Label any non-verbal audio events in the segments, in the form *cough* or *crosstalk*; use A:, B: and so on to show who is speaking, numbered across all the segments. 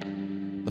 A: The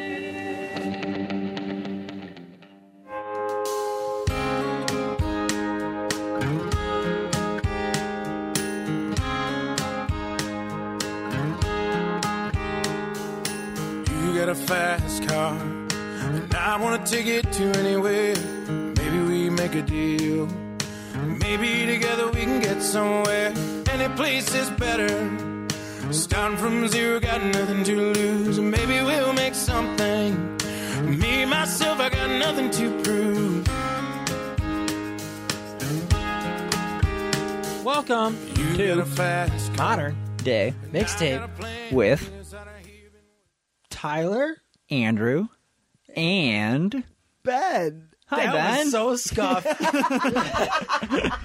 B: You got a fast car, and I want to take it to anywhere. Maybe we make a deal. Maybe together we can get somewhere. Any place is better. Starting from zero, got nothing to lose. Maybe we'll make something. Me, myself, I got nothing to prove.
C: Welcome
B: You got
C: to
B: a fast car.
C: Modern Day Mixtape with Tyler
D: Andrew, and
C: Ben. Hi
D: That
C: Ben.
D: was
C: so scuffed.
D: I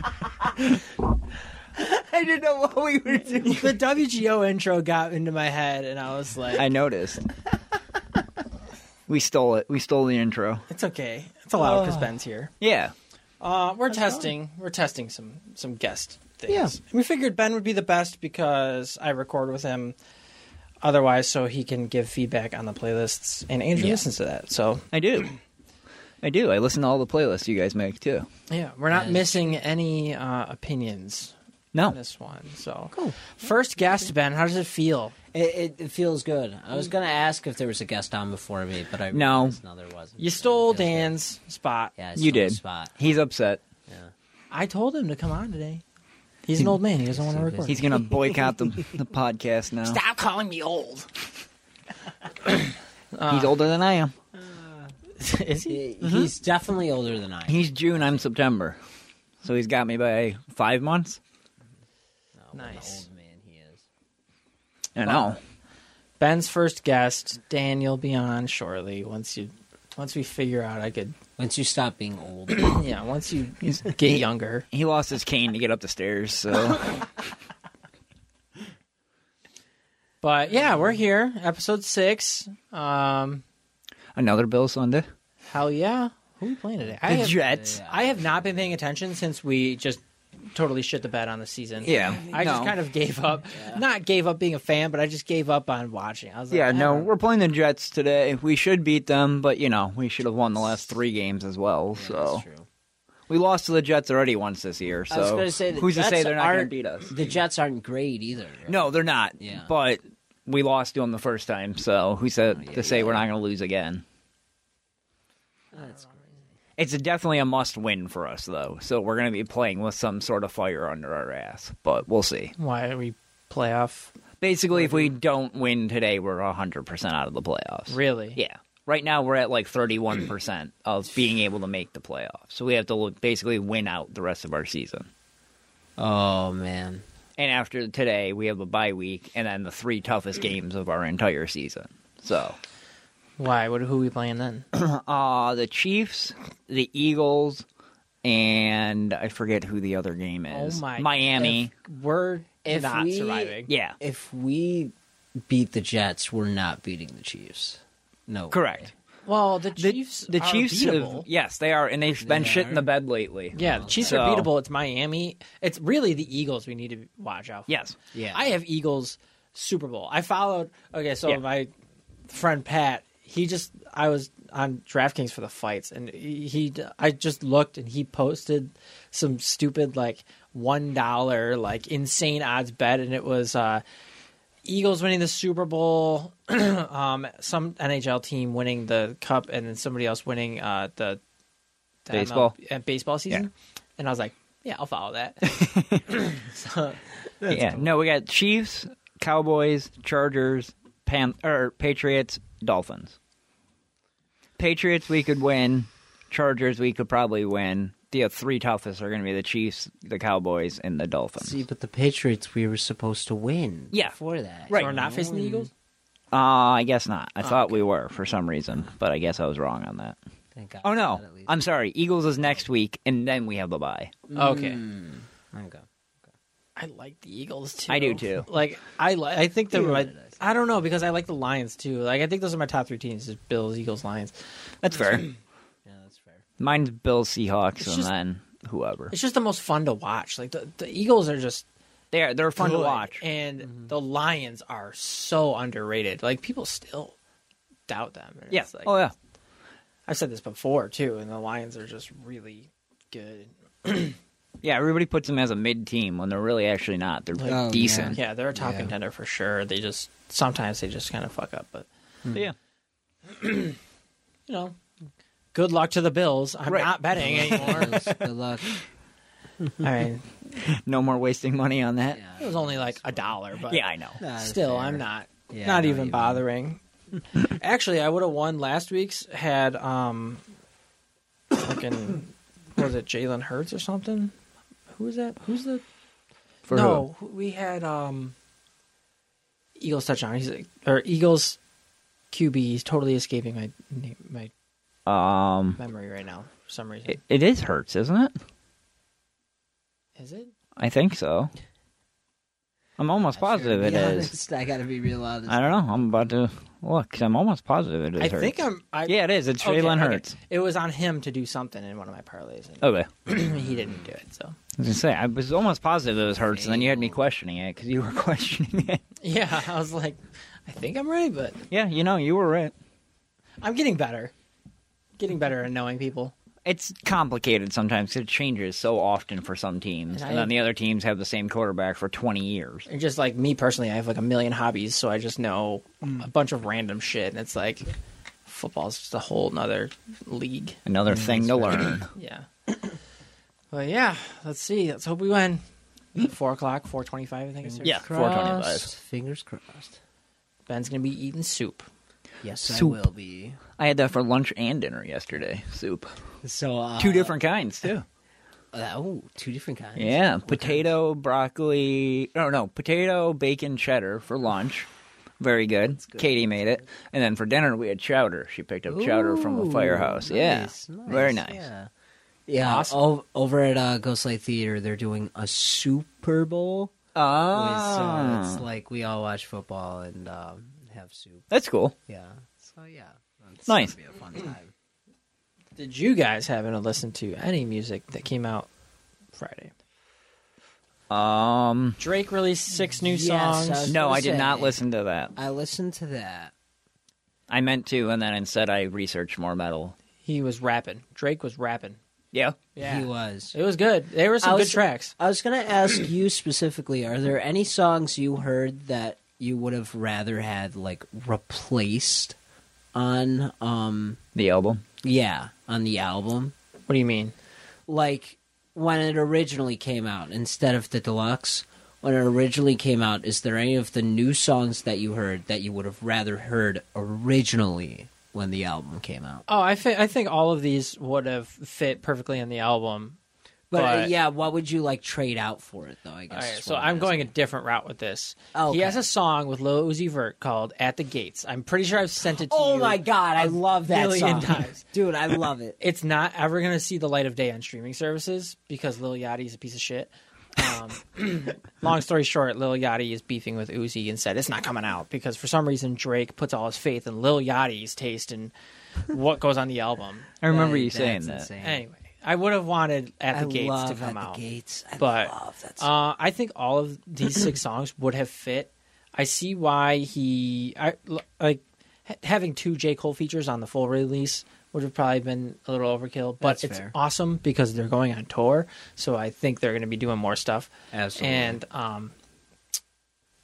D: didn't know what we were
C: *laughs*
D: doing.
C: the WGO intro got into my head, and I was like,
D: I noticed. we stole it. We stole the intro.
C: "It's okay. It's allowed because Ben's here."
D: Yeah.
C: Uh, we're testing. We're testing some some guest things.
D: Yeah.
C: And we figured Ben would be the best because I record with him. Otherwise, so he can give feedback on the playlists, and Andrew listens to that. So
D: I do. I do. I listen to all the playlists you guys make too.
C: yeah, we're not missing any uh, opinions
D: No.
C: this one. So cool. First guest, Ben. How does it feel?
E: It, it, it feels good. I was gonna ask if there was a guest on before me, but I
D: No.
E: realized no, there wasn't.
C: You
E: So it
C: stole
E: feels good.
C: Dan's spot.
E: Yeah, I stole
D: You
E: the
D: did.
E: Spot.
D: He's upset.
C: I told him to come on today. He's an old man. He doesn't want to record.
D: He's gonna boycott the, the podcast now.
C: stop calling me old.
D: He's older than I am.
C: *laughs* Is he?
E: He- He's definitely older than I. am.
D: He's June. I'm September. So he's got me by five months.
E: No, what an
C: Nice.
E: old man he is.
D: I know.
C: Ben's first guest, Dan. You'll be on shortly once you, once we figure out I could.
E: Once you stop being *clears throat* old,
C: Yeah, once you
D: *laughs* He's,
C: get younger.
D: he lost his cane to get up the stairs. So *laughs*
C: But yeah, we're here, episode six. Um,
D: another Bill Sunday.
C: hell yeah. Who we playing today? I
D: The
C: have,
D: Jets.
C: I have not been paying attention since we just totally shit the bed on the season.
D: Yeah.
C: I just
D: No.
C: kind of gave up. Not gave up being a fan, but I just gave up on watching. I was like,
D: Yeah,
C: I
D: no,
C: don't-
D: we're playing the Jets today. We should beat them, but you know, we should have won the last three games as well. so
E: that's true.
D: we lost to the Jets already once this year. So
E: I was gonna say the
D: who's
E: Jets
D: to say they're not going to
E: aren't-
D: beat us?
E: The Jets aren't great either.
D: No, they're not.
E: Yeah.
D: but we lost to them the first time. So who's to, to say we're not going to lose again? It's definitely a must-win for us, though. So we're going to be playing with some sort of fire under our ass, but we'll see.
C: Why are we playoff?
D: Basically, if we don't win today, we're hundred percent out of the playoffs.
C: Really?
D: Yeah. Right now we're at like 31% of being able to make the playoffs. So we have to lo- basically win out the rest of our season.
E: Oh man.
D: And after today, we have a bye week and then the three toughest games of our entire season. So,
C: Why? What? Who we playing then?
D: uh the Chiefs, the Eagles, and I forget who the other game is. Miami.
C: Oh If we're
E: If
C: not
E: we-
C: surviving.
D: yeah.
E: If we beat the Jets, we're not beating the Chiefs. No.
D: Correct.
C: Well, the
D: The
C: Chiefs.
D: the
C: are
D: Chiefs have-
C: beatable.
D: yes, they are and they've been
E: They
D: shit in
E: are.
D: the bed lately.
C: yeah, the Chiefs
D: So-
C: are beatable. It's Miami. It's really the Eagles we need to watch out. for.
D: Yes.
E: Yeah.
C: I have Eagles Super Bowl. I followed. Okay, so
D: Yeah.
C: my friend Pat, he just I was on DraftKings for the fights, and he, he I just looked and he posted some stupid like one dollar like insane odds bet, and it was uh Eagles winning the Super Bowl, *clears throat* um, some NHL team winning the cup, and then somebody else winning uh, the, the
D: Baseball.
C: MLB uh, baseball season. And I was like, yeah, I'll follow
D: *laughs*
C: that. so,
D: yeah. No, we got Chiefs, Cowboys, Chargers, Pan or Patriots, Dolphins. Patriots we could win. Chargers we could probably win. The three toughest are going to be the Chiefs, the Cowboys, and the Dolphins.
E: See, but the Patriots, we were supposed to win.
D: Yeah.
E: For that. Mm-hmm.
D: Right.
C: so we're not facing the Eagles.
D: Uh, I guess not.
C: Oh,
D: I thought we were for some reason, but I guess I was wrong on that.
E: Thank God
D: Oh
E: for
D: no,
E: that, at least.
D: Mm. I'm sorry. Eagles is next week, and then we have the bye.
C: Okay.
E: Okay.
C: I like the Eagles too.
D: I do, too.
C: *laughs* Like I li- I think they're
E: Yeah,
C: my,
E: that's-
C: I don't know because I like the Lions too. Like I think those are my top three teams: is Bills, Eagles, Lions.
D: That's fair.
E: Yeah, that's
D: *laughs*
E: fair.
D: Mine's Bills, Seahawks,
C: It's
D: and
C: just-
D: then whoever.
C: *clears throat* It's just the most fun to watch. Like the, the Eagles are just
D: They are, they're fun to
C: good,
D: watch.
C: and
D: Mm-hmm.
C: the Lions are so underrated. Like people still doubt them. And
D: yeah.
C: it's like-
D: oh yeah.
C: I've said this before too, and the Lions are just really good.
D: Yeah. Everybody puts them as a mid team when they're really actually not. They're
E: Oh,
D: decent.
C: Yeah, they're a top
E: Yeah.
C: contender for sure. They just sometimes they just kind of fuck up, but
D: But yeah.
C: you know, good luck to the Bills. I'm
D: Right.
C: not betting
D: *laughs*
C: anymore.
E: Good luck.
C: I mean,
D: *laughs* No more wasting money on that.
E: Yeah.
C: *laughs* it was only like a dollar, but
D: Yeah, I know.
E: Nah, that's
C: still,
E: fair.
C: I'm not
E: Yeah, I
C: not
E: know
C: even
E: you
C: bothering. Actually, I would have won last week's had um, fucking what was it Jalen Hurts or something? Who was that? Who's the
D: For
C: no? who- We had um, Eagles touchdown. He's a- or Eagles QB. He's totally escaping my na- my
D: who? Um,
C: memory right now for some reason.
D: it, it is Hurts, isn't it?
C: Is it?
D: I think so. I'm almost positive
E: Gotta
D: it
E: be
D: is.
E: honest, I gotta be real honest.
D: I don't know. I'm about to look. 'cause I'm almost positive it is.
C: I
D: Hurts.
C: think I'm. I,
D: Yeah, it is. It's
C: okay,
D: Jalen
C: okay.
D: Hurts. Oh,
C: It was on him to do something in one of my parlays. And
D: Okay.
C: *clears throat* he didn't do it. So
D: I was gonna say I was almost positive it was Hurts, and then you had me questioning it because you were *laughs* questioning it.
C: yeah, I was like, I think I'm right, but
D: Yeah, you know, you were right.
C: I'm getting better, getting better at knowing people.
D: It's complicated sometimes 'cause it changes so often for some teams,
C: And
D: and,
C: I-
D: then the other teams have the same quarterback for 20 years.
C: And just like me personally, I have like a million hobbies, so I just know
E: Mm.
C: a bunch of random shit, and it's like football's just a whole nother league.
D: Another thing to learn.
C: Yeah. *coughs* But yeah, let's see. Let's hope we win. Four o'clock, four twenty-five. I think it's
D: Yeah.
E: Crossed, Fingers crossed.
C: Ben's gonna be eating soup.
E: Yes,
D: Soup.
E: I will be.
D: I had that for lunch and dinner yesterday. Soup,
E: So uh,
D: two different
E: *laughs*
D: kinds too.
E: Uh, oh, two different kinds.
D: Yeah,
E: What
D: potato, broccoli. No, no, potato, bacon, cheddar for lunch. Very good.
E: good.
D: Katie made it, and then for dinner we had chowder. She picked up
E: kinds?
D: chowder from a
E: Ooh,
D: firehouse.
E: nice,
D: yeah, very nice.
E: Yeah, yeah.
C: Awesome.
E: o- over at uh, Ghostlight Theater, they're doing a Super Bowl. with,
D: Ah,
E: uh, it's like we all watch football and um, have soup.
D: that's cool.
E: Yeah. So yeah, it's
D: Nice.
E: Gonna be a fun time.
C: Did you guys happen to listen to any music that came out Friday?
D: Um,
C: Drake released six new
E: Yes,
C: songs.
E: I was-
D: no,
E: gonna
D: I did not
E: say.
D: listen to that.
E: I listened to that.
D: I meant to, and then instead I researched more metal.
C: He was rapping. Drake was rapping.
D: Yeah,
E: He was.
C: It was good. There were some
E: I
C: good
E: was-
C: tracks.
E: I was gonna
D: *clears throat*
E: ask you specifically: Are there any songs you heard that you would have rather had like replaced on? um
D: the album.
E: Yeah, on the album.
C: What do you mean?
E: like when it originally came out instead of the deluxe when it originally came out is there any of the new songs that you heard that you would have rather heard originally when the album came out
C: Oh, I, fi- I think all of these would have fit perfectly in the album.
E: but, uh,
C: But-
E: yeah what would you like trade out for it though i guess
C: All right,
E: is
C: so
E: what
C: I'm going a
E: asking.
C: different route with this.
E: Oh,
C: He
E: okay.
C: has a song with Lil Uzi Vert called "At the Gates." I'm pretty sure I've sent it to you.
E: oh my god i love that song
C: million times.
E: *laughs* dude i love it
C: It's not ever going to see the light of day on streaming services because Lil Yachty is a piece of shit. Um,
E: *laughs*
C: long story short, Lil Yachty is beefing with Uzi and said it's not coming out because for some reason Drake puts all his faith in Lil Yachty's taste and what goes on the album.
D: I remember
E: That-
D: you saying
E: that's
D: that.
E: insane.
C: Anyway, I would have wanted at
E: I
C: the gates
E: love
C: to come
E: At
C: out.
E: the gates i
C: but
E: love that song.
C: uh, I think all of these
E: *clears throat*
C: six songs would have fit. I see why he I l- like ha- having two J Cole features on the full release would have probably been a little overkill, but
E: That's
C: it's
E: fair.
C: awesome because they're going on tour, so I think they're going to be doing more stuff.
E: Absolutely.
C: And um,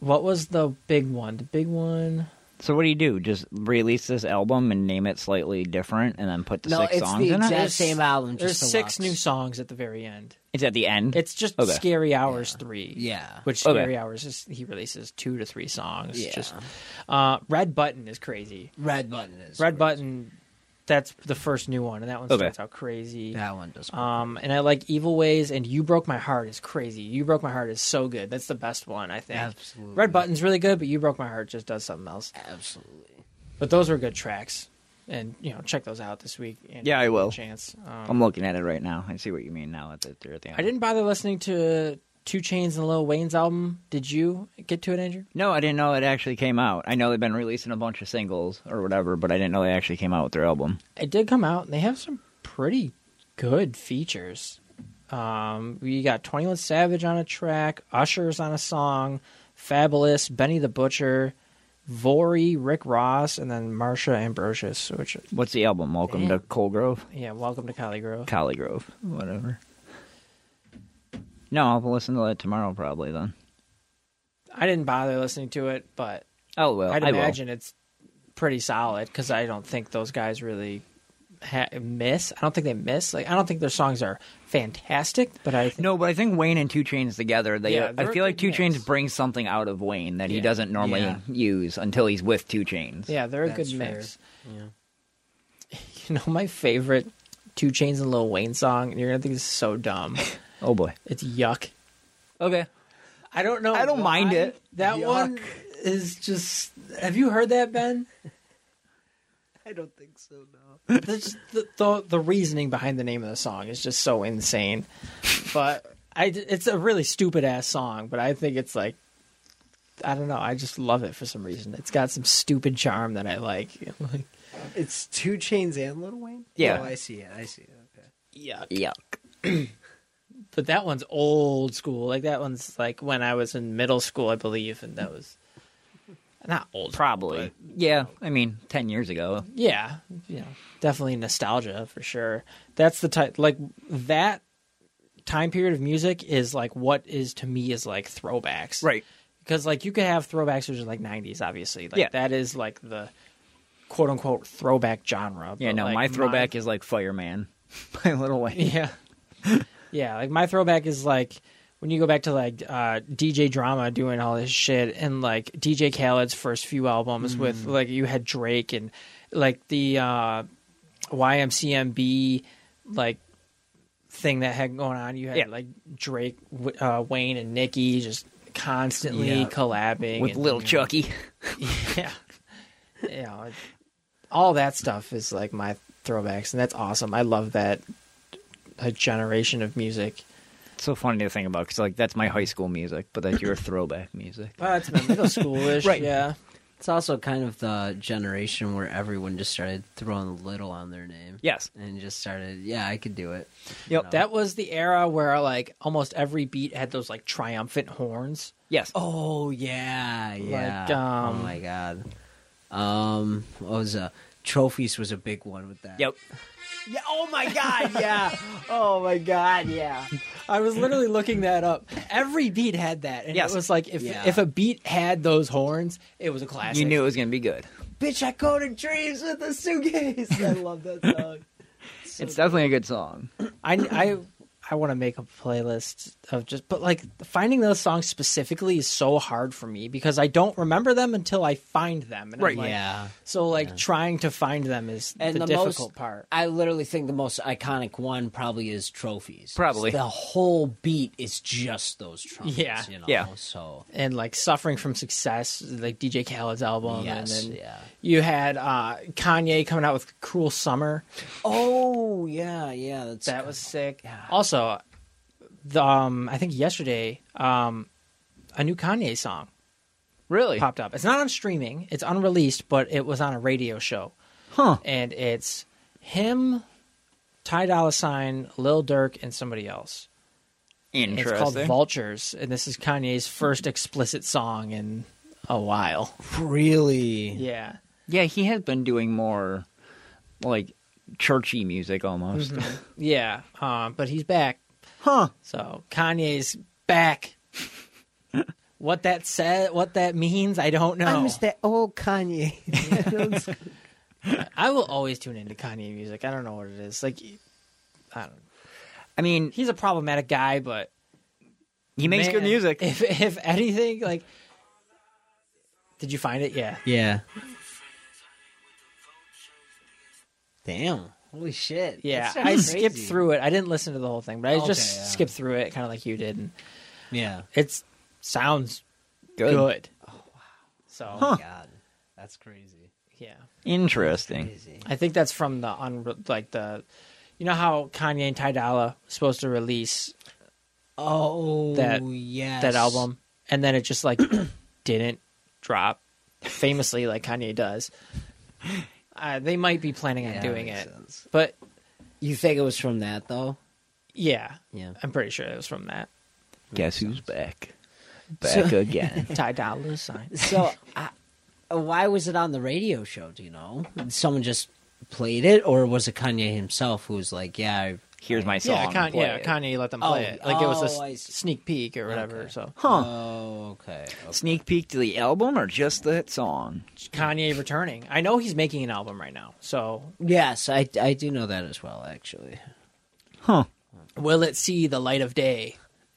C: what was the big one? The big one.
D: So what do you do? Just release this album and name it slightly different, and then put the
E: No,
D: six
E: it's
D: songs
E: the
D: in it.
E: exact- That same album,
C: There's
E: just
C: six
E: deluxe.
C: new songs at the very end.
D: It's at the end.
C: It's just
D: Okay.
C: Scary Hours three.
E: Yeah.
C: which
D: Okay.
C: Scary Hours is he releases two to three songs.
E: Yeah.
C: Just uh, Red Button is crazy.
E: red button is
C: Red
E: great.
C: Button, that's the first new one, and that one
D: Okay.
C: starts out crazy.
E: that one does
C: Um, and I like Evil Ways and You Broke My Heart is crazy. You Broke My Heart is so good. That's the best one I think.
E: Absolutely.
C: Red Button's really good, but You Broke My Heart just does something else.
E: absolutely
C: But those were good tracks, and you know check those out this week. And
D: Yeah, I will.
C: Chance. Um,
D: I'm looking at it right now. I see what you mean now. That they're at the end.
C: I didn't bother listening to Two Chains and Lil Wayne's album. Did you get to it, Andrew?
D: No, I didn't know it actually came out. I know they've been releasing a bunch of singles or whatever, but I didn't know they actually came out with their album.
C: It did come out, and they have some pretty good features. Um, you got Twenty One Savage on a track, Usher's on a song, Fabulous, Benny the Butcher, Vori, Rick Ross, and then Marsha Ambrosius. Which,
D: What's the album? Welcome to
C: Damn.
D: Colgrove,
C: yeah, welcome to Collie Grove.
D: Collie Grove, whatever. No, I'll listen to that tomorrow probably then.
C: I didn't bother listening to it, but
D: Oh well,
C: I'd
D: I will.
C: imagine it's pretty solid because I don't think those guys really ha- miss. I don't think they miss. Like I don't think their songs are fantastic, but I think
D: No, but I think Wayne and Two Chains together, they
C: Yeah,
D: I
C: they're a
D: feel like
C: good
D: Two
C: mix.
D: Chains brings something out of Wayne that he
C: Yeah.
D: doesn't normally
E: Yeah.
D: use until he's with Two Chains.
C: yeah, they're a
E: That's
C: good
E: fair.
C: mix.
E: Yeah.
C: *laughs* You know, my favorite Two Chains and Lil Wayne song. And you're gonna think this is so
D: *laughs*
C: dumb.
D: Oh boy.
C: it's yuck.
D: Okay.
C: I don't know.
D: I don't mind
C: why.
D: it.
C: That
E: Yuck.
C: one is just. Have you heard that, Ben?
E: *laughs* I don't think so. No.
C: That's- the, the the reasoning behind the name of the song is just so insane. But I it's a really stupid ass song, but I think it's like I don't know, I just love it for some reason. It's got some stupid charm that I like. like
E: It's Two Chains and Little Wayne.
D: Yeah.
E: Oh, I see it. I see it. Okay.
C: yeah.
D: Yuck.
C: But that one's old school. Like that one's like when I was in middle school, I believe, and that was not old.
D: Probably. Yeah. I mean, ten years ago.
C: Yeah, you know, definitely nostalgia for sure. That's the type like that time period of music is like what is to me is like throwbacks. Because like you could have throwbacks which are like 90s obviously. Like
D: Yeah.
C: that is like the quote unquote throwback genre.
D: Yeah.
C: but,
D: No,
C: like,
D: my throwback is like Fireman *laughs* by Little Wayne.
C: *laughs* Yeah. yeah, like my throwback is like when you go back to like uh, DJ Drama doing all this shit and like DJ Khaled's first few albums with
D: Mm.
C: like you had Drake and like the uh, YMCMB like thing that had going on. You had
D: Yeah.
C: like Drake, w- uh, Wayne, and Nicki just constantly
E: Yeah.
C: collabing
D: With
C: and-
D: Little Chucky.
C: *laughs* yeah, yeah. it- All that stuff is like my throwbacks, and that's awesome. I love that a generation of music.
D: It's so funny to think about because like that's my high school music, but that's
C: *coughs*
D: your throwback music.
C: Well, it's been middle *laughs* schoolish,
D: Right.
C: Yeah,
E: It's also kind of the generation where everyone just started throwing little on their name.
D: Yes.
E: And just started, yeah, I could do it.
D: Yep.
C: that was the era where like almost every beat had those like triumphant horns.
D: Yes.
E: Oh yeah, yeah.
C: um,
E: oh my god. Um, what was uh trophies was a big one with that.
D: Yep.
E: Yeah. Oh my god. Yeah. oh my god. Yeah.
C: I was literally looking that up. Every beat had that, and
D: Yes.
C: it was like if
E: Yeah.
C: if a beat had those horns, it was a classic.
D: You knew it was gonna be good.
E: Bitch, I coded dreams with a suitcase. *laughs* I love that song.
D: It's definitely a good song.
C: I I I want to make a playlist of just but like finding those songs specifically is so hard for me because I don't remember them until I find them. And I'm
D: Right.
C: like-
E: yeah.
C: So like trying to find them is
E: And
C: the,
E: the most-
C: difficult part.
E: I literally think the most iconic one probably is trophies.
D: Probably.
E: the whole beat is just those trumpets.
C: Yeah.
E: you know?
D: Yeah.
E: So
C: And like suffering from success, like DJ Khaled's album,
E: yes,
C: and Oh, then
E: yeah.
C: you had uh, Kanye coming out with "Cruel Summer."
E: Oh yeah, yeah. That's
C: That was sick.
E: Yeah.
C: Also, the, um, I think yesterday, um, a new Kanye song.
D: Really?
C: popped up. It's not on streaming. It's unreleased, but it was on a radio show,
D: Huh.
C: and it's him, Ty Dolla Sign, Lil Durk, and somebody else. And It's
D: Interesting.
C: called Vultures, and this is Kanye's first explicit song in a while.
E: really
C: Yeah,
D: Yeah, he has been doing more like churchy music almost.
C: Mm-hmm. yeah. Um, but he's back.
D: Huh.
C: So Kanye's back. what that said, what that means, I don't know.
E: that old Kanye.
C: I will always tune into Kanye music. I don't know what it is. Like, I don't.
D: I mean,
C: He's a problematic guy, but
D: *laughs* he makes good
C: Man,
D: music.
C: If if anything, like, did you find it? Yeah.
E: yeah. Damn. Holy shit.
C: Yeah,
E: That sounds
C: I
E: crazy.
C: skipped through it. I didn't listen to the whole thing, but I
E: Okay,
C: just
E: yeah.
C: skipped through it, kind of like you did. And
E: Yeah.
C: it sounds
D: good.
C: good. Oh wow! So
E: Oh my god. That's crazy.
C: yeah,
D: Interesting.
E: Crazy.
C: I think that's from the unre- like the, you know how Kanye and Ty Dolla was supposed to release
E: Oh,
C: That-
E: yes.
C: that album, and then it just like *coughs* didn't drop, famously like Kanye does. Uh, they might be planning on
E: Yeah,
C: doing
E: makes
C: it,
E: sense.
C: but
E: You think it was from that though?
C: yeah,
E: Yeah.
C: I'm pretty sure it was from that.
D: Guess who's back?
C: *laughs*
D: Back again.
C: Ty Dolla Sign.
E: So, *laughs* I, why was it on the radio show? Do you know? Someone just played it, or was it Kanye himself who was like, "Yeah, I,
D: Here's my song.
C: *laughs* Yeah, Kanye,
D: play
C: yeah,
D: it.
C: Kanye let them
E: Oh,
C: play it. Like it was
E: oh,
C: a
E: I
C: s-
E: see.
C: sneak peek or whatever.
E: Okay.
C: So
D: Huh.
E: oh, okay,
C: Uh,
E: okay.
D: Sneak peek to the album or just that song?
C: Kanye returning. I know he's making an album right now. So
E: Yes, I, I do know that as well. Actually,
D: Huh.
C: will it see the light of day?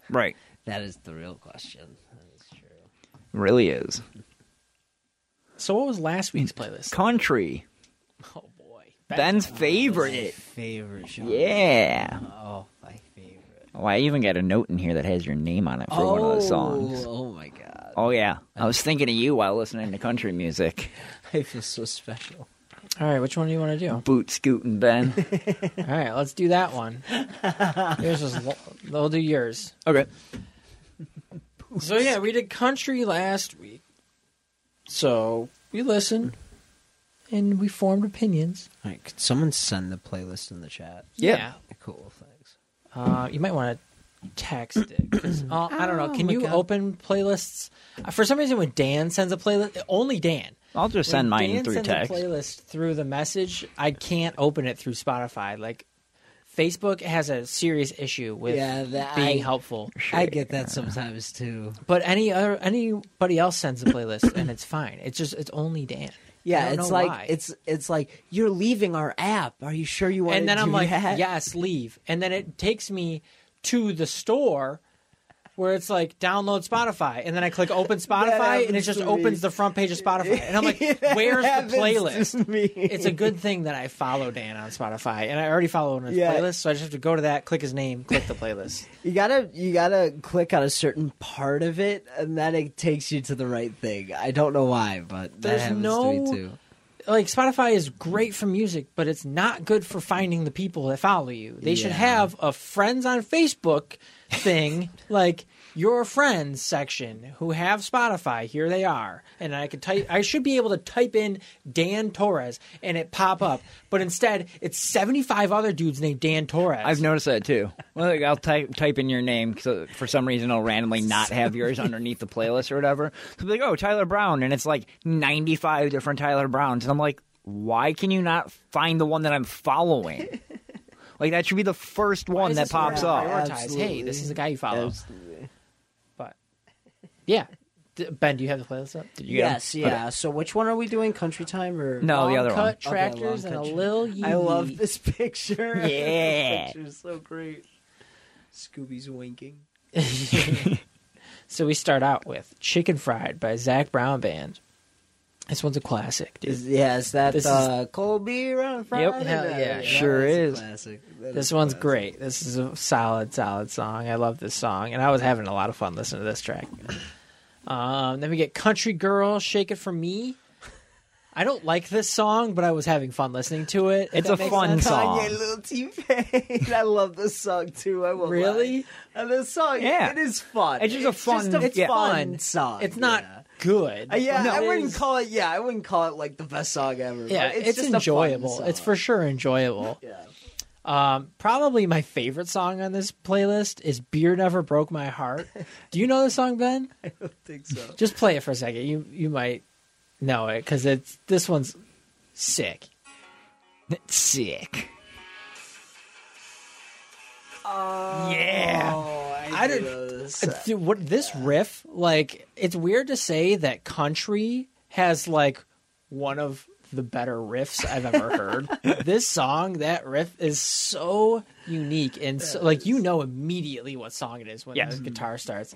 D: Right.
E: that is the real question. That is true.
D: Really is.
C: So what was last week's playlist?
D: Country.
C: Oh boy,
D: Ben's favorite.
E: Favorite show?
D: Yeah.
E: Oh, my favorite.
D: Oh, I even got a note in here that has your name on it for one of those songs.
E: Oh my *laughs* god,
D: Oh yeah. I was thinking of you while listening to country music.
E: I feel so special.
C: All right, which one do you want to do?
D: Boot
C: *laughs*
D: scooting Ben.
C: All right, let's do that one. Yours was. lo- We'll do yours.
D: okay.
C: So yeah, we did country last week. So we listened, and we formed opinions.
E: All right, could someone send the playlist in the chat?
D: Yeah.
E: Cool, thanks.
C: Uh, you might want to text
E: *clears throat*
C: it. 'cause, uh, I don't know. Can
E: Oh my
C: you
E: God.
C: open playlists? Uh, For some reason, when Dan sends a playlist, only Dan.
D: I'll just
C: When
D: send mine
C: Dan
D: through
C: sends
D: text.
C: A playlist through the message. I can't open it through Spotify. Like Facebook has a serious issue with
E: Yeah, that-
C: being
E: I-
C: helpful.
E: I get that sometimes too.
C: But any other anybody else sends a playlist and it's fine. It's just it's only Dan. I
E: Yeah,
C: don't
E: it's
C: know
E: like
C: why.
E: it's it's like you're leaving our app. Are you sure you want
C: and
E: to
C: then I'm
E: do
C: like,
E: that? *laughs*
C: yes, leave. And then it takes me to the store where it's like download Spotify, and then I
E: *laughs*
C: click open Spotify, and it
E: happens
C: just
E: to
C: opens
E: me.
C: the front page of Spotify, and I'm like,
E: *laughs* That
C: where's
E: happens
C: the
E: to
C: playlist?
E: me.
C: It's a good thing that I follow Dan on Spotify, and I already follow him on his
E: Yeah.
C: playlist, so I just have to go to that, click his name, click the playlist.
E: You gotta you gotta click on a certain part of it, and then it takes you to the right thing. I don't know why, but that
C: There's
E: happens to
C: no-
E: me too.
C: like Spotify is great for music, but it's not good for finding the people that follow you. They should
E: Yeah.
C: have a friends on Facebook
D: *laughs*
C: thing, like your friends section who have Spotify. Here they are, and I could type. I should be able to type in Dan Torres and it pop up, but instead it's seventy five other dudes named Dan Torres.
D: I've noticed that too. Well, like, I'll type type in your name so for some reason I'll randomly not have yours underneath the playlist or whatever. So I'll be like, oh, Tyler Brown, and it's like ninety five different Tyler Browns, and I'm like, why can you not find the one that
C: *laughs*
D: I'm following? like that should be the first one
C: It's
D: that
C: just hard
D: pops
C: to
D: up.
C: Prioritize. Hey,
E: Absolutely.
C: this is the guy you follow. But yeah, D- Ben, do you have the playlist up?
D: Did you get 'em?
E: Yes, yeah. So which one are we doing? Country time or
D: No, Oh, the
C: Long
D: other
C: cut
D: one.
E: Okay, long
C: tractors and a
E: country.
C: lil Yee.
E: I love this *laughs* picture.
D: Yeah.
E: *laughs* this picture's so great. Scooby's winking.
C: So we start out with Chicken Fried by Zach Brown Band. This one's a classic, dude.
E: Is, yeah, is that
C: This
E: uh, cold beer on Friday?
C: Hell
E: night?
C: yeah,
E: That
D: sure
E: a
D: is.
E: Classic. That
C: This
E: is
C: one's
E: classic.
C: great. This is a solid, solid song. I love this song, and I was having a lot of fun listening to this track. Um, then we get Country Girl, Shake It For Me. I don't like this song, but I was having fun listening to it. if
D: It's
C: that
D: a
C: makes
D: fun
C: sense.
D: song.
E: Kanye, Lil T Pain. *laughs* I love this song too. I won't lie.
C: Really?
E: And this song,
D: Yeah.
E: it is fun.
D: It's just a fun-
E: it's
D: yeah.
E: fun song.
C: It's not
E: Yeah.
C: good.
E: Uh, yeah,
C: but
E: I
C: it
E: wouldn't
C: is-
E: call it. Yeah, I wouldn't call it like the best song ever. but
C: Yeah, it's,
E: it's, just A
C: enjoyable.
E: fun song.
C: It's for sure enjoyable.
E: Yeah.
C: Um, probably my favorite song on this playlist is "Beer Never Broke My Heart." Do you know this song, Ben?
E: I don't think so.
C: Just play it for a second. You you might know it because it's this one's sick.
D: Sick. yeah.
E: Oh,
C: I
E: I,
C: don't-
E: do know this. song.
C: Uh, Dude, what this riff? Like, it's weird to say that country has like one of the better riffs I've ever heard. this song, that riff is so unique and so, like you know immediately what song it is when
D: Yes.
C: the guitar starts.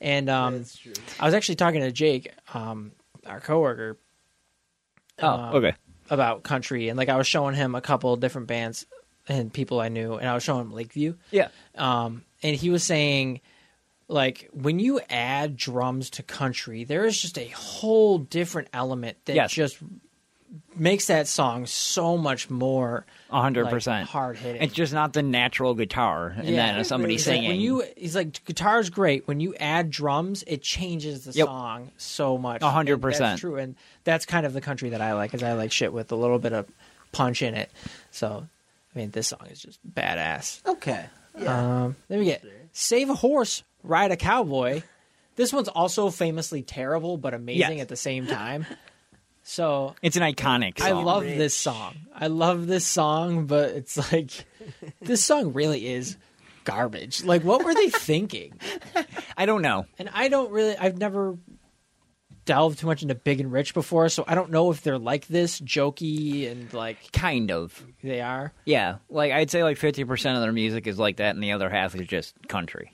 C: And um,
E: That's true.
C: I was actually talking to Jake, um, our coworker,
D: Oh, okay.
C: about country, and like I was showing him a couple of different bands and people I knew, and I was showing him Lakeview,
D: Yeah.
C: um, and he was saying, like when you add drums to country, there is just a whole different element that
D: Yes.
C: just makes that song so much more
D: A hundred
C: like,
D: percent
C: hard-hitting.
D: It's just not the natural guitar, and then somebody
C: he's like,
D: singing.
C: when you, he's like, guitar's great. When you add drums, it changes the
D: Yep.
C: song so much.
D: A
C: And
D: hundred
C: that's
D: percent.
C: true, and that's kind of the country that I like, is I like shit with a little bit of punch in it. So, I mean, this song is just badass.
E: Okay.
C: Um, then we get "Save a Horse, Ride a Cowboy." This one's also famously terrible, but amazing
D: Yes.
C: at the same
D: *laughs*
C: time. So
D: it's an iconic.
C: I
D: Song.
C: love this song. I love this song, but it's like
D: *laughs*
C: this song really is garbage. Like, what were
D: *laughs*
C: they thinking?
D: I don't know.
C: And I don't really. I've never delved too much into Big and Rich before, so I don't know if they're like this, jokey, and like
D: Kind of.
C: they are.
D: Yeah. Like I'd say, like fifty percent of their music is like that, and the other half is just country.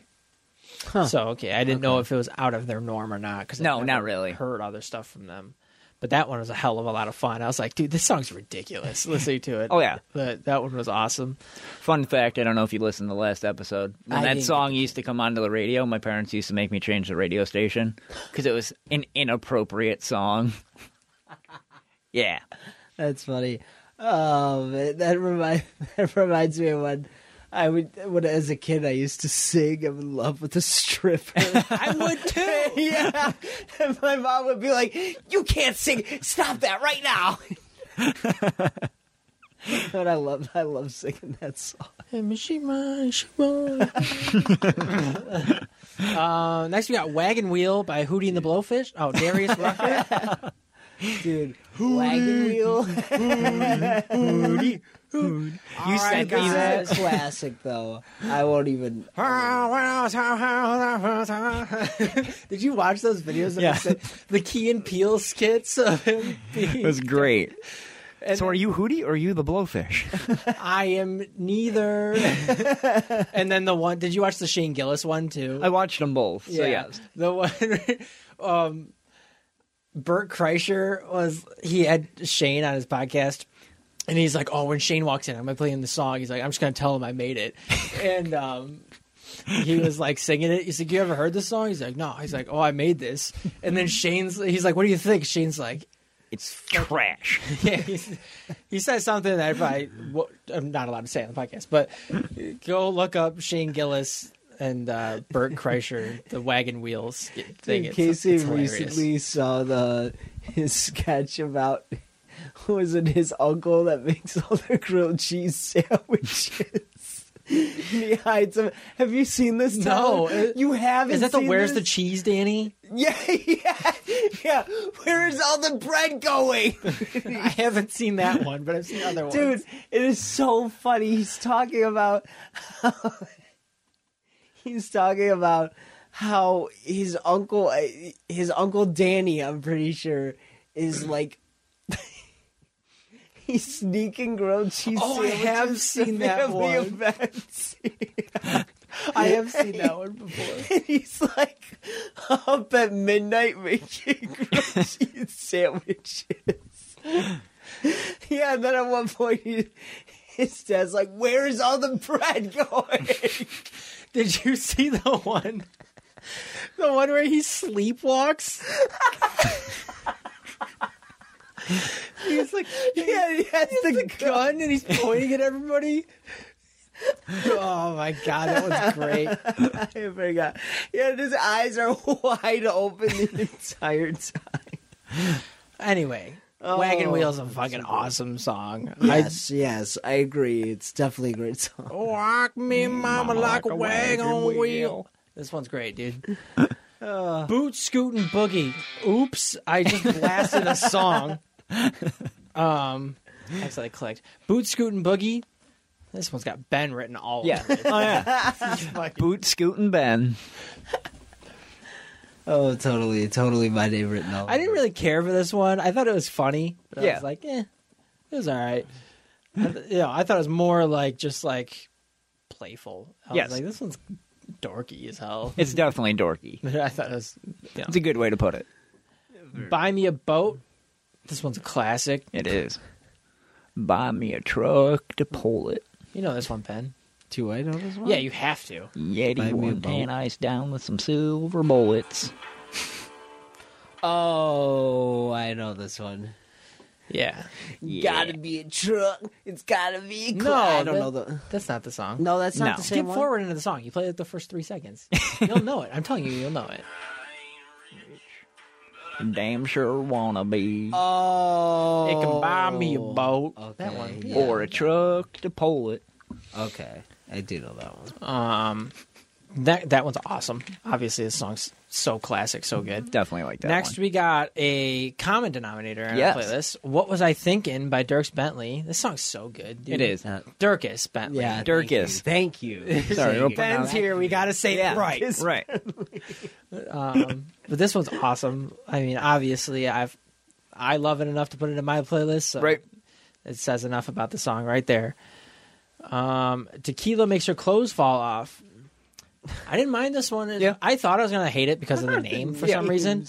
E: Huh.
C: So okay, I didn't know if it was out of their norm or not. Because
D: No, not really.
C: Heard other stuff from them, but that one was a hell of a lot of fun. I was like, dude, this song's ridiculous. Listening to it.
D: Oh, yeah.
C: that that one was awesome.
D: Fun fact: I don't know if you listened to the last episode. When
E: I
D: that
E: didn't
D: song used to come onto the radio, my parents used to make me change the radio station because it was an inappropriate song. *laughs* yeah,
E: That's funny. Oh, man, that remind *laughs* that reminds me of when I would when as a kid I used to sing "I'm in love with a stripper."
C: *laughs*
E: *laughs*
C: I would too.
E: yeah, and my mom would be like, "You can't sing. Stop that right now." *laughs* but I love I love singing that song.
C: uh, next, we got Wagon Wheel by Hootie and the Blowfish. Oh, Darius Rucker.
E: Dude, wagon wheel.
D: you sent me that.
E: That's a classic though. I won't even.
C: *laughs* Ah,
E: Did you watch those videos? Of
C: Yeah.
E: him sing-
C: the Key and Peel skits of *laughs* him
D: It
C: being
D: was great. so, are you Hootie or are you the Blowfish?
C: I am neither. and then the one, did you watch the Shane Gillis one too?
D: *laughs* I watched them both. So yes.
C: The one, um, Bert Kreischer was, he had Shane on his podcast. And he's like, oh, when Shane walks in, I'm going to play him the song. He's like, I'm just going to tell him I made it. and um, he was like singing it. He's like, you ever heard this song? He's like, no. He's like, oh, I made this. And then Shane's, he's like, what do you think? Shane's like,
D: it's trash.
C: yeah, *laughs* he's, he said something that I probably wa- I'm not allowed to say on the podcast, but go look up Shane Gillis and uh, Bert Kreischer, the wagon wheels thing.
E: Dude,
C: It's-
E: Casey
C: it's hilarious.
E: recently saw the his sketch about who was it his uncle that makes all the grilled cheese sandwiches. *laughs* And he hides them. Have you seen this?
C: No,
E: Tyler?
C: it-
E: you haven't.
C: Is that the
E: seen
C: Where's the
E: this?
C: Cheese, Danny?
E: *laughs* Yeah, yeah, yeah. Where is all the bread going?
C: *laughs* I haven't seen that one, but I've seen other ones.
E: Dude, it is so funny. He's talking about *laughs* he's talking about how his uncle his uncle Danny, I'm pretty sure,
C: *clears throat*
E: is like *laughs* he's sneaking grilled cheese
C: Oh, I
E: sandwiches
C: have
E: to
C: seen that
E: family
C: one. *laughs*
E: events. *laughs*
C: I have seen that one before.
E: and he's like up at midnight making *laughs* grilled cheese sandwiches. *laughs* yeah, and then at one point he, his dad's like, "Where is all the bread going?"
C: *laughs*
E: *laughs*
C: Did you see the one? The one where he sleepwalks. he's like,
E: *laughs* yeah, he has the,
C: the gun and he's pointing at everybody. Oh my god, that was great.
E: *laughs*
C: *laughs*
E: I forgot. Yeah, and his eyes are *laughs* wide open the entire time.
C: Anyway,
E: Oh,
C: Wagon Wheels is a fucking awesome song.
E: yes, I agree. It's definitely a great
C: I
E: song.
C: walk Oh, me Mm, mama like a wagon wheel. Uh. This one's great, *laughs* dude. Boot scootin' boogie. Oops, I just blasted a *laughs* song. Um, actually, I clicked. Boot scootin' boogie. This one's got Ben written all
D: Yeah.
C: over it.
D: Oh yeah.
C: Fucking-
D: *laughs* Boot Scootin' Ben.
E: Oh, totally, totally my favorite novel.
C: I didn't really care for this one. I thought it was funny. But I
D: Yeah.
C: was like, eh, it was all right. I th- you know, I thought it was more like just like playful. I
D: Yes.
C: was like, this one's dorky as hell.
D: It's definitely *laughs* dorky.
C: *laughs* I thought it was you
D: It's a good way to put it.
C: know, buy me a boat. This one's a classic.
D: It is. Buy me a truck to pull it.
C: You know this one, Ben.
E: Do I know this one?
C: Yeah, you have to.
D: Yeti
E: Buy me a
D: one pan
E: boat.
D: ice down with some silver bullets.
E: Oh, I know this one.
C: Yeah.
E: Gotta be a truck. It's gotta be. A
C: No,
E: cl- I don't
C: that-
E: know the.
C: That's not the song.
E: No, that's not
D: No.
E: the same
C: Skip
E: one.
C: forward into the song. You play it the first three seconds. You'll know it. I'm telling you, you'll know it.
D: Damn sure wanna be.
E: Oh,
C: It can buy me a boat.
E: Okay,
C: That one.
E: yeah.
D: Or a truck to pull it.
E: Okay, I do know that one.
C: Um, that that one's awesome. Obviously, this song's so classic, so good.
D: Definitely like that.
C: Mm-hmm. Next,
D: one.
C: we got a common denominator on
D: Yes.
C: our playlist. What was I thinking by Dirks Bentley? This song's so good. Dude.
D: It is.
E: Uh,
C: Dirkus Bentley.
E: yeah,
D: Dirkus.
E: Thank *laughs* you. Thank you.
D: Sorry, we'll-
C: Ben's here. We gotta say it right.
D: *laughs* Right.
C: But this one's awesome. I mean, obviously, I've I love it enough to put it in my playlist. So
D: Right.
C: It says enough about the song right there. Um, tequila makes your clothes fall off. I didn't mind this one.
D: Yeah.
C: I thought I was gonna hate it because of the name for some reason.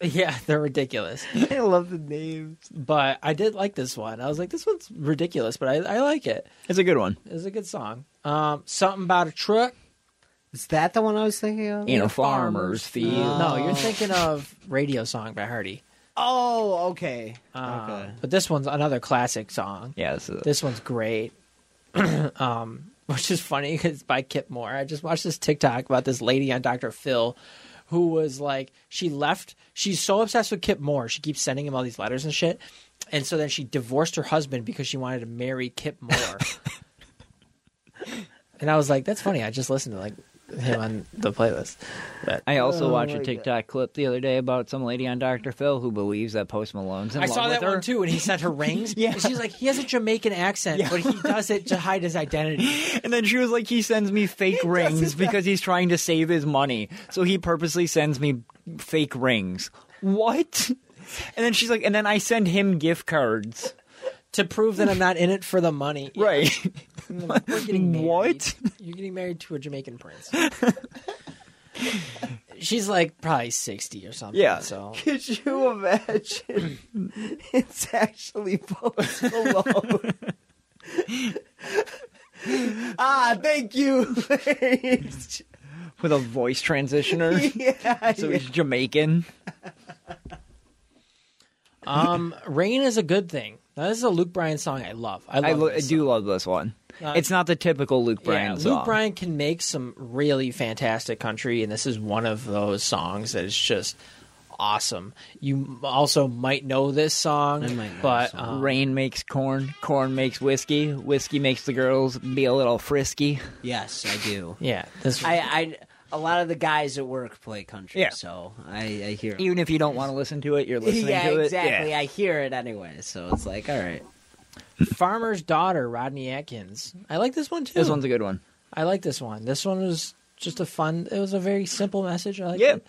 C: Yeah, they're ridiculous.
E: I love the names.
C: But I did like this one. I was like, this one's ridiculous, but I, I like it.
D: It's a good one.
C: It was a good song. Um, something about a truck.
E: Is that the one I was thinking of?
D: In a farmer's field.
C: No, you're thinking of radio song by Hardy.
E: Oh, okay.
C: Um,
E: okay. *laughs*
C: But this one's another classic song.
D: Yeah, this is-
C: This one's great. *clears throat* um, which is funny because it's by Kip Moore. I just watched this TikTok about this lady on Dr. Phil who was like, she left. She's so obsessed with Kip Moore. She keeps sending him all these letters and shit. And so then she divorced her husband because she wanted to marry Kip *laughs* Moore. and I was like, that's funny. I just listened to like him on the playlist. But
D: I also watched a TikTok clip the other day about some lady on Dr. Phil who believes that Post Malone's in
C: I
D: love
C: saw
D: with
C: that
D: her.
C: one too, and he sent her *laughs* rings.
D: Yeah.
C: And she's like, he has a Jamaican accent, but he does it to hide his identity.
D: And then she was like, he sends me fake rings because he's trying to save his money. So he purposely sends me fake rings. What? And then she's like, and then I send him gift cards.
C: to prove that I'm not in it for the money.
D: *laughs* Right.
C: We're getting married.
D: What?
C: You're getting married to a Jamaican prince. *laughs* She's like probably 60 or something.
D: Yeah.
C: So
E: Could you imagine? it's actually Post Malone. *laughs* ah, thank you. *laughs*
D: With a voice transitioner.
E: *laughs* yeah.
D: So he's Jamaican.
C: um, Rain is a good thing. Now, this is a Luke Bryan song I love. I love
D: I, lo- I
C: this
D: do
C: song.
D: love this one.
C: Uh,
D: it's not the typical Luke Bryan
C: yeah,
D: song.
C: Luke Bryan can make some really fantastic country, and this is one of those songs that is just awesome. You m- also might know this song,
E: I might know
C: but
E: this song.
C: um,
D: Rain makes corn, corn makes whiskey, whiskey makes the girls be a little frisky.
E: Yes, I do.
C: yeah, this
E: I, I, a lot of the guys at work play country,
D: Yeah.
E: so I, I hear.
D: Even if you don't want to listen to it, you're listening
E: yeah,
D: to it.
E: exactly. I hear it anyway, so it's like, all right.
C: Farmer's Daughter, Rodney Atkins. I like this one too.
D: This one's a good one.
C: I like this one. This one was just a fun. It was a very simple message. I like
D: Yeah.
C: it.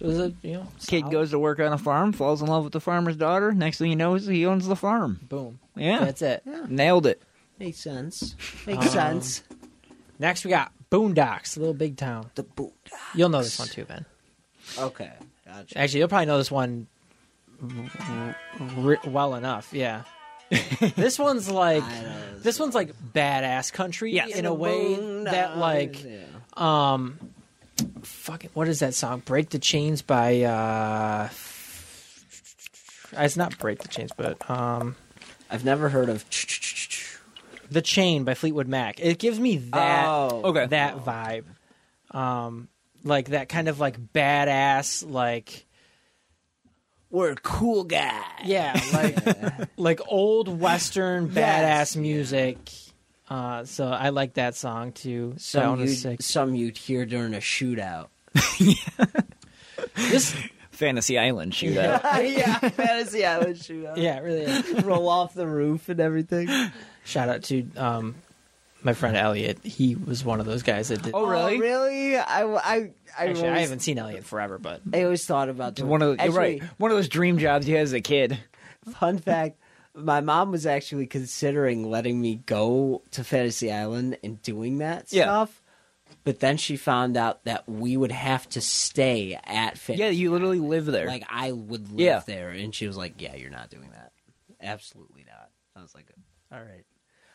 C: It was a you know
D: Kid
C: solid-
D: goes to work on a farm, falls in love with the farmer's daughter. Next thing you know, he owns the farm.
C: boom.
D: Yeah.
C: that's it.
D: Nailed it.
E: Makes sense. Um, Makes sense.
C: Next we got Boondocks, Little Big Town.
E: The boot.
C: You'll know this one too, Ben.
E: Okay. Gotcha.
C: Actually, you'll probably know this one r- well enough.
D: *laughs*
C: Yeah. this one's like
E: I know.
C: this one's like badass country
D: Yes.
C: in a way that like
E: Yeah.
C: um fucking what is that song break the chains by uh it's not break the chains but um
E: I've never heard of. *laughs*
C: the chain by fleetwood mac it gives me that
E: Oh.
D: Okay.
C: that vibe um like that kind of like badass like
E: We're cool guys.
C: *laughs* yeah
E: *laughs*
C: like like old western badass
E: Yes, yeah.
C: music uh so i like that song too that
E: Some
C: one is
E: you'd,
C: sick.
E: some you'd hear during a shootout.
C: this
D: Fantasy Island shootout.
E: *laughs* yeah, fantasy island shootout. Oh,
C: yeah it really
E: *laughs*
C: is.
E: Roll off the roof and everything.
C: Shout out to um, my friend Elliot. He was one of those guys that did.
D: Oh, really?
E: really? I, I, I,
C: Actually, I
E: always-
C: haven't seen Elliot forever, but
E: I always thought about
D: It's
E: doing
D: One of the, you're
E: actually,
D: right. One of those dream jobs you had as a kid.
E: Fun fact: My mom was actually considering letting me go to Fantasy Island and doing that
D: Yeah.
E: stuff, but then she found out that we would have to stay at Fantasy.
D: Yeah, you literally live there.
E: like I would live
D: Yeah.
E: there, and she was like, "Yeah, you're not doing that. Absolutely not." I was like, "All right,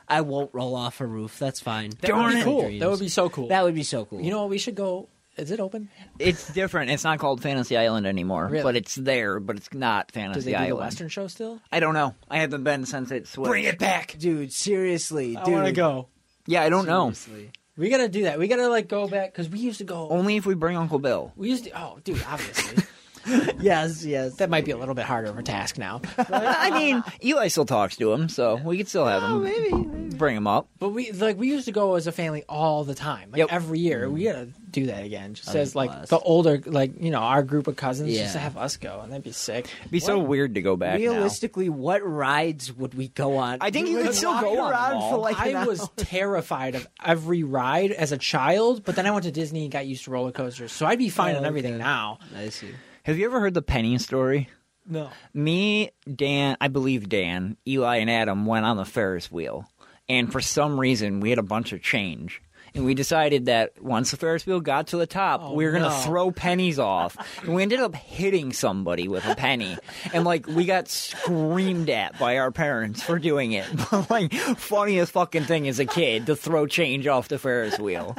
E: I won't roll off a roof. That's fine.
C: that would be cool. That would be so cool.
E: That would be so cool.
C: you know what? We should go Is it open?
D: It's different. It's not called Fantasy Island anymore,
C: Really?
D: but it's there. But it's not
C: Do they
D: Fantasy
C: do
D: Island.
C: the Western show still?
D: I don't know. I haven't been since it switched.
E: Bring it back, dude. Seriously,
C: I
E: dude.
C: want to go.
D: Yeah, I don't know.
E: Seriously.
C: We gotta do that. We gotta like go back because we used to go.
D: Only if we bring Uncle Bill.
C: We used to. Oh, dude, obviously *laughs*
E: Yes, yes.
C: that might be a little bit harder of a task *laughs* now.
D: I mean, Eli still talks to him, so we could still have him. Bring him up.
C: But we like we used to go as a family all the time, like
D: Yep.
C: every year. We gotta do that again. Just
E: That'd
C: as
E: be
C: like
E: blast.
C: the older, like you know, our group of cousins, just
E: Yeah.
C: to have us go, and that'd be *laughs* sick.
D: It'd be so weird to go back. now.
E: Realistically, what rides would we go on?
D: I think you
E: would
D: could still
E: walk
D: go on
E: around
D: them all.
E: for like an
C: I was
E: hour.
C: terrified of every ride as a child, but then I went to Disney and got used to roller coasters, so I'd be fine
E: Oh,
C: on everything
E: okay.
C: now.
E: I see.
D: Have you ever heard the Penny story?
C: No,
D: Me, Dan, I believe Dan, Eli, and Adam went on the Ferris wheel, and for some reason we had a bunch of change. And we decided that once the Ferris wheel got to the top,
C: Oh,
D: we were going to
C: no.
D: throw pennies off. and we ended up hitting somebody with a penny. And, like, we got screamed at by our parents for doing it. *laughs* But, like, funniest fucking thing as a kid to throw change off the Ferris wheel.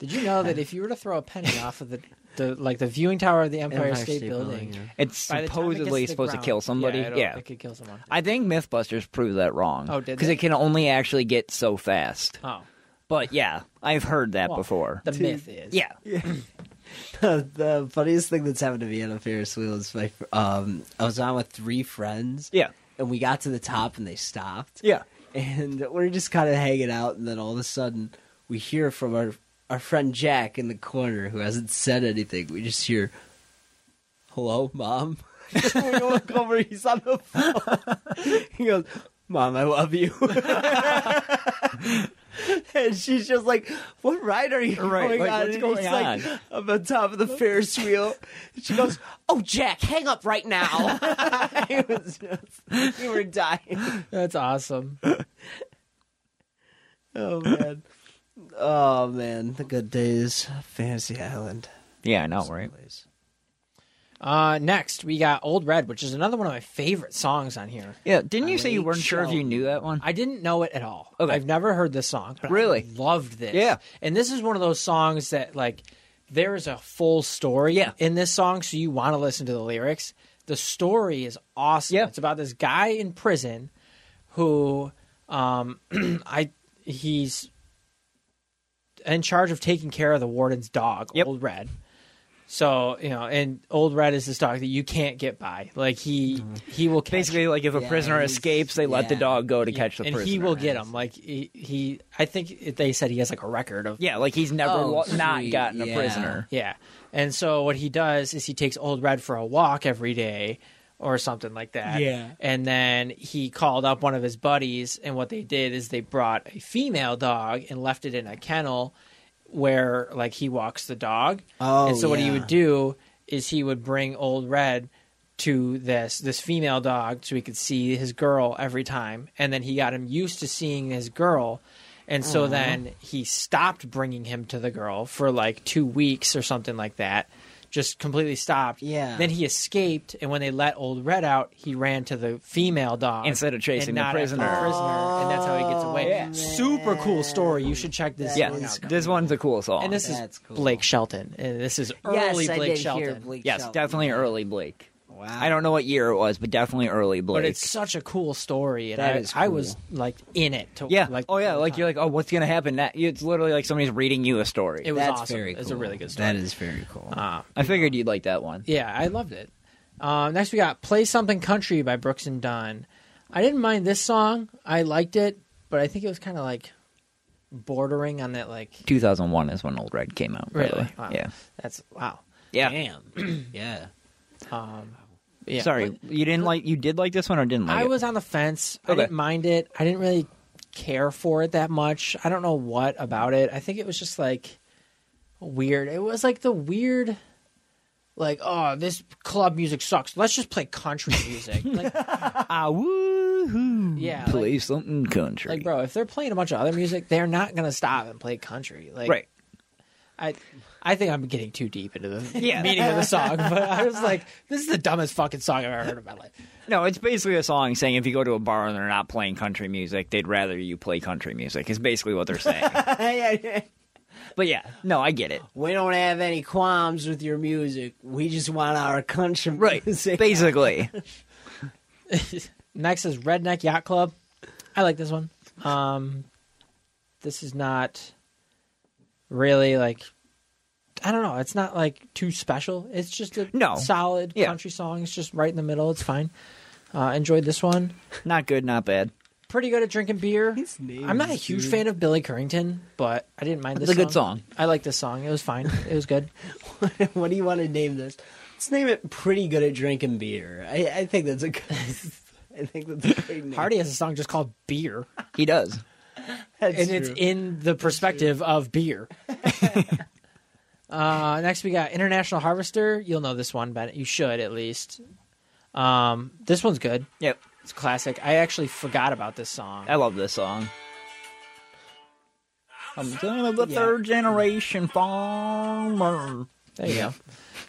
C: did you know *laughs* that if you were to throw a penny off of the, the like the viewing tower of the Empire, State, Building,
D: It's
C: by the time it gets
D: supposedly
C: to the
D: supposed
C: ground-
D: to kill somebody.
C: Yeah,
D: Yeah.
C: it'll- it could kill someone.
D: I think Mythbusters proved that wrong.
C: Oh, did
D: Because
C: they?
D: it can only actually get so fast.
C: oh,
D: But yeah, I've heard that
C: Well,
D: before.
C: the myth is
D: *laughs* yeah.
E: *laughs* the, the funniest thing that's happened to me on a Ferris wheel is my fr- um, I was on with three friends.
D: Yeah.
E: and we got to the top and they stopped.
D: Yeah.
E: and we're just kind of hanging out, and then all of a sudden we hear from our our friend Jack in the corner who hasn't said anything. We just hear, "Hello, mom." *laughs* we look over, he's on the phone. he goes, "Mom, I love you." *laughs* and she's just like, "What ride are you
D: Right,
E: going
D: like,
E: on?"
D: what's
E: And he's
D: going
E: like, "I'm on top of the Ferris wheel." And she goes, *laughs* "Oh, Jack, hang up right
D: *laughs*
E: now." it was just, we were dying.
C: that's awesome.
E: Oh man. Oh man, the good days, Fantasy Island.
D: Yeah, I know, right?
E: Place.
C: Uh, next, we got Old Red, which is another one of my favorite songs on here.
D: Yeah. Didn't you say you
E: Late
D: weren't sure if you
E: show.
D: knew that one?
C: I didn't know it at all.
D: Mm-hmm. Okay.
C: I've never heard this song. But I
D: Really?
C: loved this.
D: Yeah.
C: And this is one of those songs that like there is a full story
D: Yeah.
C: in this song, so you want to listen to the lyrics. The story is awesome.
D: Yeah.
C: It's about this guy in prison who um *clears throat* I he's in charge of taking care of the warden's dog,
D: Yep.
C: Old Red. So, you know, and Old Red is this dog that you can't get by. Like he he will catch
D: Mm-hmm. Basically, like if a
E: Yeah,
D: prisoner
E: he's-
D: escapes, they let the
E: yeah.
D: dog go to
C: yeah,
D: catch the
C: and
D: prisoner.
C: he will get him. Like he, he, I think it- they said he has like a record of
D: Yeah, like he's never
E: Oh,
D: wa- not
E: sweet,
D: gotten a
E: yeah.
D: prisoner.
C: yeah. And so what he does is he takes Old Red for a walk every day or something like that.
E: Yeah.
C: And then he called up one of his buddies, and what they did is they brought a female dog and left it in a kennel where like he walks the dog.
E: Oh,
C: and so what he
E: yeah.
C: would do is he would bring Old Red to this this female dog so he could see his girl every time and then he got him used to seeing his girl and so then he stopped bringing him to the girl for like 2 weeks or something like that just completely stopped
E: Yeah.
C: then he escaped and when they let old red out he ran to the female dog
D: Instead of chasing
C: and
D: the
C: not after
D: prisoner.
C: prisoner, and that's how he gets away
D: Yeah.
C: super cool story you should check this
D: Yeah,
C: one out
D: this one's a cool song.
C: and this
E: Oh, That's
C: is
E: cool.
C: Blake Shelton and this is
E: Yes,
C: early
E: I
C: Blake
E: did
C: Shelton
E: hear Blake
D: yes,
E: Shelton.
D: definitely early Blake.
E: Wow.
D: I don't know what year it was, but definitely early Blake.
C: but it's such a cool story, and
E: That
C: I,
E: is
C: I was like in it. To,
D: yeah,
C: like
D: oh
C: the
D: yeah,
C: whole
D: like
C: time.
D: you're like, oh, what's gonna happen? Now? It's literally like somebody's reading you a story.
C: it was
E: That's
C: awesome.
E: very cool.
C: It was a really good story.
E: That is very cool.
C: Uh,
D: I figured you'd like that one.
C: yeah, I loved it. Um, next, we got "Play Something Country" by Brooks and Dunn. I didn't mind this song; I liked it, but I think it was kind of like bordering on that. Like,
D: 2001 is when Old Red came out. by the
C: Really?
D: way.
C: Wow.
D: Yeah.
C: that's wow.
D: Yeah. *clears throat*
E: Damn. yeah.
C: Um, yeah.
D: Sorry, you didn't like. You did like this one or didn't like
C: I
D: it?
C: was on the fence. I
D: Okay.
C: didn't mind it. I didn't really care for it that much. I don't know what about it. I think it was just like weird. It was like the weird like oh this club music sucks. Let's just play
D: *laughs*
C: country music. like
D: Ah, woohoo!
C: Yeah,
D: Play something country.
C: like bro, if they're playing a bunch of other music, they're not going to stop and play country. Like
D: right.
C: I I think I'm getting too deep into the
D: *laughs* Yeah.
C: meaning of the song, but I was like this is the dumbest fucking song I've ever heard in my life.
D: No, it's basically a song saying if you go to a bar and
C: *laughs*
D: they're not playing country music, they'd rather you play country music. Is basically what they're saying.
E: *laughs* yeah.
D: But yeah, no, I get it.
E: We don't have any qualms with your music. We just want our
C: *laughs*
E: country music.
D: *laughs* Basically,
C: Next is Redneck Yacht Club. I like this one. Um, this is not really like I don't know. It's not like too special. It's just a
D: No.
C: solid
D: Yeah.
C: country song. It's just right in the middle. It's fine. Uh, enjoyed this one.
D: not good, not bad.
C: Pretty good at drinking beer.
E: His name
C: I'm not a
E: is
C: huge
E: Hugh.
C: fan of Billy Currington, but I didn't mind this.
D: It's a good song.
C: I like this song. It was fine. It
E: *laughs*
C: was good.
E: what do you want to name this? Let's name it "Pretty Good at Drinking Beer." I, I think that's a good.
C: *laughs*
E: I think that's a great name.
C: Hardy has a song just called Beer,
D: He does.
E: That's
C: and it's
E: true.
C: in the perspective
E: *laughs*
C: of beer. uh, next, we got International Harvester. You'll know this one, Bennett. You should at least. Um, this one's good.
D: Yep,
C: It's classic. I actually forgot about this song.
D: I love this song. I'm son of the
C: Yeah.
D: third generation farmer.
C: There you go.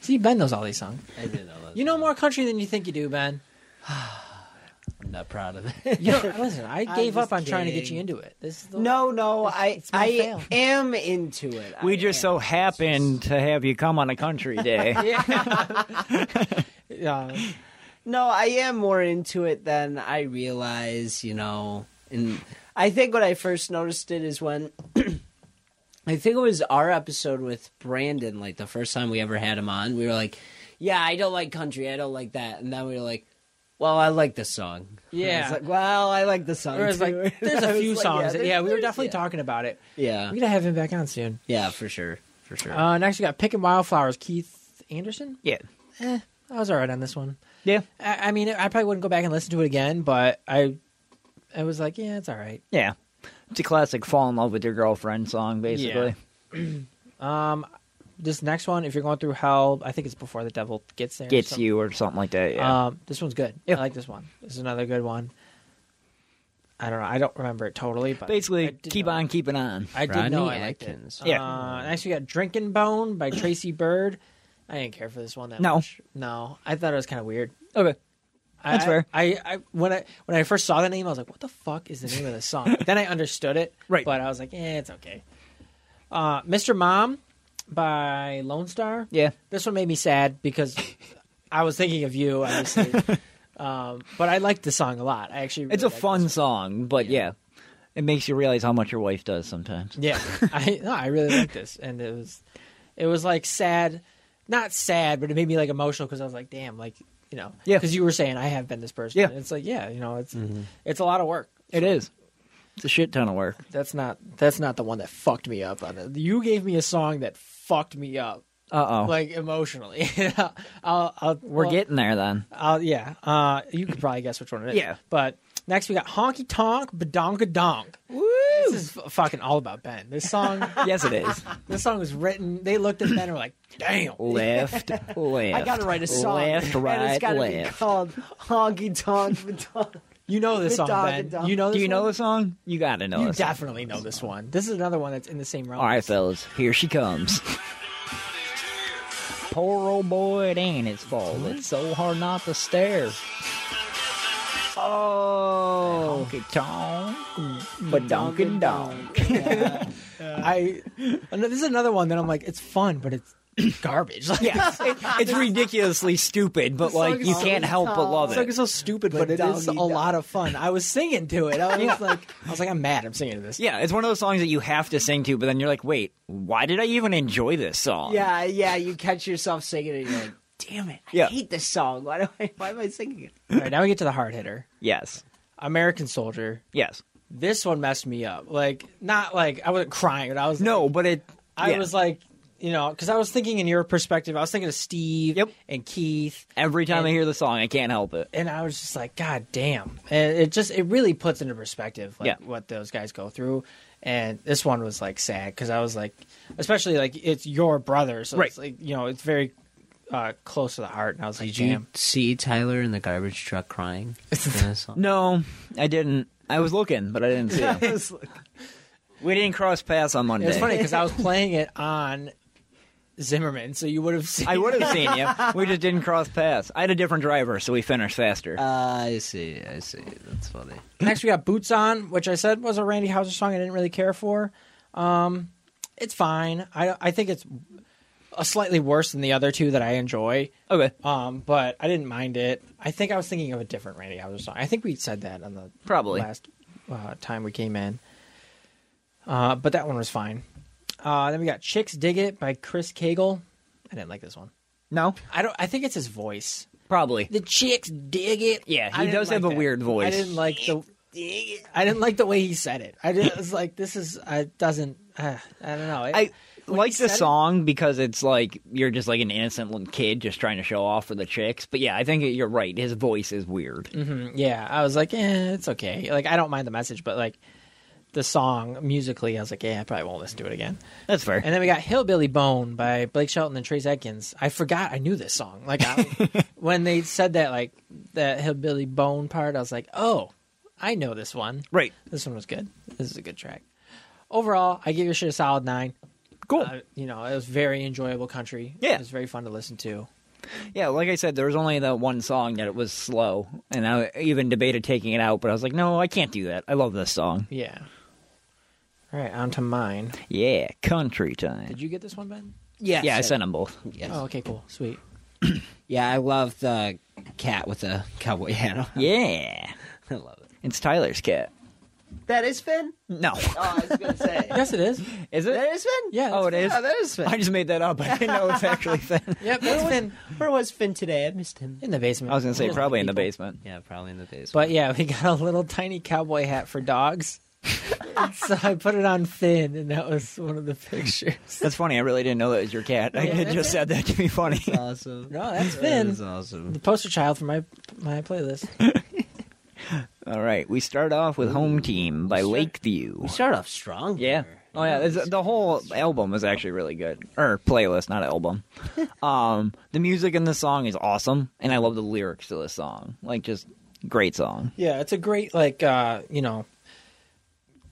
C: See, Ben knows all these songs.
E: I didn't know that.
C: You know more country than you think you do, Ben.
E: I'm not proud of it.
C: *laughs* You
E: *laughs*
C: know, listen, I gave
E: just
C: up on trying to get
E: kidding.
C: you into it. This is the
E: no, no, I
C: it's my
E: I
C: fail.
E: am into it.
D: We
E: I
D: just
E: am.
D: so happened to have you come on
C: *laughs*
D: a country day.
E: *laughs*
C: Yeah.
E: no, I am more into it than I realize. You know, and I think when I first noticed it is when. *clears throat* I think it was our episode with Brandon, like the first time we ever had him on. We were like, "Yeah, I don't like country. I don't like that." And then we were like, "Well, I like this song." *laughs*
C: Yeah.
E: I was like, well, I like the song.
C: Whereas,
E: too. *laughs*
C: like, there's a
E: I was
C: few
E: like,
C: songs. that-
E: there's-
C: yeah, we were
E: there's-
C: definitely talking about it.
E: Yeah,
C: We gotta have him back on soon.
E: yeah, for sure, for sure.
C: Uh, next, we got Picking Wildflowers. Keith Anderson.
D: yeah,
C: Eh, I was all right on this one.
D: yeah,
C: I, I mean, I probably wouldn't go back and listen to it again, but I, I was like, yeah, it's all right.
D: yeah. It's a classic "Fall in Love with Your Girlfriend" song, basically.
C: Um, this next one, if you're going through hell, I think it's before the devil gets there. or
D: Gets
C: something.
D: you or something like that. Yeah.
C: Um, this one's good.
D: Yeah.
C: I like this one. This is another good one. I don't know. I don't remember it totally, but I
D: basically,
C: did
D: keep
C: know-
D: on keeping on.
C: I did know
E: Ronnie
C: I liked it.
E: Atkins.
D: Yeah.
C: Uh, next we got Drinking Bone by Tracy Bird. I didn't care for this one that
D: No.
C: much. No, I thought it was kind of weird.
D: Okay.
C: I-
D: That's
C: I,
D: fair.
C: I, I when I when I first saw the name, I was like, "What the fuck is the name of this
D: *laughs*
C: song?" then I understood it,
D: Right.
C: But I was like, "Eh, it's okay." Uh, Mr. Mom by Lone Star.
D: Yeah.
C: This one made me sad
D: *laughs*
C: because I was thinking of you, obviously. um, but I liked the song a lot. I actually really
D: It's a
C: liked this
D: fun
C: one.
D: song, but yeah. it makes you realize how much your wife does sometimes.
C: Yeah, *laughs* I no, I really liked this, and it was it was like sad, not sad, but it made me like emotional because I was like, damn, like you know,
D: Yeah.
C: because you were saying I have been this person.
D: Yeah.
C: And it's like yeah, you know, it's it's a lot of work.
D: It is. It's a shit ton of work.
C: That's not that's not the one that fucked me up. On it. You gave me a song that fucked me up,
D: Uh oh.
C: like emotionally. *laughs* I'll, I'll,
D: We're
C: well,
D: getting there then.
C: I'll, yeah. Uh, you could probably guess which one it is.
D: Yeah.
C: But next we got honky tonk badonka donk. Woo! This is f- fucking all about Ben. This song.
D: *laughs* Yes, it
C: *laughs*
D: is.
C: This song was written. They looked at Ben and were like, "Damn,
D: left, left.
C: I gotta write a song."
D: Left,
E: and
D: right,
E: it's gotta be
D: left.
C: *laughs*
E: called Honky Tonk Baton.
C: You know this
E: Good
C: song,
E: dog,
C: Ben.
E: good dog.
C: You know this.
D: Do you know
C: one?
D: the song? You gotta know
C: You
D: this.
C: definitely know this one. This is another one that's in the same realm.
D: All right, fellas, here she comes. Poor old boy, it ain't his fault. It's so hard not to stare. Oh, honky tonk, but donkin donk.
C: I. and This is another one that I'm like, it's fun, but it's *clears throat* garbage. Like,
D: Yeah, *laughs* it- it's ridiculously stupid, but like
E: song
D: you
E: is
D: can't
E: so
D: help but love
C: It's like
D: it.
C: it's so stupid, but,
E: But
C: it is a
E: doggy dog.
C: lot of fun. I was singing to it. I was like, I was like, I'm mad. I'm singing to this.
D: Yeah, it's one of those songs that you have to sing to, but then you're like, wait, why did I even enjoy this song?
E: Yeah, yeah. You catch yourself singing it, and you're like, "Damn it! I
D: Yeah.
E: hate this song. Why do I? Why am I singing it?"
C: All right, now we get to the hard hitter,
D: Yes.
C: American Soldier.
D: Yes.
C: This one messed me up. Like, not like I wasn't crying, but I was
D: No, but it.
C: I
D: yeah.
C: was like, you know, because I was thinking in your perspective, I was thinking of Steve
D: Yep.
C: and Keith,
D: Every time
C: and-
D: I hear the song, I can't help it.
C: and I was just like, God damn! And it just it really puts into perspective like
D: Yeah.
C: what those guys go through. And this one was like sad because I was like, especially like it's your brother, so it's like you know it's very uh, close to the heart. And I was like, damn,
E: see Tyler in the garbage truck *laughs* crying?
D: No, I didn't. I was looking, but I
C: *laughs*
D: didn't see him. we didn't cross paths on Monday.
C: it's funny because I was playing it on Zimmerman, so you would have seen.
D: I would have seen you. We just didn't cross paths. I had a different driver, so we finished faster.
E: Uh, Ah, I see. I see. That's funny.
C: Next, we got Boots On, which I said was a Randy Houser song I didn't really care for. Um, It's fine. I I think it's a slightly worse than the other two that I enjoy.
D: Okay.
C: Um, but I didn't mind it. I think I was thinking of a different Randy Houser song. I think we said that on the
D: Probably.
C: last uh, time we came in. Uh, but that one was fine. Uh, then we got "Chicks Dig It" by Chris Cagle. I didn't like this one.
D: No?
C: I don't. I think it's his voice.
D: Probably.
C: The chicks dig it.
D: Yeah, he
C: I didn't
D: does have a weird voice.
C: I didn't like the. I didn't like the way he said it. I just was like, this is. It doesn't. Uh, I don't know. It-
D: I
C: when
D: like
C: he
D: the
C: said it-
D: song because it's like you're just like an innocent little kid just trying to show off for the chicks. But yeah, I think you're right. His voice is weird.
C: Mm-hmm. hmm, yeah, I was like, eh, it's okay. Like, I don't mind the message, but like the song musically, I was like, yeah, I probably won't listen to it again.
D: That's fair.
C: And then we got "Hillbilly Bone" by Blake Shelton and Trace Edkins. I forgot I knew this song. Like
D: *laughs*
C: I, when they said that, like that "Hillbilly Bone" part, I was like, oh, I know this one.
D: right.
C: This one was good. This is a good track. Overall, I give your shit a solid nine.
D: Cool.
C: Uh, you know, it was very enjoyable country.
D: Yeah.
C: it was very fun to listen to.
D: yeah, like I said, there was only that one song that it was slow, and I even debated taking it out, but I was like, no, I can't do that. I love this song.
C: Yeah. All right, on to mine.
D: Yeah, country time.
C: Did you get this one, Ben?
E: Yeah,
D: yeah, I
E: so-
D: sent them both.
E: yes.
C: Oh, okay, cool, sweet.
E: Yeah, I love the cat with the cowboy hat on.
D: Yeah,
E: *laughs* I love it.
D: it's Tyler's cat.
E: That is Finn. Oh,
D: No,
E: I was gonna *laughs* say
C: *laughs* Yes, it is.
D: is it?
E: that is Finn.
C: Yeah.
D: oh, it is.
E: that is Finn.
D: I just made that up. I didn't know it's actually Finn.
C: Yep, it's been
E: Where was Finn today? I missed him.
C: in the basement.
D: I was gonna say
C: Yeah.
D: probably in the basement.
E: Yeah, probably in the basement.
C: But yeah, we got a little tiny cowboy hat for *laughs* dogs. And so I put it on Finn, and that was one of the
D: *laughs*
C: pictures.
D: That's funny. I really didn't know that was your cat. I
C: Yeah,
D: had just said that to be funny.
E: awesome. *laughs*
C: No, that's
E: That
C: Finn,
D: uh,
E: is awesome.
C: the poster child for my my playlist.
D: All right, we start off with "Home Team" by Lakeview.
E: We start off strong.
D: Yeah.
E: here.
D: Oh yeah, it's, the whole album is actually really good, or playlist, not album. um, the music in this song is awesome, and I love the lyrics to this song. Like, just great song.
C: Yeah, it's a great like uh, you know,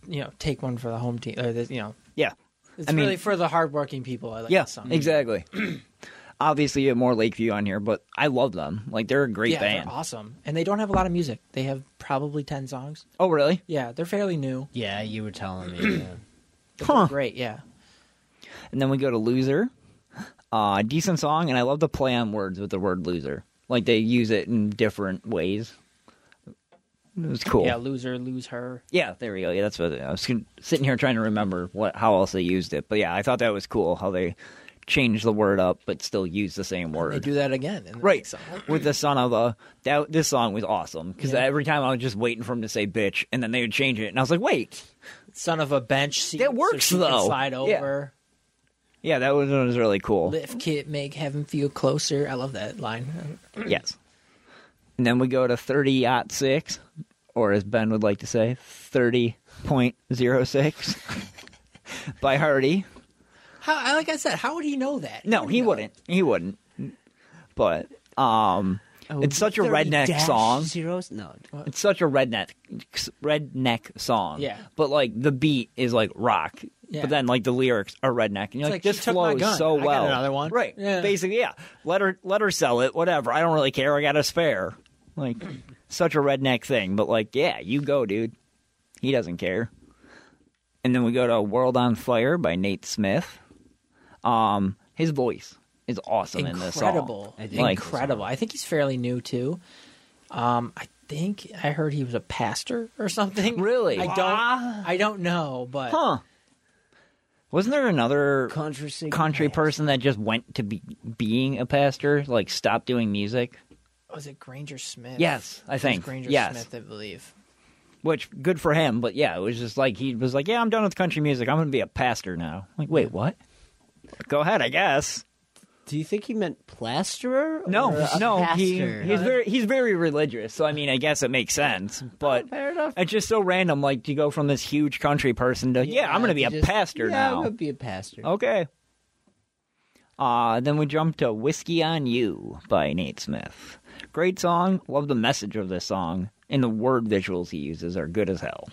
C: you know, take one for the home team. Or the, you know,
D: Yeah,
C: it's
D: I mean-
C: really for the hardworking people. I like
D: yeah,
C: that song.
D: exactly. *clears throat* Obviously, you have more Lakeview on here, but I love them. Like, they're a great
C: Yeah,
D: band.
C: they're awesome, and they don't have a lot of music. They have probably ten songs.
D: Oh, really?
C: Yeah, they're fairly new.
E: Yeah, you were telling *clears throat* me. yeah.
C: But
D: Huh.
C: They're great. Yeah,
D: And then we go to "Loser," uh, decent song, and I love the play on words with the word "loser." Like, they use it in different ways. It was cool.
C: yeah, loser, lose her.
D: Yeah, there we go. Yeah, that's what I was con- sitting here trying to remember what how else they used it. But yeah, I thought that was cool how they changed the word up but still use the same
C: They
D: word.
C: do that again. In the
D: right.
C: next song.
D: With the son of a that this song was awesome because
C: Yeah.
D: every time I was just waiting for him to say bitch and then they would change it and I was like, "Wait."
C: son of a bench seat.
D: That works,
C: so she can
D: though.
C: slide
D: Yeah.
C: over.
D: Yeah, that was, that was really cool.
C: Lift kit, make heaven feel closer. I love that line.
D: *clears throat* yes. And then we go to 30 yacht 6 or as Ben would like to say, 30.06 *laughs* by Hardy.
C: How, I- like I said, how would he know that?
D: No, he wouldn't. He wouldn't. But um, it's such a
E: 30
D: redneck
E: dash
D: song.
E: Zeros? No.
D: It's such a redneck redneck song.
C: Yeah.
D: But like the beat is like rock.
C: Yeah.
D: But then like the lyrics are redneck, and you're
C: It's
D: like,
C: like,
D: this
C: she took my
D: flows
C: gun.
D: so
C: I got
D: well.
C: another one.
D: Right.
C: Yeah.
D: Basically, yeah. Let her let her sell it. Whatever. I don't really care. I got a spare. Like *clears throat* such a redneck thing. But like, yeah, you go, dude. He doesn't care. And then we go to "World on Fire" by Nate Smith. Um, his voice is awesome in this song.
C: Incredible.
E: I think
D: Like,
C: Incredible. I think he's fairly new, too. Um, I think I heard he was a pastor or something.
D: Really?
C: I
D: Wow.
C: don't I don't know, but
D: Huh. Wasn't there another
E: Country singer.
D: country person that just went to be, being a pastor, like stopped doing music?
C: was it Granger Smith?
D: Yes, I
C: It was
D: think.
C: Granger
D: Yes.
C: Smith, I believe.
D: Which good for him, but yeah, it was just like he was like, "Yeah, I'm done with country music. I'm going to be a pastor now." I'm like, wait, what? Go ahead, I guess.
E: Do you think he meant plasterer?
D: No,
E: or a
D: no, he,
E: pastor?
D: he's very he's very religious. So I mean, I guess it makes sense, but
E: Oh, Fair enough.
D: it's just so random. Like to go from this huge country person to yeah, I'm going to be a
E: just-
D: pastor
E: yeah,
D: now. Oh,
E: I'm gonna be a pastor.
D: Okay. Uh, then we jump to Whiskey on You by Nate Smith. Great song. Love the message of this song. And the word visuals he uses are good as hell.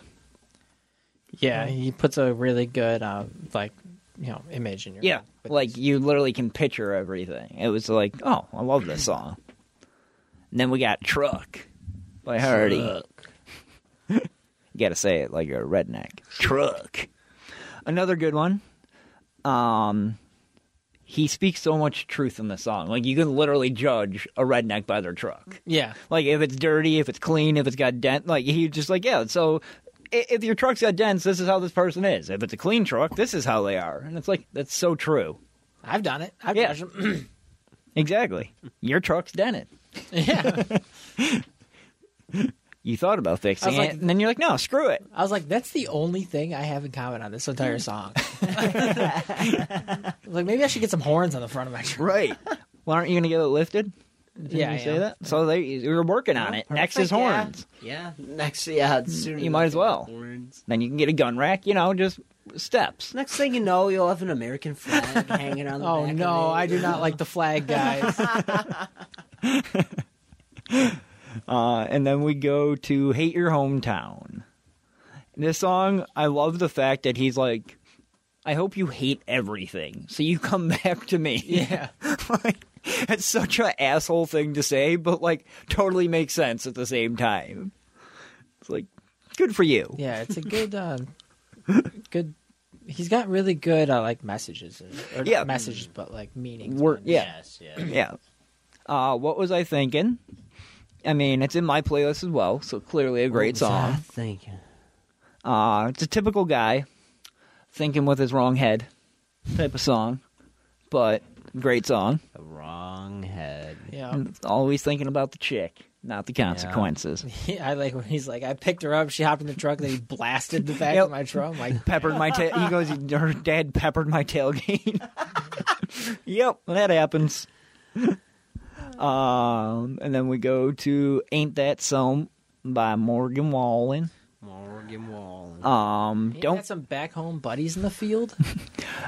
C: Yeah, he puts a really good, uh, like, you know, image in your mind with
D: Like, you literally can picture everything. It was like, oh, I love this song. And then we got Truck by Hardy. You gotta say it like a redneck. Truck. Another good one. um, he speaks so much truth in the song. Like you can literally judge a redneck by their truck.
C: Yeah.
D: Like if it's dirty, if it's clean, if it's got dent. Like he's just like yeah. So i- if your truck's got dents, this is how this person is. If it's a clean truck, this is how they are. And it's like that's so true.
C: I've done it. I've
D: Yeah.
C: brushed *laughs* 'em.
D: Exactly. Your truck's dented.
C: yeah.
D: You thought about fixing
C: I was
D: it,
C: like-
D: and then you're like, no, screw it.
C: I was like, that's the only thing I have in common on this entire *laughs* song. like maybe I should get some horns on the front of my *laughs* truck.
D: Right. *laughs* well, aren't you going to get it lifted? Didn't
C: Yeah,
D: you
C: I
D: say
C: am.
D: that. So they, you were working on it. Next is
E: Yeah.
D: horns.
E: Yeah. Next, yeah. Soon
D: Mm, You might as well.
E: Horns.
D: Then you can get a gun rack. You know, just steps.
E: Next thing you know, you'll have an American
D: *laughs*
E: flag hanging on the
C: Oh
E: back of
C: no,
E: it.
C: I do not like the flag guys.
D: Uh, and then we go to Hate Your Hometown. This song, I love the fact that he's like, I hope you hate everything, so you come *laughs* back to me.
C: yeah.
D: *laughs* like, it's such an asshole thing to say, but like, totally makes sense at the same time. It's like, good for you.
C: Yeah, it's a good uh, good he's got really good uh, like messages uh, or
D: Yeah.
C: not messages but like meaning.
D: Wor- yeah,
E: Yes. Yeah.
D: yeah. Uh, what was I thinking? I mean, it's in my playlist as well, so clearly a *clears throat* great song.
E: Thank you.
D: Uh, it's a typical guy thinking with his wrong head type of song, but great song.
E: The wrong head.
C: Yeah.
D: And always thinking about the chick, not the consequences.
C: *laughs* I like when he's like, I picked her up, she hopped in the truck, then he blasted the back
D: Yep.
C: of my truck. I'm like,
D: *laughs* Peppered my tail. He goes, her dad peppered my tailgate. *laughs* yep, that happens. Um, and then we go to "Ain't That Some" by Morgan Wallen.
E: Morgan Wallen.
D: Um,
C: "Ain't
D: *laughs* don't
C: that some back home buddies in the
D: *laughs*
C: field?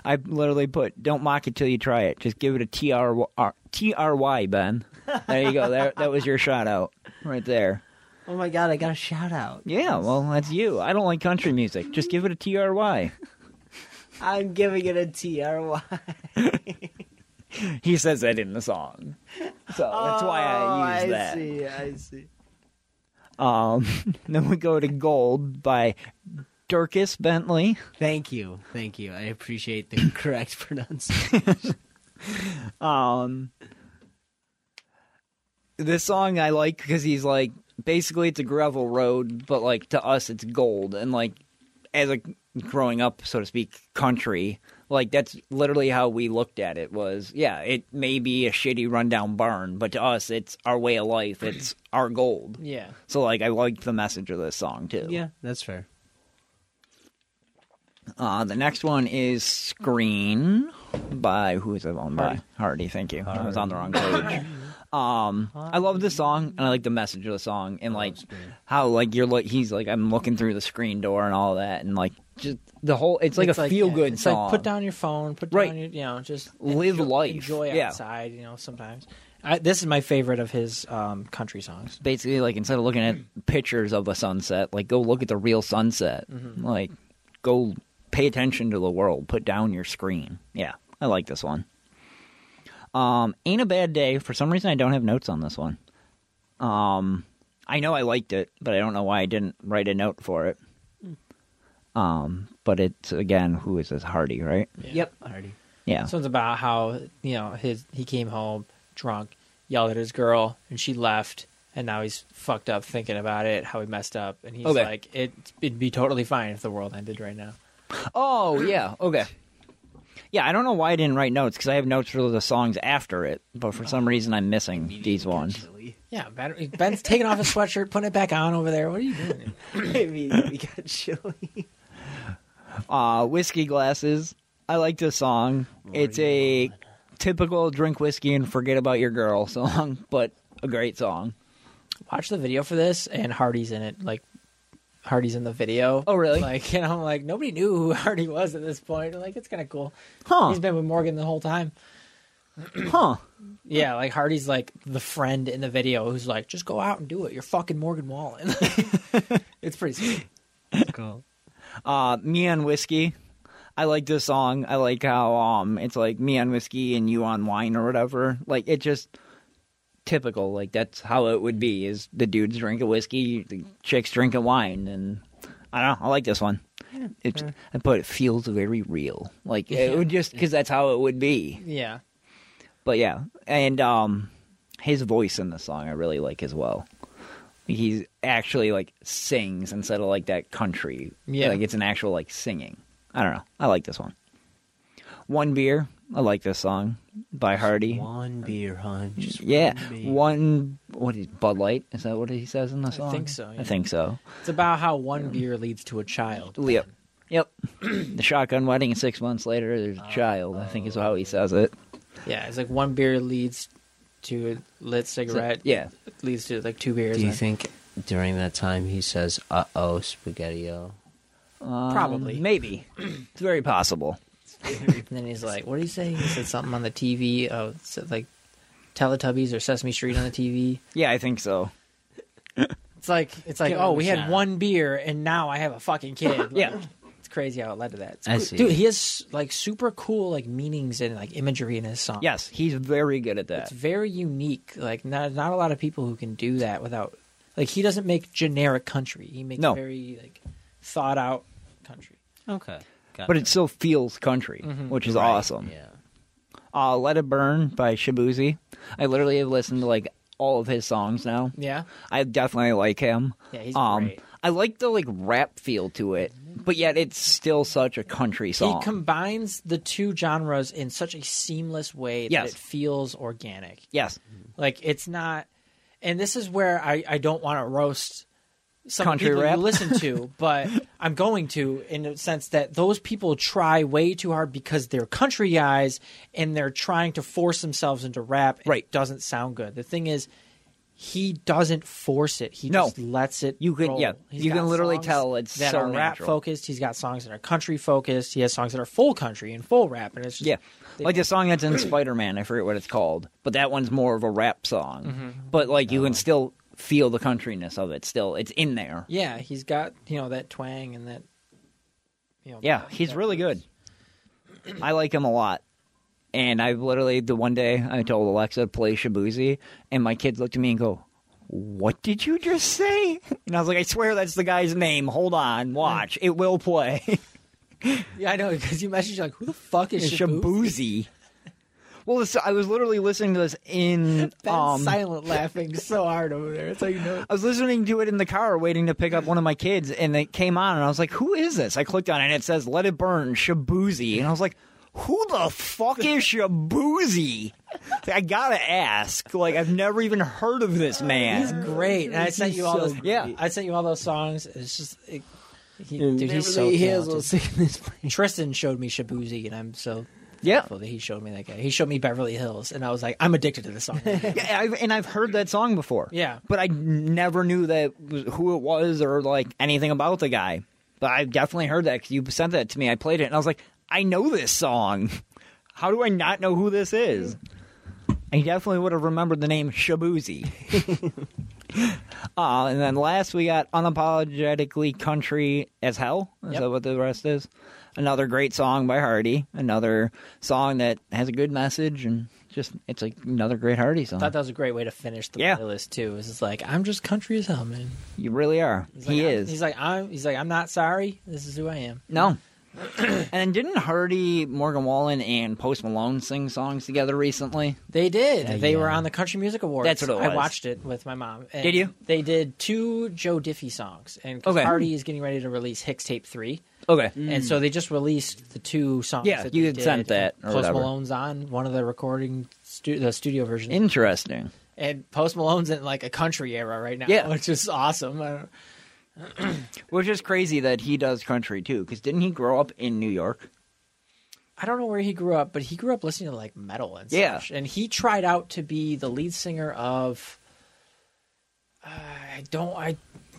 D: I literally put "Don't mock it till you try it." Just give it a TRY, TRY Ben. There you go. There, that was your shout out right there.
E: Oh my god, I got a shout out.
D: Yeah, well, that's you. I don't like country music. Just give it a TRY.
E: I'm giving it a TRY.
D: He says that in the song, so that's why I use that.
E: see, Oh, I see.
D: Um, *laughs* then we go to "Gold" by Dirkus Bentley.
E: Thank you. Thank you. I appreciate the *laughs* correct pronunciation.
D: Um, this song I like because he's like basically it's a gravel road, but like to us it's gold, and like as a growing up, so to speak, country, like that's literally how we looked at it. Was yeah, it may be a shitty rundown barn, but to us it's our way of life. It's our gold.
C: yeah.
D: So like I like the message of this song too.
E: Yeah, that's fair.
D: Uh, the next one is Screen by who is it on by? Hardy, thank you. I was on the wrong page. um, I love this song and I like the message of the song and like how like you're like he's like I'm looking through the screen door and all that and like just the whole it's like a feel good
C: it's
D: song.
C: Like put down your phone, put
D: Right.
C: down your you know, just
D: Live
C: enjoy,
D: life.
C: enjoy
D: Yeah.
C: outside. You know, sometimes I, this is my favorite of his um, country songs.
D: Basically, like instead of looking at pictures of a sunset, like go look at the real sunset. Like go pay attention to the world. Put down your screen. Yeah, I like this one. Um, ain't a bad day. For some reason, I don't have notes on this one. Um, I know I liked it, but I don't know why I didn't write a note for it. Um, but it's again, who is this Hardy, right?
E: Yep, Hardy.
D: Yeah,
C: This one's about how you know his he came home drunk, yelled at his girl, and she left, and now he's fucked up thinking about it, how he messed up, and he's
D: Okay.
C: like, it, it'd be totally fine if the world ended right now.
D: Oh yeah, okay. Yeah, I don't know why I didn't write notes because I have notes for the songs after it, but for some reason I'm missing these ones.
C: Yeah, Ben, Ben's taking off his sweatshirt, putting it back on over there. What are you doing?
E: *clears throat* I mean, we got chilly.
D: Uh, whiskey glasses. I like this song. It's a typical drink whiskey and forget about your girl *laughs* song, but a great song.
C: watch the video for this and Hardy's in it. Like Hardy's in the video.
D: Oh, really?
C: Like *laughs* and I'm like nobody knew who Hardy was at this point. Like it's kind of cool.
D: Huh?
C: He's been with Morgan the whole time.
D: Huh?
C: Yeah, like Hardy's like the friend in the video who's like, just go out and do it. You're fucking Morgan Wallen. *laughs* it's pretty sweet.
E: Cool.
D: Uh, me on whiskey. I like this song. I like how um, it's like me on whiskey and you on wine or whatever. Like it just typical. Like that's how it would be. Is the dudes drinking whiskey, the chicks drinking wine, and I don't. know. I like this one. It, I put it feels very real. Like it would just because that's how it would be.
C: Yeah.
D: But yeah, and um, his voice in the song I really like as well. He's actually like sings instead of like that country.
C: Yeah.
D: like it's an actual like singing. I don't know. I like this one. One beer. I like this song by Hardy.
E: One beer, hon. Just
D: Yeah,
E: beer.
D: one. What is Bud Light? Is that what he says in the song?
C: think so, yeah.
D: I think so.
C: It's about how one beer leads to a child.
D: Yep.
C: *clears throat*
D: Yep. the shotgun wedding. and Six months later, there's a child. I think is how he says it.
C: Yeah, it's like one beer leads to a lit cigarette.
D: yeah.
C: leads to like two beers.
E: Do you
C: and-
E: think during that time he says, "Uh oh, spaghetti-o"?
D: Um,
C: Probably.
D: Maybe.
C: *clears throat*
D: it's very possible.
C: And then he's like, "What did he say?" He said something on the TV. Oh, it said, like Teletubbies or Sesame Street on the TV.
D: Yeah, I think so.
C: It's like it's like,
E: Give
C: oh,
E: him a
C: we had
E: shout.
C: one beer and now I have a fucking kid. Like,
D: *laughs* Yeah.
C: it's crazy how it led to that. It's
E: I
C: cool.
E: see.
C: Dude, he has like super cool like meanings and like imagery in his song.
D: Yes, he's very good at that.
C: it's very unique. Like not not a lot of people who can do that without like he doesn't make generic country. He makes
D: No.
C: very like thought out country.
E: Okay, got
D: But it still feels country,
C: Mm-hmm.
D: which is awesome.
E: Yeah,
D: Uh, Let It Burn by Shabuzi. I literally have listened to like all of his songs now.
C: Yeah,
D: I definitely like him. Um,
C: Yeah, he's great.
D: I like the like rap feel to it, but yet it's still such a country song.
C: he combines the two genres in such a seamless way
D: Yes.
C: that it feels organic.
D: yes,
C: Like it's not, and this is where I I don't want to roast some
D: Country
C: people
D: rap?
C: you listen
D: *laughs*
C: to, but I'm going to in the sense that those people try way too hard because they're country guys and they're trying to force themselves into rap. And
D: Right.
C: it doesn't sound good. The thing is. He doesn't force it. He
D: No.
C: just lets it.
D: You can-
C: roll.
D: yeah.
C: He's
D: You
C: got
D: can literally
C: songs
D: tell it's
C: that
D: so
C: are rap
D: natural.
C: focused. He's got songs that are country focused. He has songs that are full country and full rap, and it's just,
D: yeah.
C: they-
D: Like the song that's in Spider Man, I forget what it's called, but that one's more of a rap song.
C: Mm-hmm.
D: But like you can still feel the countryness of it. Still, it's in there.
C: Yeah, he's got you know that twang and that. You know,
D: Yeah,
C: that-
D: he's
C: that-
D: really good. I like him a lot. And I literally, the one day I told Alexa, play Shabuzi, and my kids looked at me and go, What did you just say? *laughs* And I was like, I swear that's the guy's name. Hold on, watch. It will play. *laughs*
C: Yeah, I know because you messaged like, who the fuck is Shabu?
D: Shabuzi. Well, this, I was literally listening to this in. Um,
C: silent laughing so hard over there. That's how you know.
D: I was listening to it in the car waiting to pick up one of my kids, and it came on, and I was like, Who is this? I clicked on it, and it says, Let It Burn, Shabuzi. And I was like, Who the fuck is Shabuzi? I gotta ask. Like, I've never even heard of this
C: He's
D: man.
C: great, and I sent you all
E: so
C: those.
E: great.
D: Yeah.
C: I sent you all those songs. It's just, it, he,
E: And
C: dude, he's so
E: literally he has
C: talented.
E: all singing this place.
C: Tristan showed me Shabuzi, and I'm so
D: Yeah.
C: thankful that he showed me that guy. He showed me Beverly Hills, and I was like, I'm addicted to this *laughs* song. yeah,
D: Yeah, I've, and I've heard that song before.
C: Yeah.
D: But I never knew that who it was or like anything about the guy. But I've definitely heard that because you sent that to me. I played it and I was like, I know this song. How do I not know who this is? I definitely would have remembered the name Shabuzi.
C: *laughs*
D: uh, and then last we got Unapologetically Country as Hell. Is
C: Yep.
D: that what the rest is? Another great song by Hardy. Another song that has a good message and just it's like another great Hardy song.
C: I thought that was a great way to finish the
D: Yeah.
C: playlist too. It's just like I'm just country as hell, man.
D: You really are.
C: He's
D: he
C: like, I'm-
D: is.
C: He's like I'm. He's like I'm not sorry. This is who I am.
D: no. *clears throat* and then didn't Hardy, Morgan Wallen, and Post Malone sing songs together recently?
C: They did.
E: Yeah,
C: they were
E: yeah.
C: on the Country Music Awards.
D: That's what it
C: I
D: was.
C: watched it with my mom. And
D: Did you?
C: They did two Joe Diffie songs, and 'cause
D: Okay.
C: Hardy is getting ready to release Hicks Tape Three,
D: Okay.
C: and so they just released the two songs.
D: Yeah,
C: that
D: you
C: they
D: had
C: did.
D: sent that or
C: Post
D: whatever.
C: Malone's on one of the recording, stu- the studio versions,
D: Interesting.
C: and Post Malone's in like a country era right now.
D: Yeah.
C: *laughs* which is awesome. I don't-
D: Which is crazy that he does country too, because didn't he grow up in New York?
C: I don't know where he grew up, but he grew up listening to like metal and
D: Yeah.
C: such. And he tried out to be the lead singer of uh, I don't I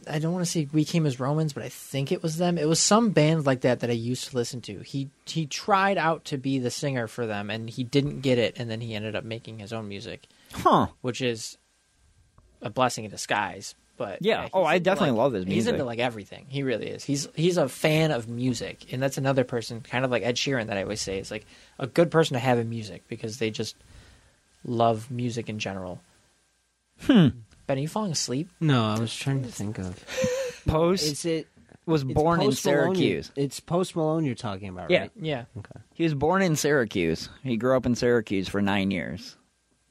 C: I don't want to say we came as Romans, but I think it was them. It was some band like that that I used to listen to. He he tried out to be the singer for them and he didn't get it and then he ended up making his own music,
D: Huh.
C: which is a blessing in disguise. But
D: Yeah.
C: he's
D: Oh, I
C: into,
D: definitely
C: like-
D: love his
C: He's
D: music.
C: into like everything. He really is. He's he's a fan of music, and that's another person, kind of like Ed Sheeran, that I always say is like a good person to have in music because they just love music in general. Hmm. Ben, are you falling asleep?
E: No, I was trying to think of.
D: Post
E: Is it
D: was
E: It's
D: born in
E: Post Malone you-
D: Syracuse.
E: it's Post Malone you're talking about,
D: Yeah.
E: right?
C: Yeah.
D: He was born in Syracuse. He grew up in Syracuse for nine years.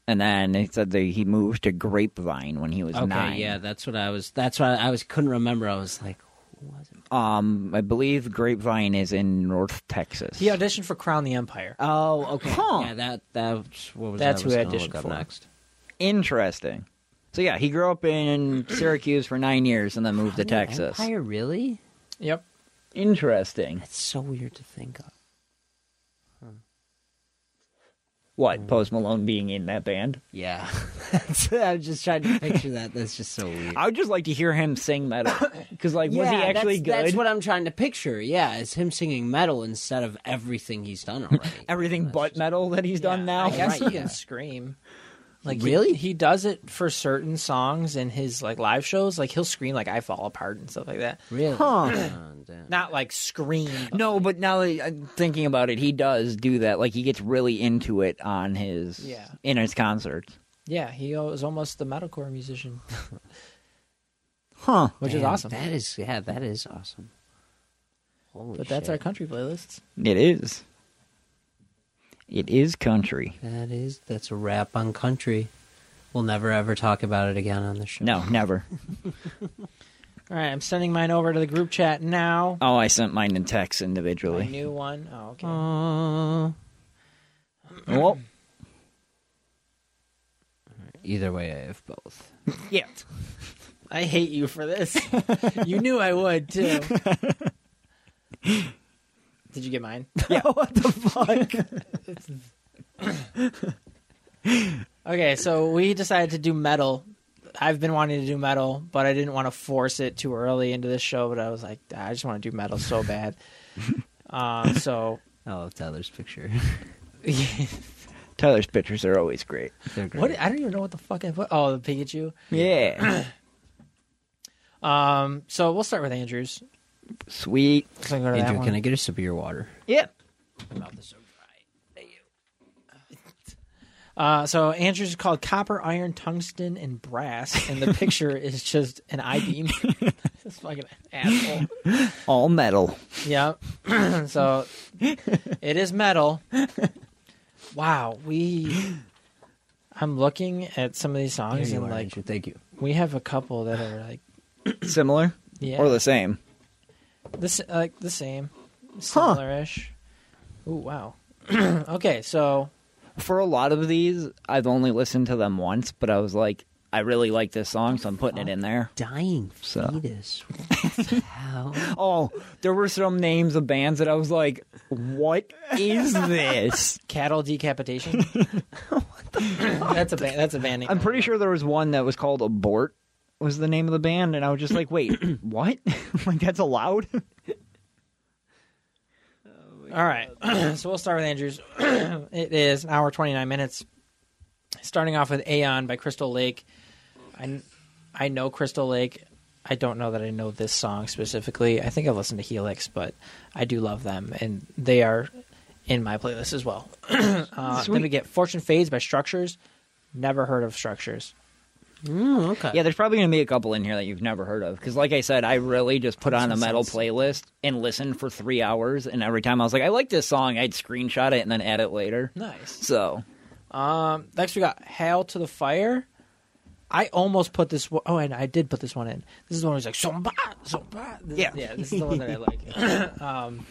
D: And then he said that he moved to Grapevine when he was
E: Okay,
D: nine.
E: yeah, that's what I was. That's why I was couldn't remember. I was like, who was it?
D: Um, I believe Grapevine is in North Texas.
C: He auditioned for Crown the Empire.
E: Oh, okay.
D: Huh.
E: Yeah, that that's what was.
C: That's
E: I was
C: who I
E: gonna
C: auditioned
E: look up
C: for.
E: next.
D: Interesting. So yeah, he grew
E: *clears throat*
D: up in Syracuse for nine years and then moved to Texas.
E: Empire, really?
C: Yep.
D: Interesting.
E: That's so weird to think of. Mm.
D: What Post Malone being in that band?
E: Yeah, *laughs* that's, I'm just trying to picture that. That's just so weird.
D: I would just like to hear him sing
E: *coughs*
D: metal because, like,
E: yeah,
D: was he actually
E: that's,
D: good?
E: That's what I'm trying to picture. Yeah, it's him singing metal instead of everything he's done already.
D: *laughs* Everything
E: That's
D: but
E: just-
D: metal that he's done now.
C: I guess
E: Right,
C: he can
E: yeah.
C: scream. Like
E: Really?
C: He, he does it for certain songs in his like live shows. Like he'll scream like I fall apart and stuff like that.
E: Really?
D: Huh.
E: Oh, damn.
C: Not like scream. but-
D: No, but now that I'm thinking about it, he does do that. Like he gets really into it on his
C: Yeah.
D: in his concerts.
C: Yeah, he was almost the metalcore musician,
D: Huh.
C: which is
E: Damn,
C: awesome.
E: That is yeah, that is awesome. Holy
C: but that's
E: shit.
C: our country playlists.
D: It is. It is country.
E: That is that's a wrap on country. We'll never ever talk about it again on the show.
D: No, never.
C: All right, I'm sending mine over to the group chat now.
D: Oh, I sent mine in text
C: My
D: individually.
C: new one. Oh, okay.
E: Uh,
D: Well,
E: either way, I have both.
D: yeah.
C: I hate you for this. you knew I would too. Did you get mine?
D: Yeah.
C: what the fuck? okay, so we decided to do metal. I've been wanting to do metal, but I didn't want to force it too early into this show. But I was like, "Ah, I just want to do metal so bad. um, so
E: Oh, Tyler's picture.
D: Tyler's pictures are always great.
E: They're great.
C: what? I don't even know what the fuck I put. Oh, the Pikachu. *clears throat*
D: Yeah.
C: Um, so we'll start with Andrews.
D: Sweet.
C: So I go to that
E: Andrew,
C: one.
E: can I get us a beer water?
D: Yeah.
C: *laughs* Uh, so Andrews is called copper, iron, tungsten, and brass, and the
E: *laughs*
C: picture is just an I beam. this fucking asshole.
D: All metal.
C: Yeah. *clears throat* so it is metal. Wow, we. I'm looking at some of these songs,
E: Here you
C: and
E: are,
C: like
E: Andrew. Thank you.
C: we have a couple that are like
D: Similar
C: yeah,
D: or the same.
C: this like the same, similarish. Oh wow. *clears throat* okay, so
D: For a lot of these, I've only listened to them once, but I was like, I really like this song, so I'm putting it in there.
E: Dying
D: So.
E: *laughs* fetus. What the hell?
D: Oh, there were some names of bands that I was like, what is this?
C: cattle
D: *laughs*
C: decapitation. *laughs* that's a ba- that's a band. name.
D: I'm pretty sure there was one that was called Abort was the name of the band, and I was just
E: *clears throat*
D: like, wait, what? *laughs* like that's allowed?
C: All right. *clears throat* so we'll start with Andrews. *clears throat* it is an hour 29 minutes. Starting off with Aeon by Crystal Lake. I, I know Crystal Lake. I don't know that I know this song specifically. I think I've listened to Helix, but I do love them, and they are in my playlist as well. *clears throat* uh, then we get Fortune Fades by Structures. Never heard of Structures.
E: Mm, okay.
D: yeah, there's probably gonna be a couple in here that you've never heard of. Because like I said, I really just put on a metal playlist and listened for three hours, and every time I was like, I like this song, I'd screenshot it and then add it later.
C: Nice.
D: So
C: Um, next we got Hail to the Fire. I almost put this one, oh, and I did put this one in. This is the one where he's like, Somba, Somba. This,
D: Yeah.
C: Yeah, this is the one that I like. *laughs* um,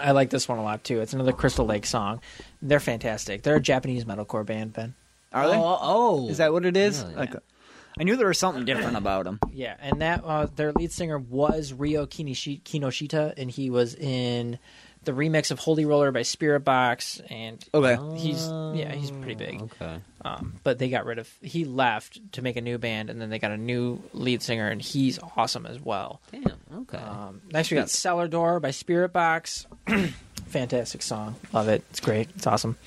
C: I like this one a lot too. It's another Crystal Lake song. They're fantastic. They're a Japanese metalcore band, Ben.
D: are they?
E: Oh, oh.
D: Is that what it is?
E: Really?
D: Okay. I knew there was something different about them.
C: Yeah, and that uh, their lead singer was Ryo Kinishi- Kinoshita, and he was in the remix of Holy Roller by Spirit Box, and
D: Okay.
C: he's yeah, he's pretty big.
E: Okay.
C: um, but they got rid of he left to make a new band and then they got a new lead singer and he's awesome as well
E: Damn. Okay.
C: um, next we got cellar door by spirit box *clears throat* fantastic song love it it's great it's awesome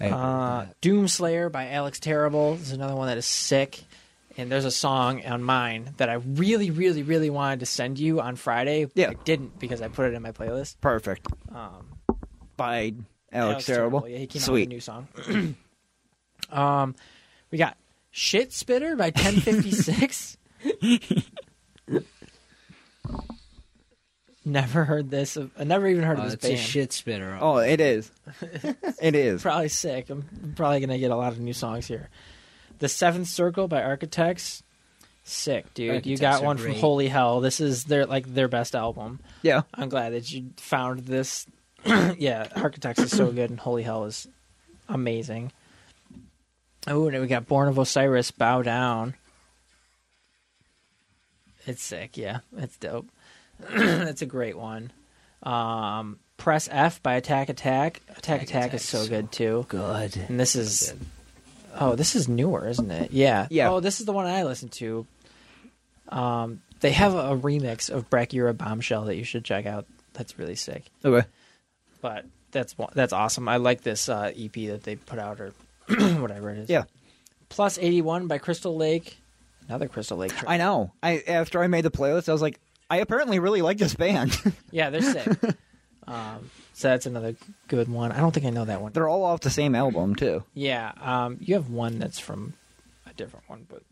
E: Hey,
C: uh, doom slayer by alex terrible is another one that is sick and there's a song on mine that i really really really wanted to send you on friday but
D: Yeah.
C: i didn't because i put it in my playlist
D: Perfect.
C: um,
D: By Alex, Terrible.
C: Yeah, he came out with a
D: Sweet.
C: new song. *clears throat* um, we got
E: *laughs*
C: Shit Spitter by 1056. never heard this. I never even heard
E: Oh,
C: of this
E: it's a
C: band.
E: shit spitter.
D: Oh,
C: *laughs*
D: it is. it is.
C: Probably sick. I'm probably gonna get a lot of new songs here. The Seventh Circle by Architects, sick, dude. you
E: Architects
C: got
E: are
C: one from
E: great.
C: Holy Hell. This is their like their best album.
D: Yeah.
C: *laughs* I'm glad that you found this. *clears throat* yeah, Architects is *clears throat* so good, and Holy Hell is amazing. Oh, and we got Born of Osiris, Bow Down. It's sick, yeah. It's dope. *clears throat* That's a great one. Um, Press F by Attack Attack. Attack Attack,
E: Attack's
C: is so
E: so
C: good too.
E: Good.
C: And this is, oh, this is newer, isn't it? Yeah.
D: Yeah.
C: Oh, this is the one I listened to. Um, they have a, a remix of Brachyra Bombshell that you should check out. That's really sick.
D: Okay.
C: But that's one- that's awesome. I like this uh, EP that they put out or *clears throat* whatever it is.
D: Yeah.
C: Plus eighty one by Crystal Lake. Another Crystal Lake. Track.
D: I know. I after I made the playlist, I was like, I apparently really like this band. *laughs*
C: Yeah, they're sick. um, so that's another good one. I don't think I know that one.
D: They're all off the same album too.
C: Yeah. Um, you have one that's from a different one, but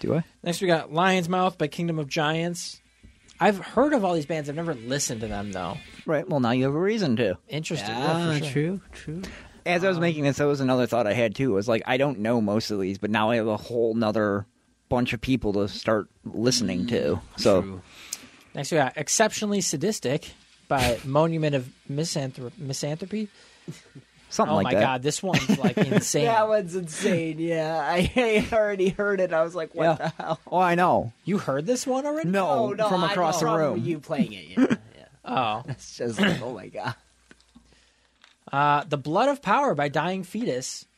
D: Do I?
C: Next, we got Lion's Mouth by Kingdom of Giants. I've heard of all these bands. I've never listened to them though.
D: Right. Well, now you have a reason to.
C: Interesting.
E: Ah,
C: Yeah, for sure.
E: true, true.
D: As
C: Um,
D: I was making this, that was another thought I had too. Was like, I don't know most of these, but now I have a whole nother bunch of people to start listening
C: Mm,
D: to. So
E: true.
C: Next, we got Exceptionally Sadistic
D: *laughs*
C: by Monument of Misanthrop- Misanthropy.
D: something
C: oh
D: like
C: my
D: that.
C: god, this one's
D: *laughs*
C: like insane.
E: one's insane. Yeah, I, I already heard it. I was like,
D: Yeah. Oh, I know.
C: you heard this one already?
E: Oh,
D: No, from across the room.
E: You playing it? Yeah, *laughs*
C: Oh,
E: It's just like, oh my god.
C: uh, The Blood of Power by Dying Fetus. *laughs*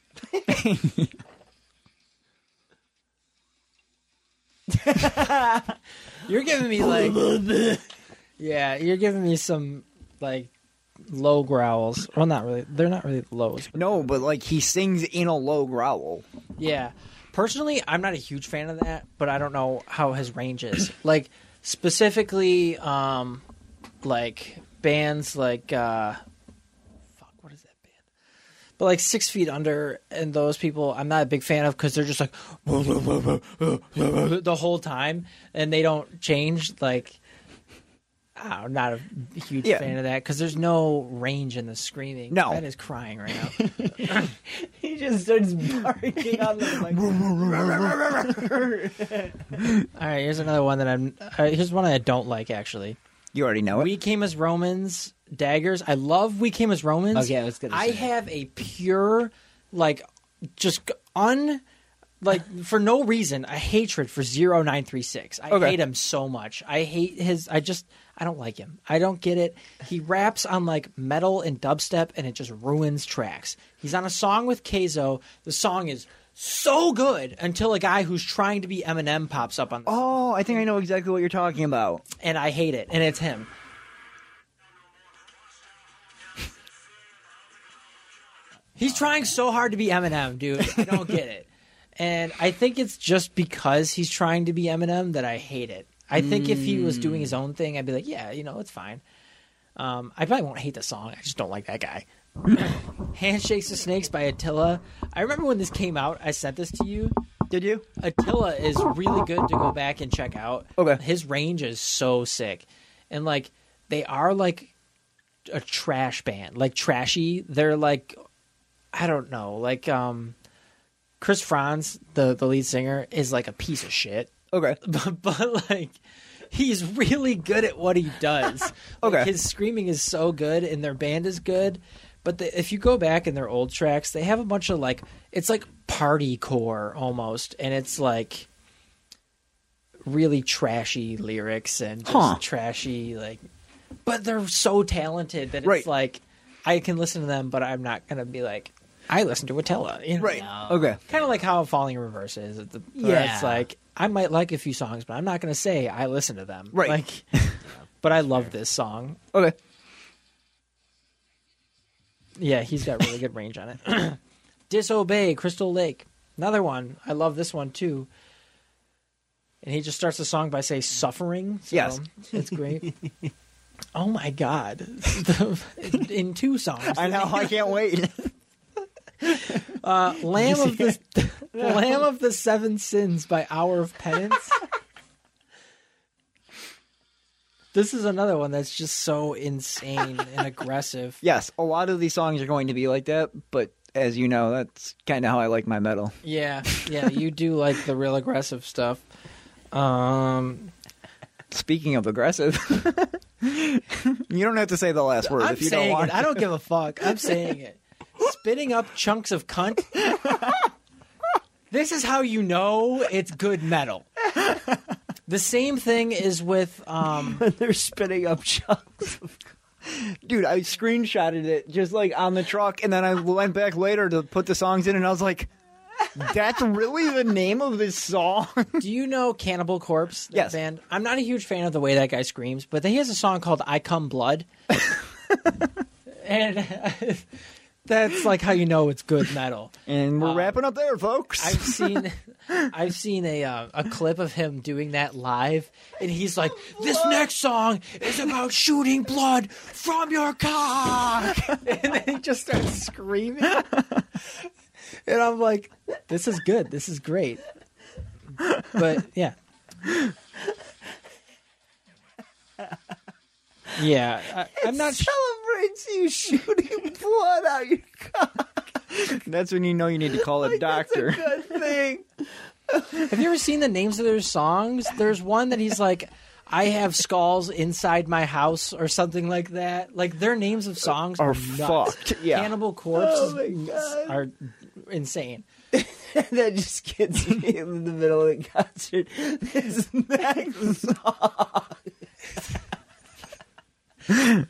C: you're giving me like, yeah, you're giving me some like low growls. Well, not really. They're not really lows. But
D: No, but like he sings in a low growl.
C: yeah, personally, I'm not a huge fan of that, but I don't know how his range is. like specifically, um, like bands like uh, fuck, what is that band? But like Six Feet Under and those people, I'm not a big fan of because they're just like *laughs* the whole time and they don't change. Like, I'm not a huge
D: Yeah.
C: fan of that because there's no range in the screaming.
D: No.
C: that is crying right now. *laughs*
E: He just starts barking on the
C: All right, here's another one that I'm. Uh, here's one I don't like actually.
D: You already know it.
C: We came as Romans, daggers. I love We came as Romans.
E: Okay, I was gonna
C: I
E: say that.
C: have a pure, like, just un, like for no reason, a hatred for 0936. I
D: Okay.
C: hate him so much. I hate his. I just I don't like him. I don't get it. He raps on like metal and dubstep, and it just ruins tracks. He's on a song with Keizo. The song is. So good until a guy who's trying to be Eminem pops up on the
D: oh, I think I know exactly what you're talking about.
C: and I hate it, and it's him. He's trying so hard to be Eminem, dude. I don't get it. And I think it's just because he's trying to be Eminem that I hate it. I think if he was doing his own thing, I'd be like, yeah, you know, it's fine. Um, I probably won't hate the song. I just don't like that guy. Handshakes of Snakes by Attila. I remember when this came out, I sent this to you.
D: Did you?
C: Attila is really good to go back and check out.
D: Okay.
C: His range is so sick. And like they are like a trash band, like trashy. They're like I don't know, like um Chris Franz, the the lead singer is like a piece of shit.
D: Okay.
C: *laughs* But, but like he's really good at what he
D: *laughs*
C: does. Like,
D: Okay.
C: his screaming is so good and their band is good. But the, if you go back in their old tracks, they have a bunch of like it's like party core almost, and it's like really trashy lyrics and just
D: Huh.
C: trashy like. But they're so talented that it's
D: Right.
C: like I can listen to them, but I'm not gonna be like I listen to Attila, you know?
D: Right. Okay.
C: kind of like how Falling in Reverse is. It's, yeah.
E: Yeah.
C: it's like I might like a few songs, but I'm not going to say I listen to them.
D: Right. *laughs*
C: Like, but I love this song.
D: Okay.
C: Yeah, he's got really good range on it. *clears throat* Disobey, Crystal Lake. Another one. I love this one too. And he just starts the song by say suffering. So
D: Yes.
C: It's
D: *laughs*
C: great. oh my God. *laughs* in two songs.
D: I know. I
C: *laughs*
D: can't wait.
C: Uh, Lamb of
D: *laughs*
C: the *laughs* Lamb of the Seven Sins by Hour of Penance. This is another one that's just so insane and aggressive.
D: *laughs* Yes, a lot of these songs are going to be like that, but as you know, that's kind of how I like my metal.
C: Yeah, yeah, you do like the real aggressive stuff. Um,
D: Speaking of aggressive, *laughs* you don't have to say the last word
C: I'm
D: if you
C: saying
D: don't want.
C: it. I don't give a fuck. I'm saying it. Spitting up chunks of cunt. this is how you know it's good metal. The same thing is with um,
D: *laughs* They're spitting up chunks. Of... *laughs* Dude, I screenshotted it just like on the truck, and then I went back later to put the songs in, and I was like, "That's really the name of this song." *laughs*
C: Do you know Cannibal Corpse? That
D: Yes.
C: Band? I'm not a huge fan of the way that guy screams, but he has a song called "I Come Blood," and *laughs* that's like how you know it's good metal.
D: And we're
C: Um,
D: wrapping up there, folks.
C: I've seen, I've seen a uh, a clip of him doing that live, and he's like, "This next song is about shooting blood from your cock," and then he just starts
D: *laughs*
C: screaming, and I'm like, "This is good. This is great." But yeah, yeah, I, I'm not. sure.
D: celebrates you shooting blood out your cock. That's when you know you need to call a doctor.
E: thing.
C: Have you ever seen the names of their songs? There's one that he's like, I have skulls inside my house or something like that. Like their names of songs
D: Are
C: are nuts.
D: fucked, yeah.
C: Cannibal Corpse
E: Oh my
C: is-
E: God.
C: are insane.
E: that just gets me in the middle of the concert. This next song.
D: I,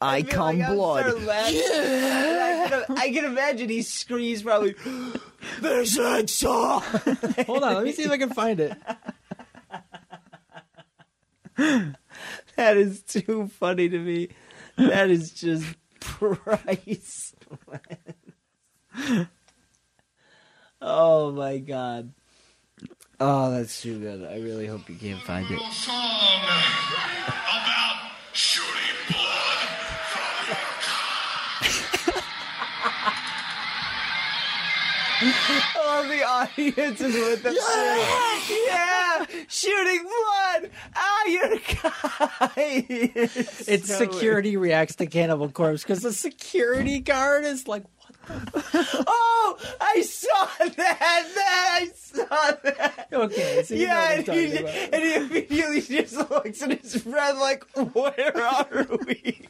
E: I feel
D: come
E: like I would
D: blood.
E: start laughing. I, can, I can imagine he screams probably. There's that song.
C: Hold on, let me see if I can find it.
E: That is too funny to me. That is just priceless. *laughs* oh my god. Oh, that's too good. I really hope you can't find it.
F: song about shooting blood from your
E: Oh, the audience is with us. Yeah, shooting blood. Ah, your guy.
C: It's security reacts to Cannibal Corpse because the security guard is like, what?
E: Oh, I saw that. That I saw that.
C: Okay, so you know
E: yeah,
C: what
E: and
C: I'm
E: he,
C: talking about.
E: *laughs* and he immediately just looks at his friend like, "Where are we?"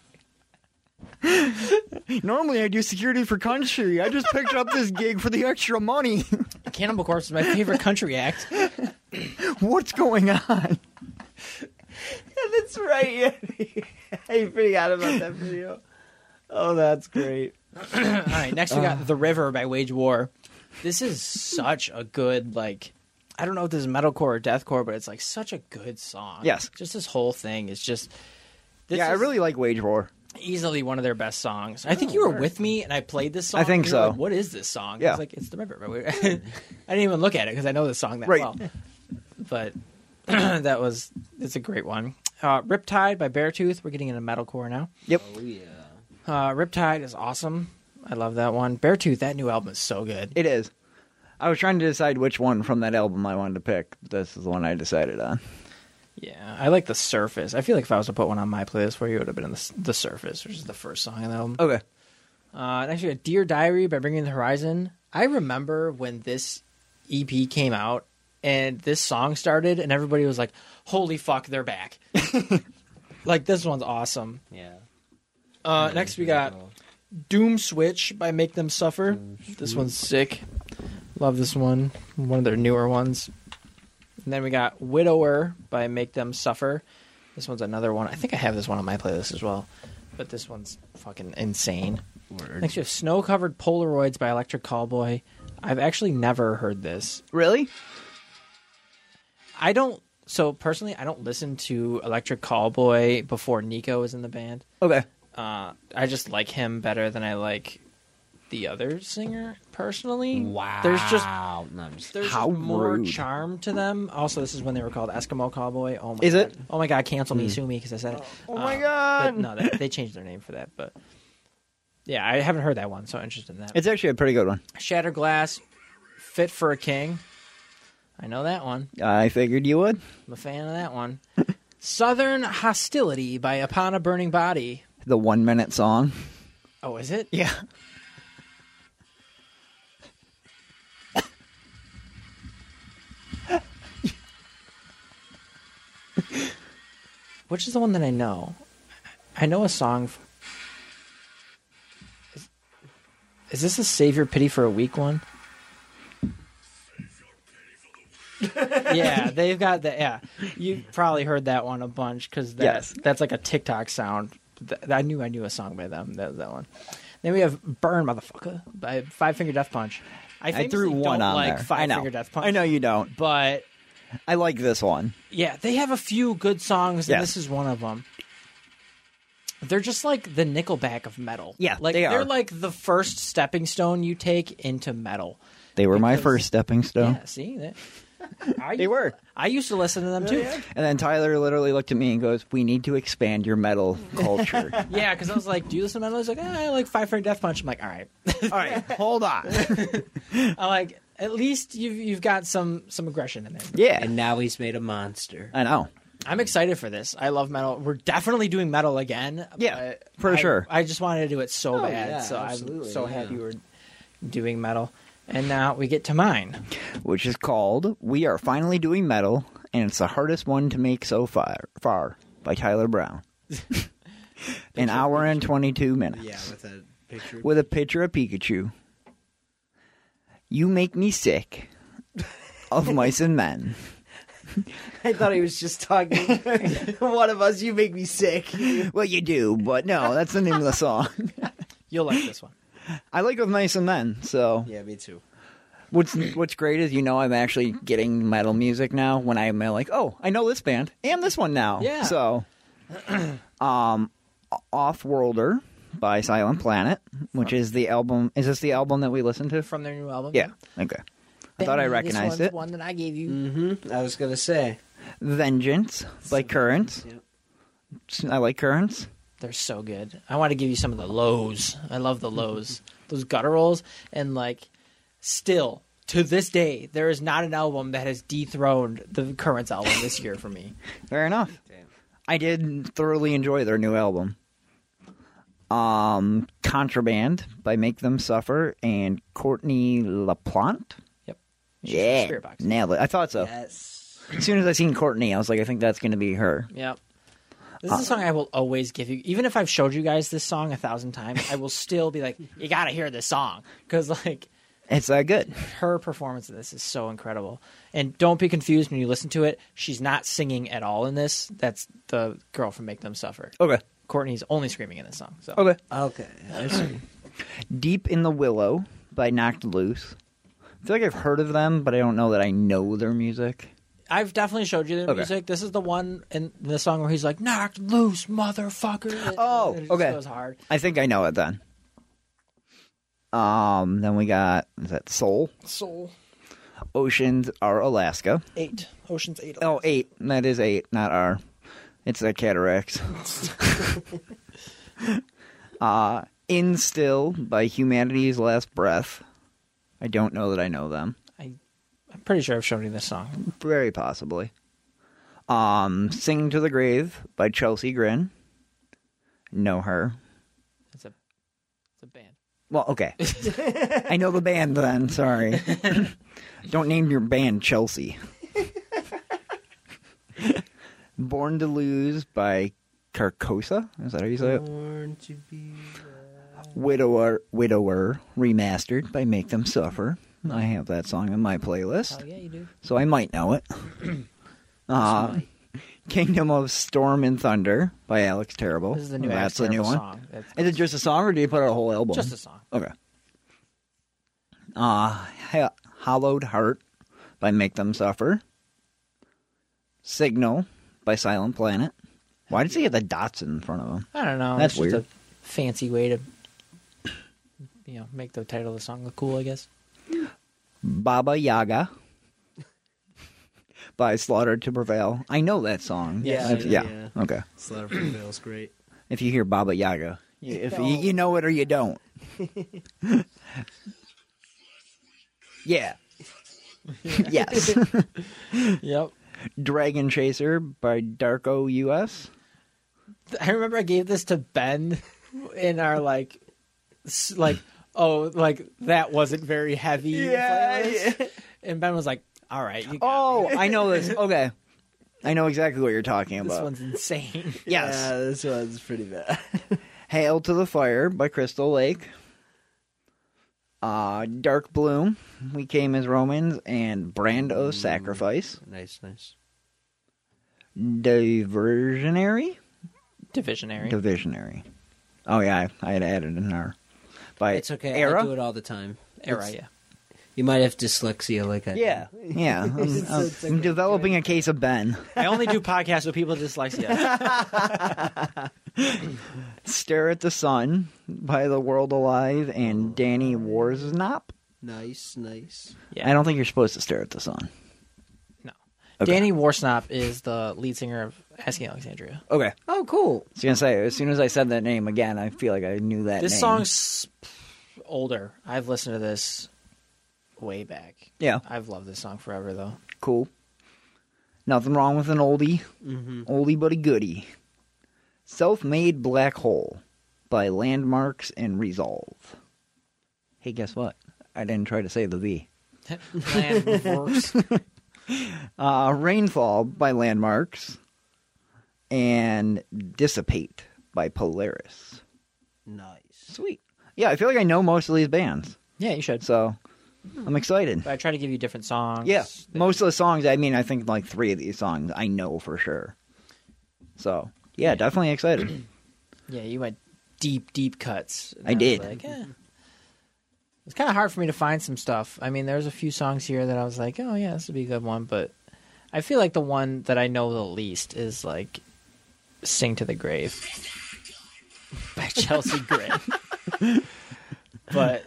D: Normally I do security for country. I just picked up this gig for the extra money. *laughs*
C: Cannibal Corpse is my favorite country act.
D: What's going on?
E: And that's right. Yeah, *laughs* I forgot about that video. Oh, that's great.
C: All right, next we
E: Uh.
C: got The River by Wage War. This is such a good like I don't know if this is metalcore or deathcore, but it's like such a good song.
D: Yes.
C: Just this whole thing is just this
D: yeah, I
C: is
D: really like Wage War.
C: easily one of their best songs. I think you were with me and I played this song.
D: Oh, I think
C: and you were
D: so.
C: like, what is this song? I
D: Yeah.
C: was like, it's The River by
D: *laughs*
C: Wage War. *laughs* I didn't even look at it because I know the song that
D: Right.
C: well. But *clears throat* that was it's a great one. Uh, Riptide by Beartooth. We're getting into metalcore now.
D: Yep.
E: Oh yeah.
C: Uh, Riptide is awesome. I love that one. Beartooth, that new album is so good.
D: It is. I was trying to decide which one from that album I wanted to pick. This is the one I decided on.
C: Yeah, I like the Surface. I feel like if I was to put one on my playlist for you, it would have been the, S- the Surface, which is the first song on the album.
D: Okay.
C: Uh, next, we got Dear Diary by Bringing the Horizon. I remember when this EP came out and this song started, and everybody was like, "Holy fuck, they're back!" like this one's awesome.
E: *laughs* Yeah.
C: Uh, next, we got Doom Switch by Make Them Suffer. This one's sick. Love this one. One of their newer ones. And then we got Widower by Make Them Suffer. This one's another one. I think I have this one on my playlist as well. But this one's fucking insane. Next, we have Snow Covered Polaroids by Electric Callboy. I've actually never heard this.
D: Really?
C: I don't. So personally, I don't listen to Electric Callboy before Nico was in the band.
D: Okay.
C: uh, I just like him better than I like the other singer personally. There's just
E: No, I'm just-
C: there's
D: How
C: just more
D: rude.
C: charm to them. Also, this is when they were called Eskimo Cowboy. Oh my
D: Is
C: god.
D: it? Hmm.
C: Oh my god, cancel me, sue me because I said it.
D: Oh my
C: Uh,
D: God.
C: But no, they, they changed their name for that, but yeah, I haven't heard that one, so I'm interested in that.
D: It's actually a pretty good one.
C: Shattered Glass, Fit for a King. I know that one.
D: I figured you would. *laughs*
C: I'm a fan of that one. Southern Hostility by Upon a Burning Body.
D: The one minute song.
C: Oh, is it?
D: Yeah.
C: Which is the one that I know? I know a song. f- Is- Is this a Save Your Pity for a Week one?
D: *laughs*
C: yeah, they've got that. Yeah, you probably heard that one a bunch because that,
D: Yes.
C: that's like a TikTok sound. Th- I knew I knew a song by them. That was that one. Then we have "Burn Motherfucker" by Five Finger Death Punch. I,
D: I threw
C: famously
D: one
C: don't
D: on
C: like
D: there.
C: Five
D: I know.
C: Finger Death Punch.
D: I know you don't.
C: but
D: I like this one.
C: yeah, they have a few good songs, and
D: Yes.
C: this is one of them. They're just like the Nickelback of metal.
D: Yeah,
C: like
D: they
C: are
D: are.
C: like the first stepping stone you take into metal.
D: They were my
C: Because-
D: first stepping stone.
C: Yeah, see that. I,
D: They were.
C: I used to listen to them too. Yeah,
D: And then Tyler literally looked at me and goes, "We need to expand your metal culture."
C: because I was like, "Do you listen to metal?" He's like, "Ah, "I like Five Finger Death Punch." I'm like, *laughs* "All right." *laughs*
D: All right, hold on.
C: I like at least you've you've got some some aggression in there.
D: *laughs* Yeah,
E: And now he's made a monster.
D: I know.
C: I'm excited for this. I love metal. We're definitely doing metal again.
D: Yeah,
C: but
D: for
C: I-
D: sure.
C: I just wanted to do it so bad.
E: Oh, yeah,
C: so I'm
E: absolutely,
C: so
E: yeah.
C: happy we're doing metal. And now we get to mine.
D: Which is called "We Are Finally Doing Metal," and it's the hardest one to make so far. Far by
C: *laughs*
D: Tyler Brown. An hour and twenty-two minutes.
E: with a picture.
D: with a picture of Pikachu. You make me sick of mice
C: *laughs*
D: and men.
E: *laughs* I thought he was just talking. One of us, you make me sick.
D: Well, you do, but no, that's the name of the song. *laughs*
C: You'll like this one.
D: I like with mice and men. So
E: Yeah, me too.
D: what's what's great is you know I'm actually getting metal music now. When I'm like, oh, I know this band and this one now.
C: Yeah. *clears throat*
D: So, um, Offworlder by Silent Planet, which is the album. Is this the album that we listened to?
C: From their new album.
D: Yeah. Okay. I thought
C: Benny,
D: I
C: this
D: recognized
C: one's
D: it.
C: One that I gave you.
E: I was gonna say.
D: Vengeance by Currents.
E: Yep.
D: I like Currents.
C: They're so good. I want to give you some of the lows. I love
E: *laughs*
C: the lows. Those gutturals and like still to this day there is not an album that has dethroned the current album this year for me.
D: Fair enough.
E: Damn.
D: I did thoroughly enjoy their new album. Um, Contraband by Make Them Suffer and Courtney LaPlante.
C: Yep. She's from
D: Yeah,
C: Spirit Box.
D: nailed it. I thought so.
E: Yes.
D: As soon as I seen Courtney, I was like, I think that's going to be her.
C: Yep. This is a song I will always give you. Even if I've showed you guys this song a thousand times, I will still be like, you got to hear this song. Because, like,
D: It's that good.
C: her performance of this is so incredible. And don't be confused when you listen to it. She's not singing at all in this. That's the girl from Make Them Suffer.
D: Okay.
C: Courtney's only screaming in this song. So
D: Okay.
E: Okay. *clears throat* I see.
D: Deep in the Willow by Knocked Loose. I feel like I've heard of them, but I don't know that I know their music.
C: I've definitely showed you the
D: Okay.
C: music. This is the one in the song where he's like, knocked loose, motherfucker.
D: Oh,
C: It just
D: okay.
C: goes hard.
D: I think I know it then. Um, then we got is that Soul?
C: Soul.
D: Oceans are Alaska.
C: Eight. Ocean's Eight.
D: Oh, eight. That is eight, not R. It's the cataracts. uh, In Still by Humanity's Last Breath. I don't know that I know them.
C: I, I'm pretty sure I've shown you this song.
D: Very possibly. Um, Sing to the Grave by Chelsea Grin. Know her.
C: It's a, it's a band.
D: Well,
C: *laughs*
D: okay. I know the band then, sorry. *clears throat* Don't name your band Chelsea. *laughs* Born to Lose by Carcosa. Is that how you say
C: Mm.
D: it?
E: Born to be.
D: Widower Widower remastered by Make Them Suffer. I have that song in my playlist,
C: yeah, you do.
D: so I might
C: *clears throat*
D: know it. Uh, Kingdom of Storm and Thunder by Alex Terrible.
C: This is the new.
D: Oh, That's the
C: Asterix
D: new one.
C: Song. That's-
D: Is it just a song, or do you put out a whole album?
C: just a song.
D: Okay. Uh, H- Hollowed Heart by Make Them Suffer. Signal by Silent Planet. Why does he have the dots in front of him?
C: I don't know.
D: That's
C: it's just
D: weird.
C: a fancy way to, you know, make the title of the song look cool. I
D: *laughs*
C: guess.
D: Baba Yaga *laughs* by Slaughter to Prevail. I know that song.
E: Yeah,
D: That's-
E: yeah,
D: yeah.
E: yeah.
D: Okay.
E: Celebrity feels *clears throat* great.
D: If you hear Baba Yaga, you, if you, you know it or you don't. *laughs* yeah. yes.
C: Yep.
D: Dragon Chaser by Darko US.
C: I remember I gave this to Ben in our like, s- like oh like that wasn't very heavy. playlist. And Ben was like, "All right, you got
D: *laughs* Oh, I know this. Okay. I know exactly what you're talking
C: me. this
D: about.
C: one's insane."
D: Yes.
E: Uh,
G: Yeah, this one's pretty bad.
D: Hail to the Fire by Crystal Lake. Uh, Dark Bloom, We Came as Romans, and
E: Mm.
D: Brando's Sacrifice.
E: Nice, nice.
D: Diversionary?
C: Divisionary.
D: *laughs* Divisionary. Oh, yeah, I, I had added an R. By
E: It's okay. I do
D: Era?
E: it all the time.
C: Era,
E: It's-
C: yeah.
E: You might have dyslexia like I do.
G: Yeah.
E: *laughs*
D: Yeah, I'm, I'm- I'm developing a case of Ben.
C: I only do podcasts with people with dyslexia.
D: Stare at the Sun by The World Alive and Danny Warsnop.
E: Nice, nice.
C: Yeah.
D: I don't think you're supposed to stare at the sun.
C: No.
D: *laughs* Okay.
C: Danny Warsnop is the lead singer of Asking Alexandria.
D: Okay.
E: Oh, cool.
D: I was gonna say as soon as I said that name again, I feel like I knew that.
C: This
D: name.
C: song's older. I've listened to this way back.
D: yeah,
C: I've loved this song forever though.
D: cool. Nothing wrong with an oldie,
C: Mm-hmm.
D: oldie but a goodie. Self-made black hole by Landmarks and Resolve. Hey, guess what? I didn't try to say the V.
C: Landmarks.
D: Uh, Rainfall by Landmarks and Dissipate by Polaris.
E: Nice.
D: Sweet. Yeah, I feel like I know most of these bands,
C: *laughs* yeah, you should.
D: so I'm excited.
C: But I try to give you different songs.
D: Yeah, most of the songs. I mean, I think like three of these songs I know for sure. So yeah, definitely excited.
C: Yeah, you went deep, deep cuts. And
D: I
C: was
D: did.
C: Like, eh. It's kind of hard for me to find some stuff. I mean, there's a few songs here that I was like, oh yeah, this would be a good one, but I feel like the one that I know the least is like "Sing to the Grave" *laughs* by Chelsea Grin.
D: *laughs*
C: but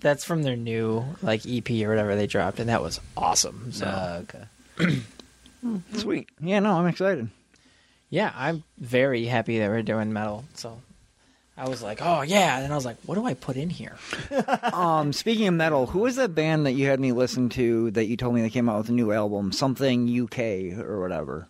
C: that's from their new like EP or whatever they dropped, and that was awesome. So
D: Oh,
E: okay.
D: *clears throat* Sweet. Yeah, no, I'm excited. *laughs*
C: yeah, I'm very happy that we're doing metal. So I was like, oh yeah, and then I was like, what do I put in here?
D: Um, speaking of metal, who was that band that you had me listen to that you told me they came out with a new album, something UK or whatever?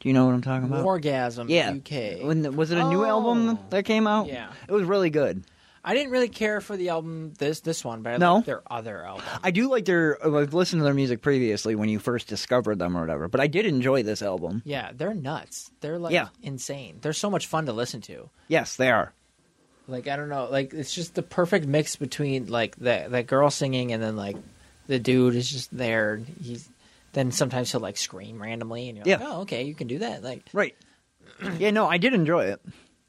D: Do you know what I'm talking about?
C: Orgasm
D: yeah.
C: UK.
D: When the- was it a new album that came out?
C: Oh. Yeah.
D: It was really good.
C: I didn't really care for the album this this one, but I
D: No?
C: liked their other album.
D: I do like their. oh, I've listened to their music previously when you first discovered them or whatever, but I did enjoy this album.
C: Yeah, they're nuts. They're like
D: Yeah.
C: insane. They're so much fun to listen to.
D: Yes, they are.
C: Like I don't know, like it's just the perfect mix between like that that girl singing and then like the dude is just there. and He's then sometimes he'll like scream randomly and you're
D: Yeah.
C: like, oh okay, you can do that. Like *clears throat*
D: Right. yeah, no, I did enjoy it.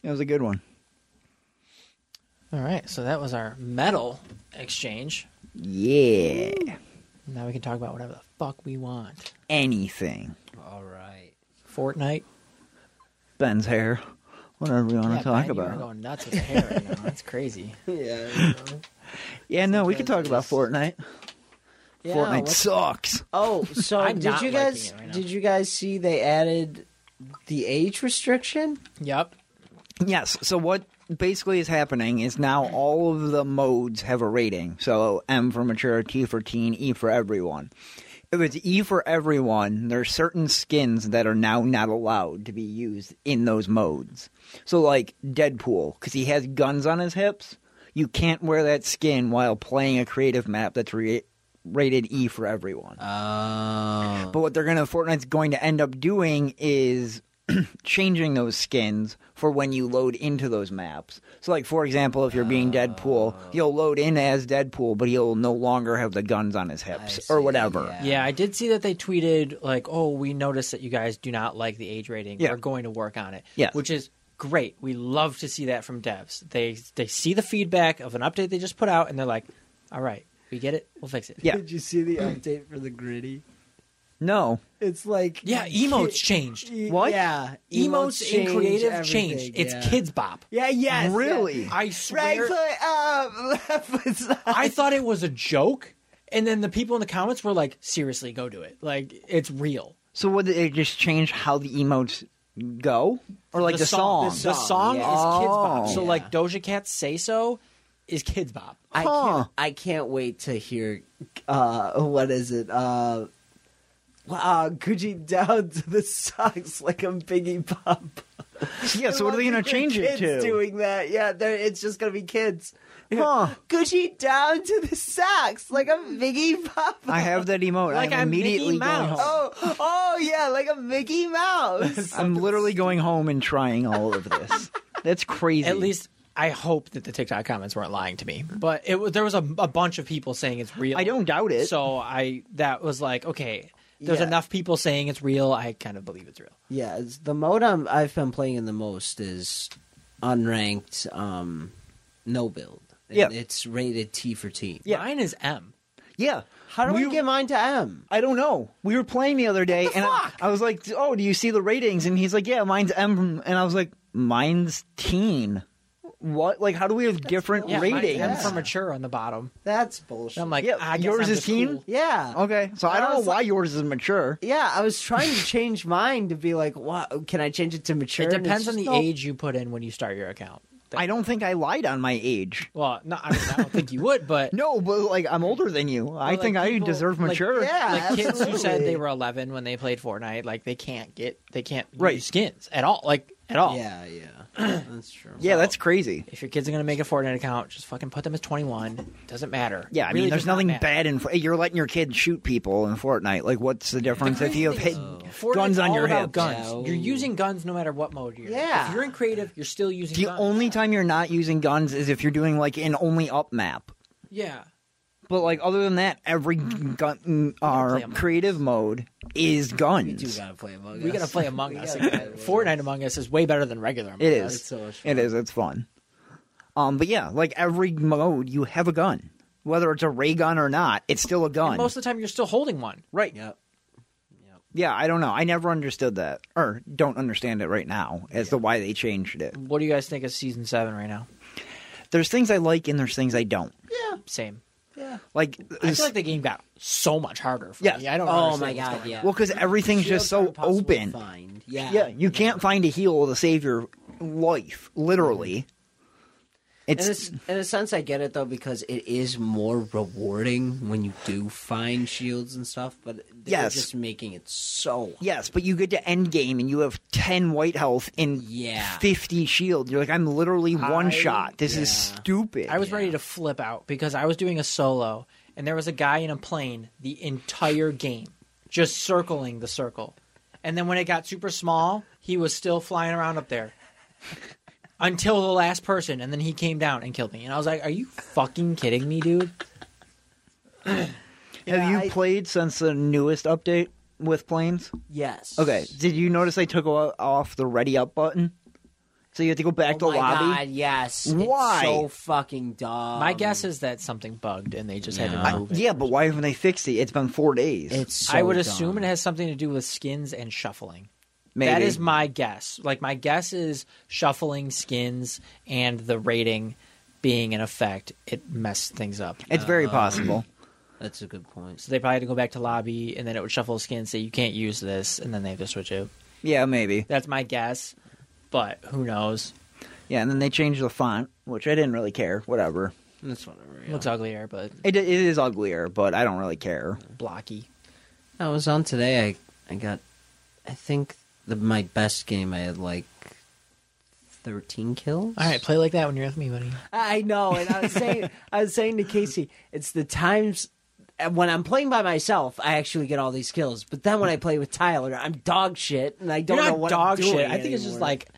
D: It was a good one.
C: all right, so that was our metal exchange.
D: Yeah.
C: Now we can talk about whatever the fuck we want.
D: Anything.
E: All right.
C: Fortnite.
D: Ben's hair. Whatever you want to
C: Yeah,
D: talk
C: Ben, you are
D: about.
C: going nuts with the hair right now. That's crazy.
D: *laughs*
E: Yeah.
D: Yeah, no, we could talk about Fortnite. Fortnite
E: what's-
D: sucks.
E: Oh, so
C: I'm
E: did
C: not
E: you
C: liking
E: guys
C: it right now.
E: did you guys see they added the age restriction?
C: Yep.
D: Yes. So what basically is happening is now all of the modes have a rating. So M for mature, T for teen, E for everyone. If it's E for everyone, there are certain skins that are now not allowed to be used in those modes. So like Deadpool, because he has guns on his hips, you can't wear that skin while playing a creative map that's re- rated E for everyone.
E: Oh.
D: But what they're gonna Fortnite's going to end up doing is *clears throat* changing those skins for when you load into those maps. So like for example, if you're being Deadpool, you'll load in as Deadpool, but he'll no longer have the guns on his hips or
E: see,
D: whatever.
E: yeah.
C: Yeah, I did see that they tweeted like, "Oh, we noticed that you guys do not like the age rating.
D: Yeah.
C: We're going to work on it."
D: Yes.
C: which is great. We love to see that from devs. They they see the feedback of an update they just put out, and they're like, "All right, we get it. We'll fix it."
D: Yeah.
G: Did you see the update for the gritty?
D: No.
G: It's like
C: yeah. Emotes changed.
G: E-
D: What?
G: Yeah,
C: Emotes, and
G: change
C: creative
G: everything,
C: changed. It's
G: yeah.
C: kids bop.
G: Yeah. Yes. yeah.
D: Really?
C: I
G: Right
C: swear.
G: foot up,
D: *laughs*
G: left foot side.
C: I thought it was a joke, and then the people in the comments were like, "Seriously, go do it. Like it's real."
D: So what did it just change how the emotes go? Or like the, song?
C: The song is Kids Bop.
D: Oh.
C: So like Doja Cat's "Say So" is Kids Bop.
G: I
D: Huh.
G: can't. I can't wait to hear. Uh, what is it? Uh, Wow, Gucci *laughs* down to the socks like a Biggie Pop.
D: Yeah, so what are they going to change it
G: kids
D: to?
G: Doing that, yeah, they're- it's just gonna be
E: *laughs*
G: kids.
D: Huh.
G: Gucci down to the socks like a
E: *laughs*
G: Biggie Pop.
D: I have that emote.
C: Like
D: I'm
C: I'm Mickey
D: immediately going
C: Mouse.
D: home.
G: Oh, oh yeah, like a Mickey Mouse.
D: I'm literally going home and trying all of
C: *laughs*
D: this. That's crazy.
C: At least I hope that the TikTok comments weren't lying to me. But it was- there was a, a bunch of people saying it's real.
D: I don't doubt it.
C: So I that was like okay. There's
G: Yeah.
C: enough people saying it's real. I kind of believe it's real.
E: *laughs* Yeah, it's the mode I'm, I've been playing in the most is unranked, um, no build. And
D: Yeah.
E: it's rated T for team.
D: Yeah.
C: Mine is M.
D: yeah.
E: How do
D: we
E: we get mine to M?
D: I don't know. We were playing the other day, and I, I was like, "Oh, do you see the ratings?" And he's like, "Yeah, mine's M," and I was like, "Mine's teen." What? Like, how do we have different
C: Yeah,
D: ratings?
C: Mine, M for mature on the bottom.
G: That's
C: And
G: bullshit.
C: I'm like,
D: Yeah,
C: ah, I guess
D: yours
C: I'm
D: is
C: just
D: teen?
C: cool.
G: yeah,
D: Okay, so I don't know
G: was
D: why yours is mature.
G: yeah. I was trying to change mine to be like, wow, can I change it to mature?
C: It
G: And it's
C: depends on
G: just
C: the
G: no-
C: age you put in when you start your account.
D: I don't think I lied on my age.
C: Well, no, I, mean, I don't think you would, but
D: *laughs* No, but like I'm older than you. I
C: like,
D: think I
C: people-
D: deserve
C: like,
D: mature.
G: Yeah,
C: like kids who said
G: absolutely.
C: they were 11 when they played Fortnite, like they can't get they can't
D: Right.
C: use skins at all, like at all.
E: Yeah, yeah.
D: *clears throat*
E: That's true.
D: Oh. yeah, that's crazy.
C: If your kids are gonna make a Fortnite account, just fucking put them as 21. Doesn't matter.
D: Yeah, I
C: Really
D: mean, there's
C: does not
D: nothing
C: matter.
D: bad in. You're letting your kids shoot people in Fortnite. Like, what's the difference if you have hit
C: Fortnite's
D: guns on
C: all
D: your
C: about
D: hips?
C: Guns.
E: Yeah.
C: You're using guns no matter what mode you're in.
G: Yeah.
C: If you're in creative, you're still using
D: The
C: guns.
D: only time you're not using guns is if you're doing like an only up map.
C: Yeah.
D: But like, other than that, every
C: Mm-hmm.
D: gun or
C: play Among
D: creative mode is
E: You
D: guns.
E: gotta play Among
C: We gotta
E: Us. *laughs*
C: play Among Us
D: *laughs*
E: gotta
C: again.
E: play
C: Fortnite Among Us is way better than regular Among
D: It
C: Us.
D: is.
E: It's so much
D: It is. It's fun. Um, but yeah, like every mode, you have a gun. Whether it's a ray gun or not, it's still a gun.
C: And most of the time you're still holding one.
D: right.
E: Yep.
D: Yeah, I don't know. I never understood that, or don't understand it right now as to why they changed it.
C: What do you guys think of season seven right now?
D: There's things I like and there's things I don't.
C: Same.
D: Like,
C: I feel like the game got so much harder for
D: Yeah.
C: me. I don't
E: Oh
C: understand
E: my
C: what's going
E: god,
C: on.
E: yeah.
D: well, because everything's just so
E: Shields are impossible to
D: open.
E: Find. Yeah.
D: Yeah, you can't find a heal to save your life, literally. It's,
E: In a, s- in a sense, I get it though because it is more rewarding when you do find shields and stuff. But they're
D: Yes.
E: just making it so.
D: yes, but you get to end game and you have ten white health and
E: Yeah.
D: fifty shield. You're like, I'm literally one
C: I-
D: shot. This is
E: yeah.
D: stupid.
C: I was ready to flip out because I was doing a solo and there was a guy in a plane the entire game, just circling the circle. And then when it got super small, he was still flying around up there *laughs* until the last person, and then he came down and killed me. And I was like, "Are you fucking kidding me, dude?"
D: Have
G: Yeah,
D: you
G: I-
D: played since the newest update with planes?
E: Yes.
D: Okay. Did you notice I took o- off the ready up button? So you have to go back
E: oh
D: to
E: my
D: lobby.
E: God, yes.
D: Why?
E: It's so fucking dumb.
C: My guess is that something bugged and they just had
E: Um, Yeah.
C: to
D: I-
C: remove it.
D: yeah, but why haven't they fixed it? It's been four days.
E: It's so
C: I would
E: dumb.
C: assume it has something to do with skins and shuffling.
D: Maybe.
C: That is my guess. Like my guess is shuffling skins and the rating being in effect, it messed things up.
D: It's very possible.
E: That's a good point.
C: So they probably had to go back to lobby and then it would shuffle skins say you can't use this and then they have to switch it.
D: Yeah, maybe.
C: That's my guess. But who knows?
D: Yeah, and then they changed the font, which I didn't really care. Whatever.
E: That's whatever. Yeah.
C: Looks uglier, but
D: It it is uglier, but I don't really care.
C: blocky.
E: I was on today. I I got, I think the, my best game. I had like thirteen kills.
C: All right, play like that when you're with me, buddy.
E: I know, and I was saying,
G: I was saying to Casey,
E: it's the times when I'm playing by myself, I actually get all these kills. But then when I play with Tyler, I'm dog shit, and I don't
C: You're
E: know
C: not
E: what
C: dog
E: I'm doing
C: shit. I think it's just
E: anymore.
C: like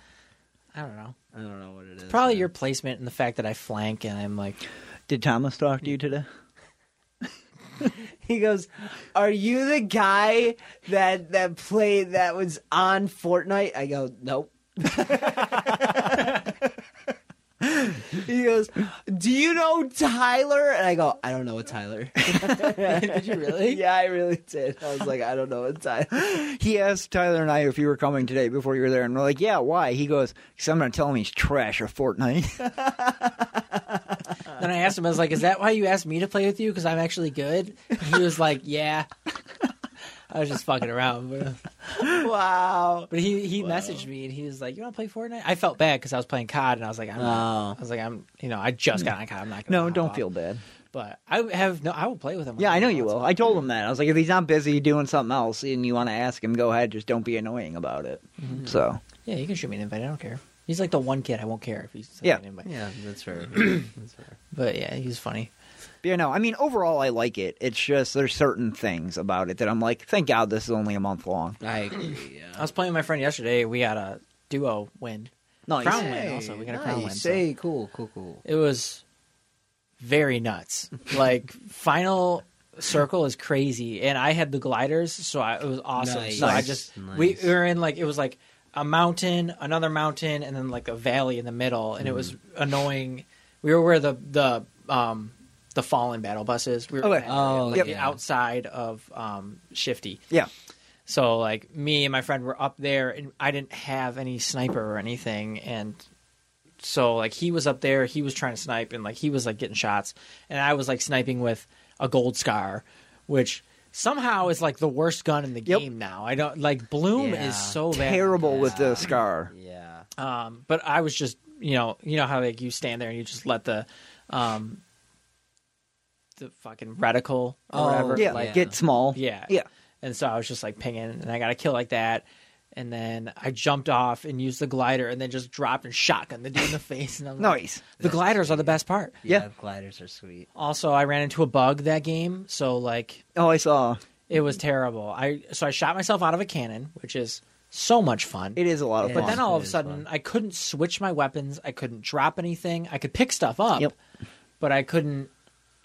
C: I don't know.
E: I don't know what it is.
C: Probably
E: man.
C: your placement and the fact that I flank and I'm
E: *laughs*
C: like
D: Did Thomas talk to you today?
G: he goes, "Are you the guy that that played that was on Fortnite?" I go,
E: *laughs*
G: "Nope." he goes, "Do you know Tyler?" And I go,
E: I don't know what Tyler.
C: Did you
D: *laughs*
C: really? *laughs*
G: "Yeah, I really did." I was like, "I don't know what Tyler."
D: He asked Tyler and I if you were coming today before you were there, and we're like, "Yeah, why?" He goes, "Cause I'm gonna tell him he's trash at Fortnite." *laughs*
C: Then I asked him, I was like, "Is that why you asked me to play with you? Because I'm actually good." And he was like, "Yeah." *laughs* I was just fucking around, but,
G: Wow.
C: but he he messaged me and he was like, "You want to play Fortnite?" I felt bad because I was playing COD and I was like, I'm,
E: Oh.
C: "I was like, I'm, you know, I just got on COD. I'm not gonna."
D: no,
C: hop
D: don't
C: off."
D: feel bad.
C: But I have no. I will play with him.
D: Yeah, I know
C: whenever he
D: you
C: wants
D: will.
C: to.
D: I told him that. I was like, if he's not busy doing something else and you want to ask him, go ahead. Just don't be annoying about it. So,
C: Yeah, you can shoot me an invite. I don't care. He's like the one kid I won't care if he's
D: Yeah.
C: an invite.
E: Yeah, that's *clears throat* fair. that's fair.
C: But yeah, he's funny.
D: but, you know, I mean, overall, I like it. It's just there's certain things about it that I'm like, thank God this is only a month long.
E: I agree. Yeah.
C: I was playing with my friend yesterday. We got a duo win.
D: Nice.
C: Crown win also. We got a crown win.
E: nice.
C: so-
E: Hey, cool, cool, cool.
C: It was very nuts. Like final circle is crazy, and I had the gliders, so I, it was awesome.
E: Nice.
C: So I
E: Nice.
C: just we,
E: Nice.
C: we were in like it was like a mountain, another mountain, and then like a valley in the middle, and it was
E: Mm.
C: annoying. We were where the the um the fallen battle buses. We were in
D: Okay.
C: that area,
E: Oh,
C: like
E: yep.
C: outside of um Shifty.
D: Yeah.
C: So like me and my friend were up there, and I didn't have any sniper or anything, and so like he was up there, he was trying to snipe, and like he was like getting shots, and I was like sniping with a gold scar, which somehow is like the worst gun in the
D: Yep.
C: game now. I don't like Bloom
E: Yeah.
C: is so bad.
D: Terrible with the scar.
E: Yeah.
C: Um, but I was just, you know, you know how like you stand there and you just let the, um, the fucking reticle or
E: Oh,
C: whatever,
D: Yeah.
C: like,
D: Get small.
C: yeah,
D: Yeah.
C: And so I was just like pinging, and I got a kill like that. And then I jumped off and used the glider, and then just dropped and shotgun the dude in the face. And I'm like,
D: Nice.
C: the gliders are the best part.
E: yeah.
D: Yeah.
E: gliders are sweet.
C: Also, I ran into a bug that game, so like
D: Oh, I saw.
C: it was terrible. I so I shot myself out of a cannon, which is so much fun.
D: It is a lot of
E: Yeah.
D: fun.
C: But then all
E: It
C: of a
E: is
C: sudden, I couldn't switch my weapons. I couldn't drop anything. I could pick stuff up,
D: Yep.
C: but I couldn't.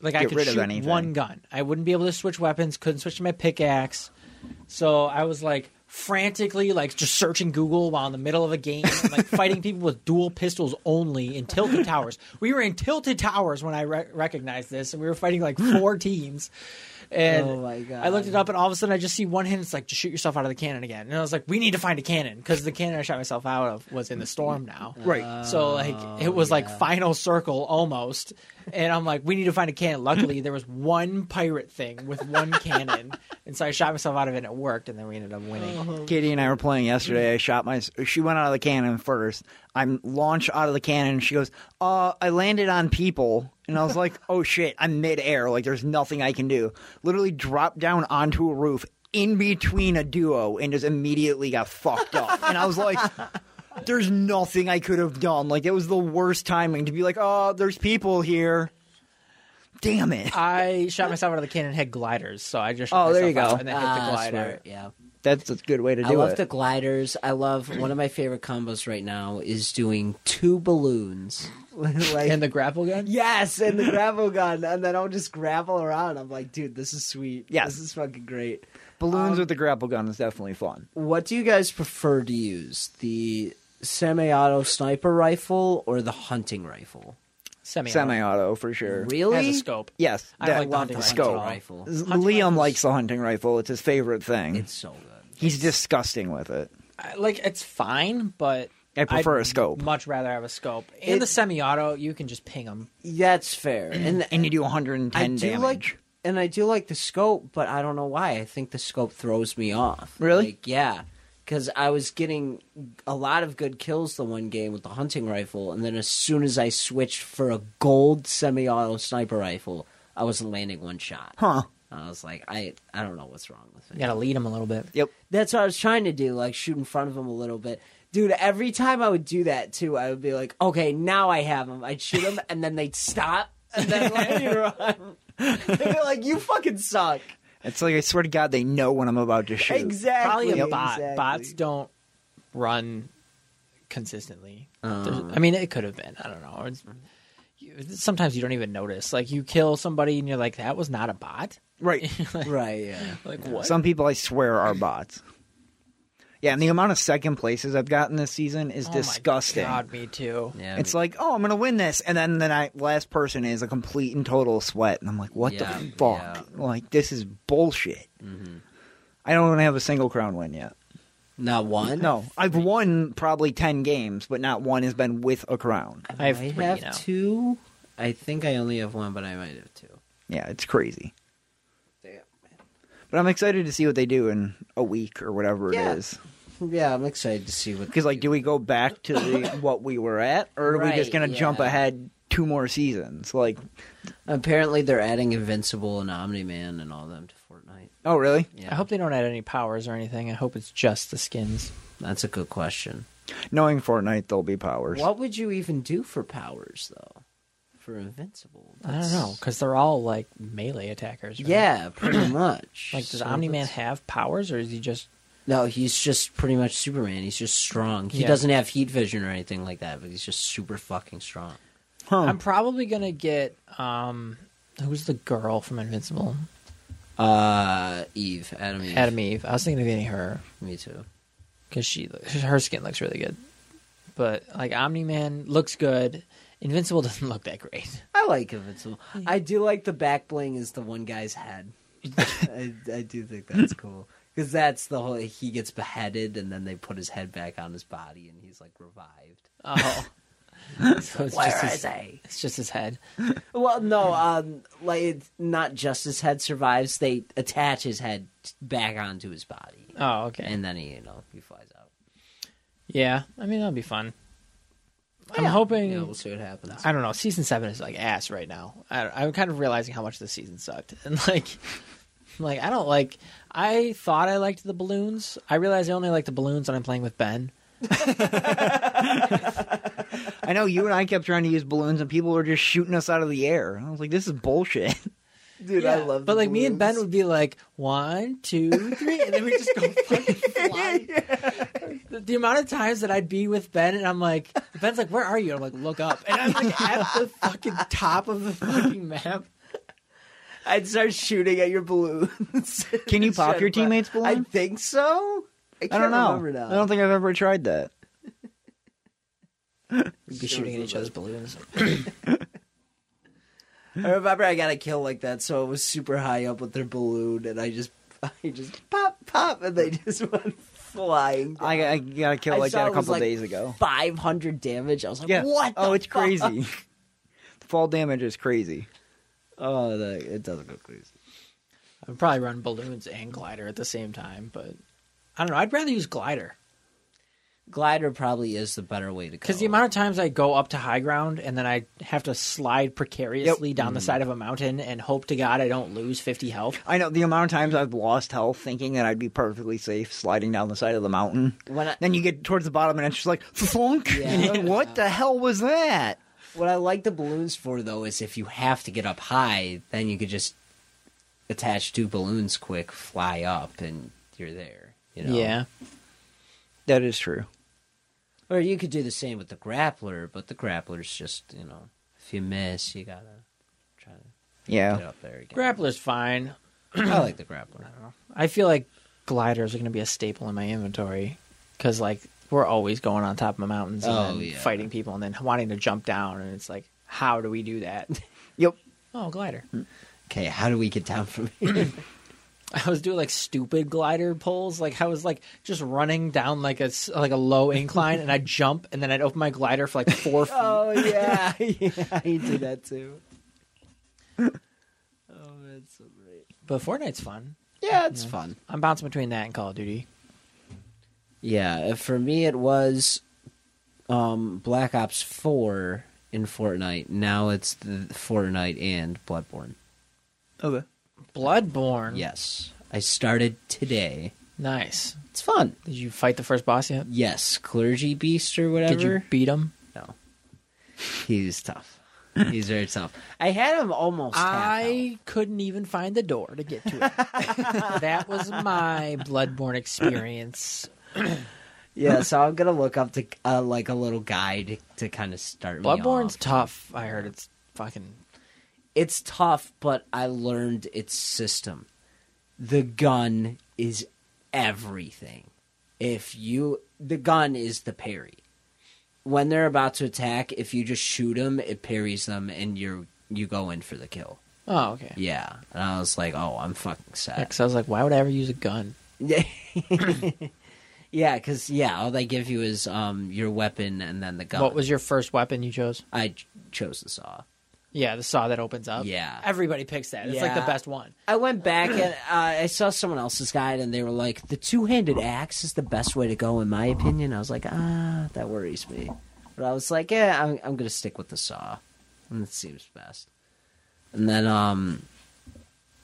C: Like I
D: Get
C: could
D: rid of
C: shoot
D: anything.
C: one gun. I wouldn't be able to switch weapons. Couldn't switch to my pickaxe. So I was like frantically, like just searching Google while in the middle of a game, *laughs* and, like fighting people with dual pistols only in Tilted Towers. We were in Tilted Towers when I re- recognized this, and we were fighting like four *laughs* teams. And
G: Oh, my God.
C: I looked it up, and all of a sudden I just see one hint. It's like just shoot yourself out of the cannon again. And I was like, we need to find a cannon because the cannon I shot myself out of was in the storm now.
D: Right.
C: So like it was like final circle almost, and I'm like, we need to find a cannon. Luckily, there was one pirate thing with one cannon, and so I shot myself out of it, and it worked, and then we ended up winning.
D: Katie and I were playing yesterday. I shot my. She went out of the cannon first. I'm launched out of the cannon. She goes, "Uh, I landed on people," and I was like, "Oh shit! I'm midair. Like there's nothing I can do." Literally dropped down onto a roof in between a duo and just immediately got fucked up. And I was like. There's nothing I could have done. Like it was the worst timing to be like, "Oh, there's people here." Damn it!
E: Uh,
C: I shot myself out of the cannon, and had gliders, so I just shot
D: Oh, there you
C: myself
D: go.
C: out and then hit
E: Ah,
C: the glider.
E: smart, Yeah.
D: That's a good way to do
E: I love
D: it.
E: the gliders. I love one of my favorite combos right now is doing two *laughs* balloons.
G: like,
C: And the grapple gun?
G: yes, and the gravel gun, and then I'll just gravel around. I'm like, dude, this is sweet.
D: Yes.
G: this is fucking great.
E: Um,
D: Balloons with the grapple gun is definitely fun.
E: What do you guys prefer to use? The semi-auto sniper rifle or the hunting rifle?
C: Semi.
D: Semi-auto for sure.
E: Really?
C: Has a scope.
D: Yes,
C: I
D: that-
C: don't like the hunting
D: the
C: rifle
D: scope.
C: at all.
E: Rifle.
D: Z-
C: Hunting
D: Liam
C: rifles-
D: likes the hunting rifle. It's his favorite thing.
E: It's so good.
D: He's disgusting with it.
C: I- Like it's fine, but
D: I prefer
C: I'd
D: a scope.
C: Much rather have a scope. And
G: It-
C: the semi-auto, you can just ping them.
G: That's fair. And
D: And you do 110
G: I do
D: damage.
G: like, and I do like the scope, but I don't know why.
E: I think the scope throws me off.
D: Really?
E: Like, yeah. Because I was getting a lot of good kills the one game with the hunting rifle, and then as soon as I switched for a gold semi-auto sniper rifle, I was landing one shot.
D: Huh.
E: I was like, I I don't know what's wrong with
C: You
E: me.
C: gotta lead them a little bit.
D: Yep.
G: That's what I was trying to do, like shoot in front of him a little bit. Dude, every time I would do that too, I would be like, okay, now I have him. I'd shoot him, and then they'd stop, and then
E: *laughs*
G: let me run. They'd be like, you fucking suck.
D: It's like I swear to God, they know when I'm about to shoot.
G: Exactly.
C: Probably a bot.
G: exactly.
C: Bots don't run consistently.
D: Uh.
E: Um,
C: There's- I mean, it could have been. I don't know. It's- you- sometimes you don't even notice. Like you kill somebody and you're like, "That was not a bot."
D: Right.
E: Right, yeah.
C: Like what?
D: Some people I swear are bots. Yeah, and the amount of second places I've gotten this season is
C: Oh my
D: disgusting.
C: God, me too.
E: yeah
D: It's like, oh, I'm gonna win this, and then the ni- last person is a complete and total sweat, and I'm like, what
E: Yeah,
D: the fuck? Like, this is bullshit. I don't even have a single crown win yet.
G: *laughs*
E: not one.
D: No, I've won probably ten games, but not one has been with a crown.
C: I have
E: I
C: three
E: have
C: now.
E: two. I think I only have one, but I might have two.
D: Yeah, it's crazy.
E: Damn, man.
D: But I'm excited to see what they do in a week or whatever
E: Yeah.
D: it is.
E: Yeah, I'm excited to see
G: *laughs*
E: what.
D: Because like, do we go back to the, what we were at, or are we just
E: Right,
D: gonna jump
E: yeah.
D: ahead two more seasons. Like,
E: Apparently, they're adding Invincible and Omni Man and all them to Fortnite.
D: oh really?
E: Yeah,
C: I hope they don't add any powers or anything. I hope it's just the skins.
E: that's a good question.
D: Knowing Fortnite, there'll be powers.
E: What would you even do for powers though? For Invincible,
C: I don't know because they're all like melee attackers.
E: *clears throat*
C: Right?
E: Yeah, *clears throat* pretty much.
C: Like, does
E: So
C: Omni Man
E: that's-
C: have powers, or is he just?
E: No, he's just pretty much Superman. He's just strong. He
C: Yeah.
E: doesn't have heat vision or anything like that, but he's just super fucking strong.
D: Huh.
C: I'm probably gonna get um, who's the girl from Invincible?
E: Uh, Eve, Adam Eve.
C: Adam Eve. I was thinking of getting her
E: Me too.
C: because she her skin looks really good. But like Omni Man looks good. Invincible *laughs* doesn't look that great.
E: I like Invincible. I do like the back bling is the one guy's *laughs* head. I, I do think that's cool. Because that's the whole. He gets beheaded and then they put his head back on his body and he's like revived.
C: Oh, *laughs* so it's
E: Where
C: just his,
E: is he?
C: it's just his head.
E: Well, no, um, like it's not just his head survives. They attach his head back onto his body,
C: Oh, okay.
E: and then he, you know, he flies out.
C: yeah, I mean that'll be fun. I'm hoping.
E: Oh, Yeah, we'll see what happens.
C: I don't know. Season seven is like ass right now. I, am kind of realizing how much this season sucked, *laughs* and like, I'm like I don't like. I thought I liked the balloons. I realize I only like the balloons when I'm playing with Ben.
D: I know you and I kept trying to use balloons, and people were just shooting us out of the air. I was like, this is bullshit. *laughs*
G: Dude, I love
C: But
G: the
C: like me and Ben
G: balloons.
C: would be like one, two, three, and then we just
G: *laughs*
C: go fucking flying. The, the amount of times that I'd be with Ben and I'm like, Ben's like, where are you? I'm like, look up, and I'm like at the fucking top of the fucking map.
G: I'd start shooting at your balloons. *laughs*
D: Can you pop
G: Shut
D: your
G: up.
D: teammates'
G: I
D: balloon?
G: think so. I
D: I,
G: can't
D: don't know.
G: remember now.
D: I don't think I've ever tried that.
C: We'd be shooting at each other's balloons.
G: *laughs* I remember I got a kill like that, so it was super high up with their balloon, and I
E: *laughs*
G: just, I just pop, pop, and they just went flying.
D: I, I got a kill
G: I
D: like
G: saw
D: that a
G: it was
D: couple
G: like-
D: days ago.
G: Five hundred damage. I was like,
D: Yeah.
G: what?
D: oh,
G: the
D: it's
G: fuck?
D: crazy. *laughs* the fall damage is crazy.
G: Oh, the, it doesn't go crazy.
C: I'd probably run balloons and glider at the same time, but I don't know. I'd rather use glider
E: Glider probably is the better way to go.
C: because the amount of times I go up to high ground and then I have to slide precariously down the side of a mountain and hope to God I don't lose 50 health.
D: I know the amount of times I've lost health thinking that I'd be perfectly safe sliding down the side of the mountain.
E: when I,
D: Then you get towards the bottom and it's just like, thunk.
E: Yeah.
D: And you're *laughs* like, what the hell was that?
E: what I like the balloons for though is if you have to get up high, then you could just attach two balloons quick, fly up, and you're there. You know?
C: Yeah.
D: That is true.
E: Or you could do the same with the grappler, but the grappler's just you know if you miss, you gotta try to get
D: Yeah.
E: up there again.
C: Grappler's fine.
E: *clears throat* I like the grappler.
C: I feel like gliders are going to be a staple in my inventory because, like, we're always going on top of mountains and
E: Oh,
C: then
E: yeah.
C: fighting people and then wanting to jump down. And it's like, how do we do that?
D: Yep.
C: oh, glider.
E: Okay, how do we get down from here?
C: I was doing like stupid glider pulls. Like I was like just running down like a s- like a low incline, and I'd jump, and then I'd open my glider for like four feet.
G: Oh
E: *laughs*
G: yeah, yeah, I do that too. oh, that's so great.
C: But Fortnite's fun.
G: Yeah, it's fun.
C: I'm bouncing between that and Call of Duty.
E: Yeah, uh, for me it was um, Black Ops Four in Fortnite. Now it's the Fortnite and Bloodborne.
D: Okay.
C: Bloodborne.
E: Yes, I started today.
C: Nice.
E: It's fun.
C: Did you fight the first boss yet?
E: Yes, clergy beast or whatever.
C: Did you beat him?
E: No, he's tough. He's very
C: *laughs*
E: tough. I had him almost. half health.
C: I couldn't even find the door to get to it.
E: *laughs*
C: that was my Bloodborne experience.
E: yeah. So I'm gonna look up to uh, like a little guide to kind of start. me
C: Bloodborne's
E: off.
C: tough. I heard it's fucking.
E: it's tough, but I learned its system. The gun is everything. If you, the gun is the parry. When they're about to attack, if you just shoot them, it parries them, and you're you go in for the kill.
C: Oh okay.
E: Yeah, and I was like, oh, I'm fucking set.
C: Because I was like, why would I ever use a gun?
E: Yeah, because *laughs* yeah, all they give you is um your weapon and then the gun.
C: What was your first weapon you chose?
E: I ch- chose the saw.
C: Yeah, the saw that opens up.
E: Yeah.
C: Everybody picks that. It's like the
E: Yeah.
C: best one.
E: I went back and uh, I saw someone else's guide, and they were like, "The two-handed axe is the best way to go, in my opinion." I was like, "Ah, that worries me," but I was like, "Yeah, I'm, I'm gonna stick with the saw." That seems best. And then, um,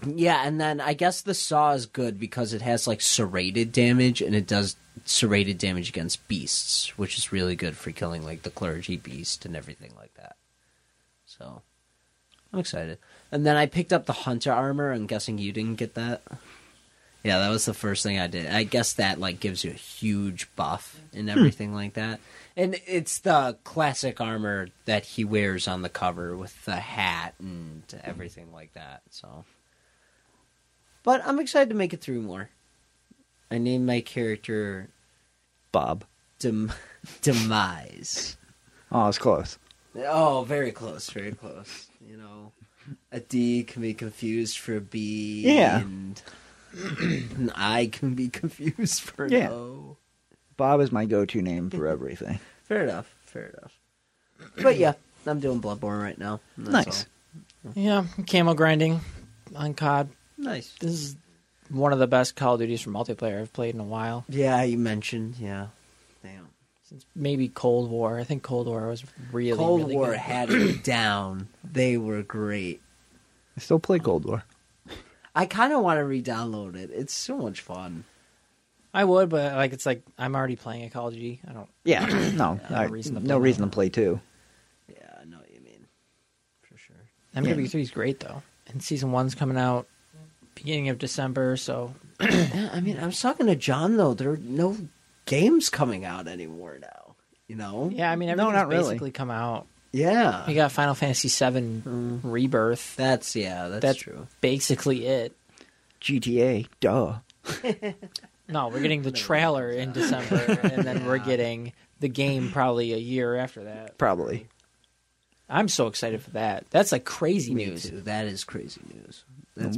E: yeah, and then I guess the saw is good because it has like serrated damage, and it does serrated damage against beasts, which is really good for killing like the clergy beast and everything like that. So I'm excited. And then I picked up the hunter armor. I'm guessing you didn't get that. Yeah, that was the first thing I did. I guess that like gives you a huge buff and everything like that. And it's the classic armor that he wears on the cover with the hat and everything like that. So But I'm excited to make it through more. I named my character
D: Bob.
E: Dem- *laughs* Demise.
D: Oh, it's close.
E: Oh, very close, very close. You know, a D can be confused for a B.
D: Yeah.
E: And an I can be confused for an
D: Yeah.
E: O.
D: Bob is my go-to name for everything.
E: Fair enough, fair enough. But yeah, I'm doing Bloodborne right now. and that's
D: Nice.
C: Yeah, camel grinding on COD.
E: all. Nice.
C: This is one of the best Call of Duties for multiplayer I've played in a while.
E: Yeah, you mentioned, yeah. Damn.
C: Since maybe Cold War. I think Cold War was really
E: Cold
C: really
E: War
C: good.
E: had it down. They were great.
D: I still play Cold War.
E: I kind of want to re-download it. It's so much fun.
C: I would, but like it's like I'm already playing a Call of Duty. I don't.
D: Yeah, *clears throat* no,
C: no
D: I-
C: reason to play
D: no
C: that.
D: reason to play two.
E: Yeah, I know what you mean. For sure.
C: MW3 is great though, and season one's coming out beginning of December. So
E: Yeah, I mean, I was talking to John though. There are no games coming out anymore now. You know?
C: yeah, I mean
D: No,
C: everything's
D: not really.
C: basically come out.
E: Yeah.
C: We got Final Fantasy VII Rebirth.
E: That's yeah. That's,
C: That's-
E: true.
C: basically it.
D: GTA, duh.
C: No, we're getting the trailer in December, and then we're getting the game probably a year after that.
D: Probably.
C: I'm so excited for that. That's like crazy news.
E: too. That is crazy news.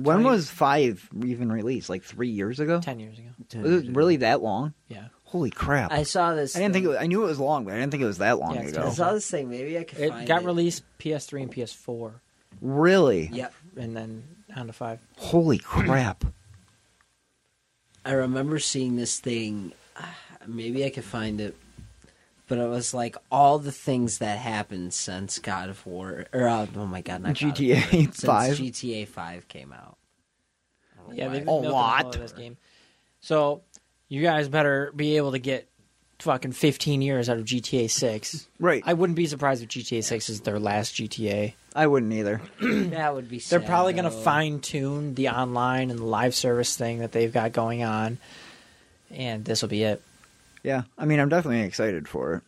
D: when was five even released? Like three years ago?
C: Ten years ago.
D: Was it really that long?
C: Yeah.
D: Holy crap!
E: I
D: I,
E: saw this.
D: didn't think it
E: thing.
D: was, I knew it was long, but I didn't think it was that long
C: Yeah, it's
E: I
D: ago.
C: was-
E: saw this thing. Maybe I could.
C: It
E: find
C: got
E: it.
C: released PS3 and PS4,
D: Really?
E: Yep.
C: and then down to five.
D: Holy crap!
E: I remember seeing this thing. Ah, Maybe I could find it. But it was like all the things that happened since God of War, or uh, oh my God, not God of
D: GTA
E: War, since
D: five.
E: GTA Five came
C: *clears throat*
E: out. I don't know
C: Yeah,
E: why.
C: they've
D: A
C: been milking
D: lot.
C: all of This game. So you guys better be able to get fucking 15 years out of GTA 6.
D: Right.
C: I wouldn't be surprised if GTA 6 is their last GTA.
D: I wouldn't either.
E: That would be.
C: They're
E: sad,
C: probably going to
E: though.
C: fine tune the online and the live service thing that they've got going on, and this will be it.
D: Yeah, I mean, I'm definitely excited for it.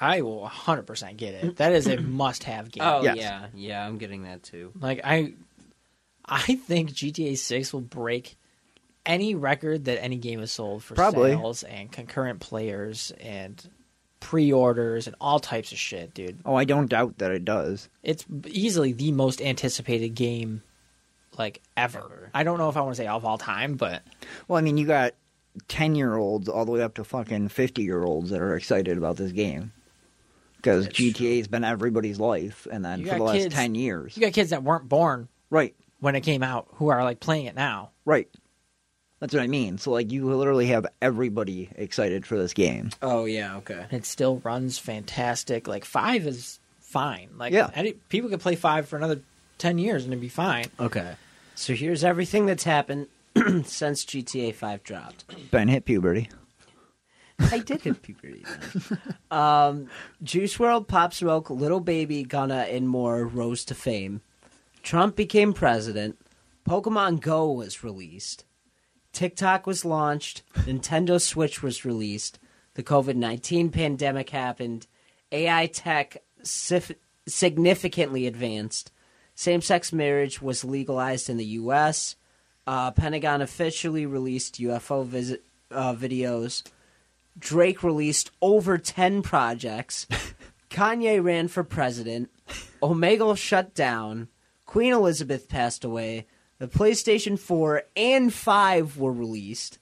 C: I will 100% get it. That
D: *clears throat*
C: is a must have game.
E: Oh
D: Yes.
E: yeah, yeah, I'm getting that too.
C: Like, I. I think GTA 6 will break any record that any game has sold for
D: Probably.
C: sales and concurrent players and pre-orders and all types of shit, dude.
D: Oh, I don't doubt that it does.
C: It's easily the most anticipated game like ever. I don't know if I want to say of all time, but
D: Well, I mean, you got ten-year-olds all the way up to fucking fifty-year-olds that are excited about this game because GTA has been everybody's life, and then
C: You
D: for
C: got
D: the last
C: kids-
D: ten years,
C: you got kids that weren't born
D: right,
C: when it came out who are like playing it now.
D: right. That's what I mean. So, like, you literally have everybody excited for this game.
E: Oh yeah, okay.
C: And it still runs fantastic. Like five is fine. Like
D: Yeah.
C: any, people could play five for another ten years and it'd be fine.
E: Okay. So here's everything that's happened *clears throat* since GTA 5 dropped.
D: Ben hit puberty.
E: I did hit puberty. then. um, Juice World, Pop Smoke, Little Baby, Gunna, and more rose to fame. Trump became president. Pokemon Go was released. TikTok was launched. Nintendo Switch was released. The COVID 19 pandemic happened. AI tech sif- significantly advanced. Same sex marriage was legalized in the U.S. Uh, Pentagon officially released UFO visit, uh, videos. Drake released over 10 *laughs* projects. Kanye ran for president. Omegle shut down. Queen Elizabeth passed away. The PlayStation 4 and 5 were released.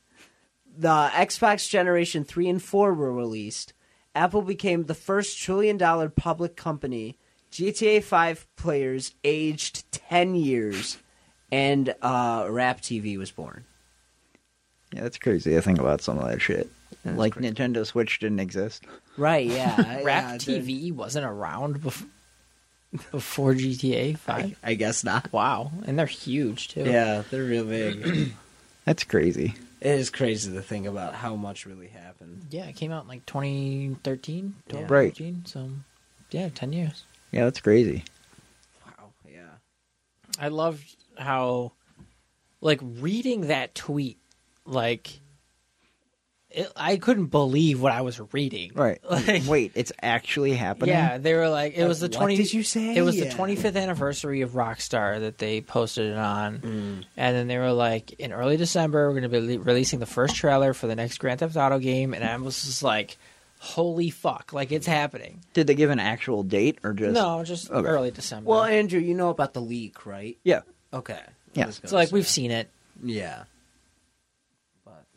E: The Xbox Generation 3 and 4 were released. Apple became the first trillion dollar public company. GTA 5 players aged 10 years. And uh, Rap TV was born.
D: Yeah, that's crazy. I think about some of that shit. like Nintendo Switch didn't exist.
E: *laughs* Right, yeah.
C: Rap TV wasn't around before. before GTA Five.
E: I guess not.
C: Wow, and they're huge too.
E: Yeah, *laughs* they're real big.
D: That's crazy.
E: It is crazy to think about how much really happened.
C: Yeah, it came out in like 2013, 12,
D: Right.
C: 13, so yeah, 10 years.
D: Yeah, that's crazy.
E: Wow. Yeah.
C: I loved how, like, reading that tweet, like, it, I couldn't believe what I was reading.
D: *laughs* Right.
C: *laughs* Like,
D: Wait, it's actually happening.
C: yeah, they were like, it was the
E: Like, Uh, what
C: 20.
E: did you say?
C: It was
E: Yeah.
C: the 25th anniversary of Rockstar that they posted it on,
E: Mm.
C: and then they were like, in early December, we're going to be le- releasing the first trailer for the next Grand Theft Auto game, and I was just like, holy fuck, like it's happening.
D: Did they give an actual date or just
C: No, just
D: Okay.
C: early December.
E: Well, Andrew, you know about the leak, right?
D: Yeah.
E: Okay.
D: Yeah.
E: Let's go
C: it's like
E: to-
C: we've seen it
E: yeah.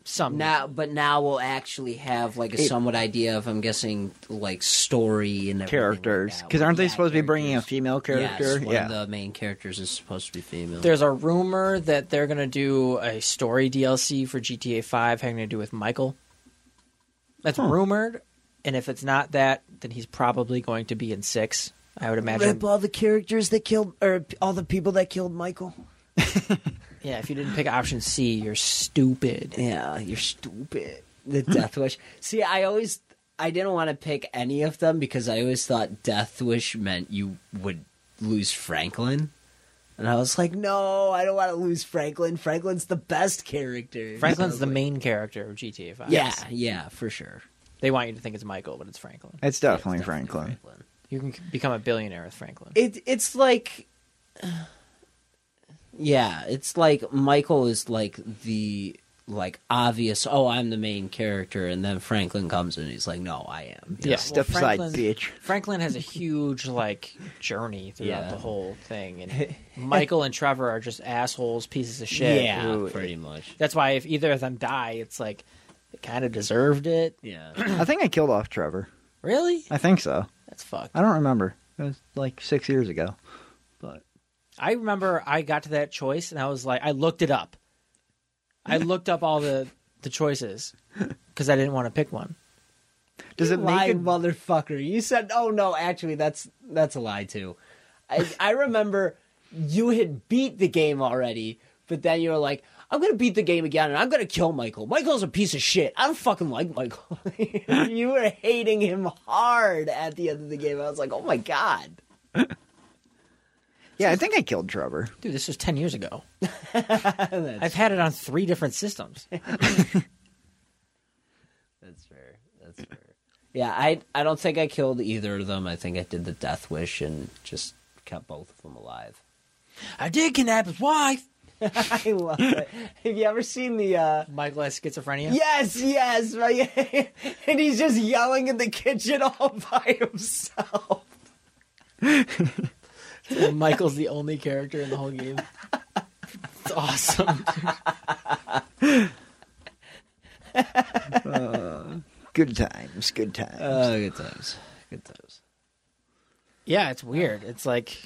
C: some
E: Now, but now we'll actually have like a
D: It-
E: somewhat idea of, I'm guessing, like story and everything like
D: characters?
E: that.
D: Because aren't they
E: Yeah,
D: supposed to be bringing a
E: characters.
D: female character?
E: Yes, one
D: yeah.
E: of the main characters is supposed to be female.
C: There's a rumor that they're going to do a story DLC for GTA 5 having to do with Michael. That's rumored, and if it's not that, then he's probably going to be in 6, I would imagine.
E: Rip all the characters that killed, or p- all the people that killed Michael.
C: Yeah, if you didn't pick option C, you're stupid.
E: Yeah, you're stupid. The Death Wish. See, I always, I didn't want to pick any of them because I always thought Death Wish meant you would lose Franklin. And I was like, no, I don't want to lose Franklin. Franklin's the best character.
C: Franklin's the main character of GTA 5.
E: Yeah, yeah, for sure.
C: They want you to think it's Michael, but it's Franklin.
D: It's definitely Franklin.
C: You can become a billionaire with Franklin.
E: It it's like *sighs* Yeah, it's like Michael is like the like obvious, oh, I'm the main character and then Franklin comes in and he's like, "No, I am." You
C: Yeah.
E: know?
D: Step
C: Well,
D: aside,
C: Franklin-
D: *laughs* bitch.
C: Franklin has a huge like journey throughout
E: Yeah.
C: the whole
E: *laughs*
C: thing, and Michael and Trevor are just assholes, pieces of shit.
E: Yeah,
C: who-
E: pretty much.
C: That's why if either of them die, it's like they kind of deserved it.
E: *clears throat* Yeah.
D: I think I killed off Trevor.
C: Really?
D: I think so.
C: That's fucked.
D: I don't remember. It was like six years ago. But
C: I remember I got to that choice and I was like, I looked it up. I
E: *laughs*
C: looked up all the the choices because I didn't want to pick one.
D: does it make
E: Lying
D: it?
E: motherfucker. You said, "Oh no, actually that's that's a lie too." I I remember you had beat the game already, but then you were like, "I'm going to beat the game again and I'm going to kill Michael. Michael's a piece of shit. I don't fucking like Michael." *laughs* you were hating him hard at the end of the game. I was like, "Oh my god."
D: Yeah, I think I killed Trevor.
C: Dude, this was ten years ago. I've had it on three different systems.
E: *laughs* That's fair. That's fair. Yeah, I I don't think I killed either of them. I think I did the death wish and just kept both of them alive.
C: I did kidnap his wife.
E: *laughs* I love it. Have you ever seen the? uh
C: Michael has schizophrenia.
E: Yes, yes, right. *laughs* and he's just yelling in the kitchen all *laughs* by himself.
C: *laughs* Michael's the only character in the whole game. It's awesome.
D: Good times, Uh, good times.
E: good times, good times.
C: Yeah, it's weird. It's like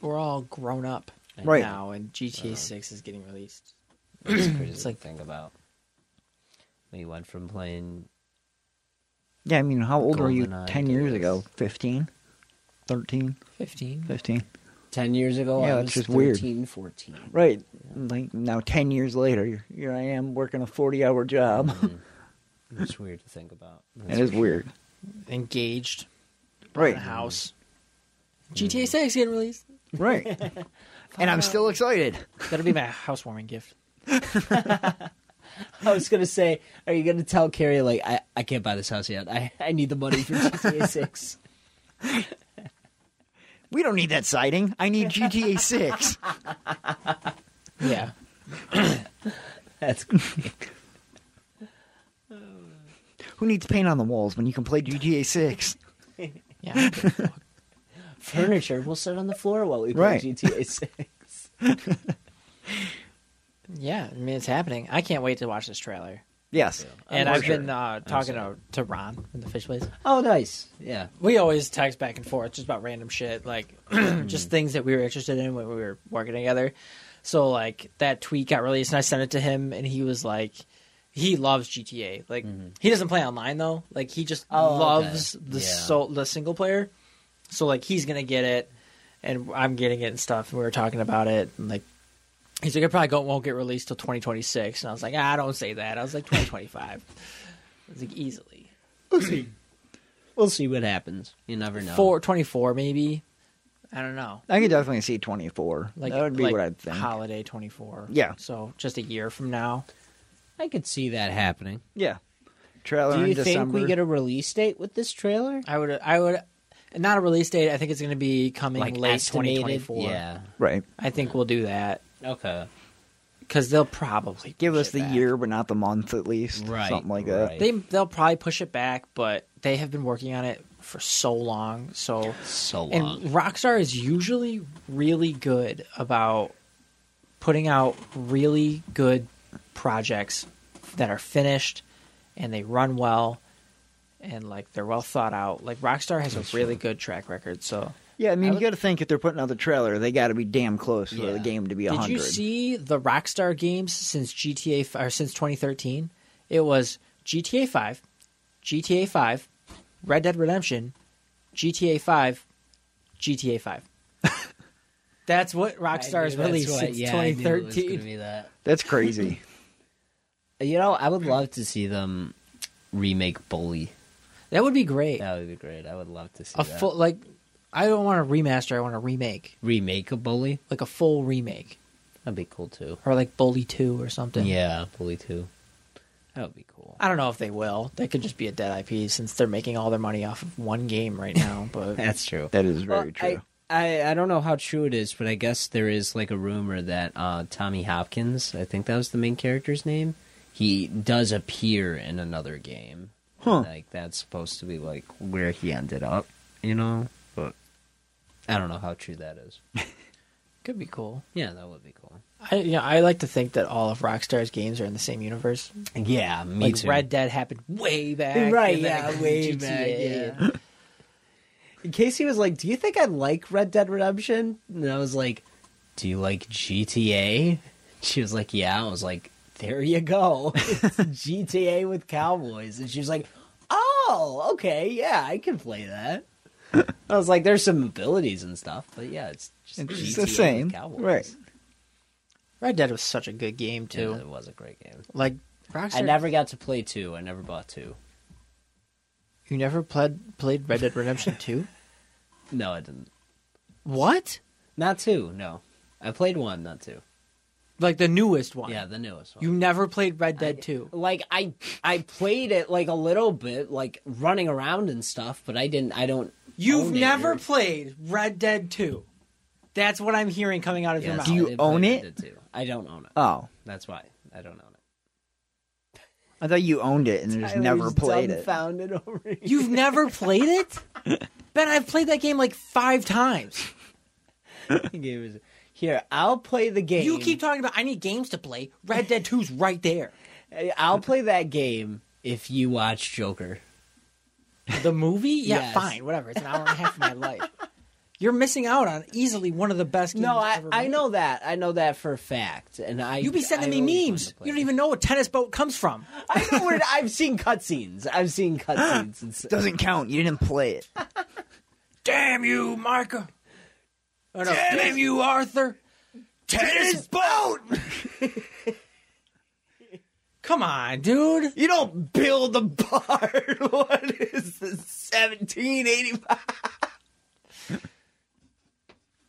C: we're all grown up
D: Right.
C: now, and GTA Six is getting released.
E: It's crazy
C: It's like-
E: to think about. We went from playing
D: yeah, I mean, how old were you
E: GoldenEye
D: 10 years
E: days.
D: ago? 15? 13?
C: Fifteen.
D: 15?
E: ten years ago.
D: Yeah,
E: I
D: it's
E: was
D: just
E: 13,
D: weird.
E: 14.
D: Right. Like now, 10 years later, here- here I am working a 40
E: *laughs*
D: hour job. *laughs*
E: It's weird to think about.
D: It is weird.
C: Engaged.
D: Right.
C: In a house. GTA Six getting released.
D: *laughs* Right. and I'm still excited.
C: That'll be my *laughs* housewarming gift.
E: *laughs* I was gonna say, are you gonna tell Carrie like I, I can't buy this house yet? I, I need the money for GTA six.
D: We don't need that siding. I need GTA *laughs* 6.
C: Yeah.
E: That's
D: Who needs paint on the walls when you can play GTA 6?
C: Yeah.
E: furniture. We'll sit on the floor while we play
D: Right.
E: GTA six.
C: yeah. I mean, it's happening. I can't wait to watch this trailer.
D: Yes.
C: And
D: I'm
C: I've
D: sure.
C: been uh, talking to, to Ron in the fish place.
E: Oh, nice. Yeah.
C: We always text back and forth just about random shit, like *clears throat*
E: Mm-hmm.
C: just things that we were interested in when we were working together. So like that tweet got released, and I sent it to him, and he was like, he loves GTA. Like he doesn't play online though. Like he just
E: Mm-hmm. Oh, okay.
C: loves the
E: Yeah.
C: so, the single player. So like he's gonna get it, and I'm getting it and stuff. And we were talking about it, and like he's like, it probably go- won't get released till 2026. And I was like, ah, don't say that. I was like 2025. *laughs* I was like easily
E: We'll see what happens. You never know.
C: four 24 maybe. I don't know.
D: I could definitely see 24.
C: Like
D: that would be
C: like
D: what I'd think.
C: Holiday 24.
D: Yeah.
C: So just a year from now.
E: I could see that happening.
D: Yeah. Trailer
E: Do
D: in
E: you think
D: December.
E: we get a release date with this trailer?
C: I would I would not a release date. I think it's going to be coming late
E: estimated?
C: 2024.
E: Yeah.
D: right.
C: I think we'll do that
E: Okay.
C: because they'll probably
D: Give
C: push
D: us
C: it
D: the
C: back.
D: year, but not the month at least.
E: Right,
D: Something like that.
E: right.
C: They they'll probably push it back, but they have been working on it for so long. So
E: So
C: and
E: long.
C: Rockstar is usually really good about putting out really good projects that are finished and they run well and like they're well thought out. Like Rockstar has a really good track record. So
D: Yeah, I
C: I
D: mean, you
C: would-
D: got to think if they're putting out the trailer, they got to be damn close for the
E: Yeah.
D: game to be 100.
C: Did you see the Rockstar games since GTA f- or since 2013? It was GTA 5, GTA 5, Red Dead Redemption, GTA 5, GTA 5.
E: *laughs*
C: that's what Rockstar has released since 2013. *laughs*
D: That's crazy.
E: You know, I would love to see them remake Bully.
C: That would be great.
E: That would be great. I would love to see
C: a
E: that.
C: full like I don't want a remaster, I want a remake,
E: remake of Bully.
C: like a full remake
E: That'd be cool too.
C: or like Bully 2 or something.
E: Yeah, Bully too. That would be cool.
C: I don't know if they will. That could just be a dead IP since they're making all their money off of one game right now,
E: *laughs*
C: but
E: That's true.
D: that is very
E: Well,
D: true.
E: I, I I don't know how true it is, but I guess there is like a rumor that uh, Tommy Hopkins, I think that was the main character's name, he does appear in another game.
D: Huh.
E: Like that's supposed to be like where he ended up, you know. But I don't know how true that is.
C: could be cool.
E: Yeah, that would be cool.
C: I you know, I like to think that all of Rockstar's games are in the same universe.
E: Yeah, me
C: like
E: too.
C: Red Dead happened way back,
G: Right,
C: and then it
G: yeah,
C: goes
G: way
C: to
G: back,
C: and-
G: Casey was like, "Do you think I like Red Dead Redemption?"
E: and I was like, "Do you like GTA?" She was like, "Yeah." I was like,
G: There you
E: *laughs*
G: go, It's GTA with cowboys, and she was like, "Oh, okay, yeah, I can play that."
E: I was like, there's some abilities and stuff, but yeah, it's just
D: It's
E: GTA
D: the same.
E: with Cowboys.
D: Right.
C: *laughs* Red Dead was such a good game too.
E: Yeah, it was a great game.
C: Like Rockstar,
E: I never got to play two. I never bought two.
C: you never played played Red Dead Redemption two.
E: No, I didn't.
C: *laughs* What?
E: Not two. No, I played one, not two.
C: Like the newest one?
E: Yeah, the newest one.
C: You never played Red Dead two.
E: like I I played it like a little bit, like running around and stuff, but I didn't. I don't.
C: You've
E: own it
C: never
E: or-
C: played Red Dead two. That's what I'm hearing coming out of your
E: Yes,
C: mouth.
E: I
D: you
E: did play
D: own
E: Red
D: it?
E: Dead 2. I don't own it.
D: Oh,
E: That's why I don't own it.
D: I thought you owned it and just never played it.
E: *laughs*
G: Dumbfounded over here.
C: You've never played it? *laughs* Ben, I've played that game like five times.
E: *laughs* Game is-
G: Here, I'll play the game.
C: You keep talking about I need games to play. Red Dead 2's right there.
E: I'll play that game if you watch Joker.
C: The movie? Yeah,
E: Yes.
C: fine, whatever. It's an hour and a half
E: *laughs*
C: of my life. You're missing out on easily one of the best games.
E: No, I,
C: ever
E: I
C: made.
E: know that. I know that for a fact. And I
C: You be sending
E: I
C: me
E: always
C: memes.
E: wanted to play
C: You don't
E: it.
C: even know what tennis boat comes from.
E: I know where I've seen cutscenes. I've seen
C: *gasps*
E: cutscenes. It's-
D: Doesn't count. You didn't play it.
C: Damn you, Marco. Oh, no. Damn you, Arthur.
D: Tennis boat.
C: Come on, dude.
D: You don't build a bar. *laughs* what is this? Seventeen eighty-five.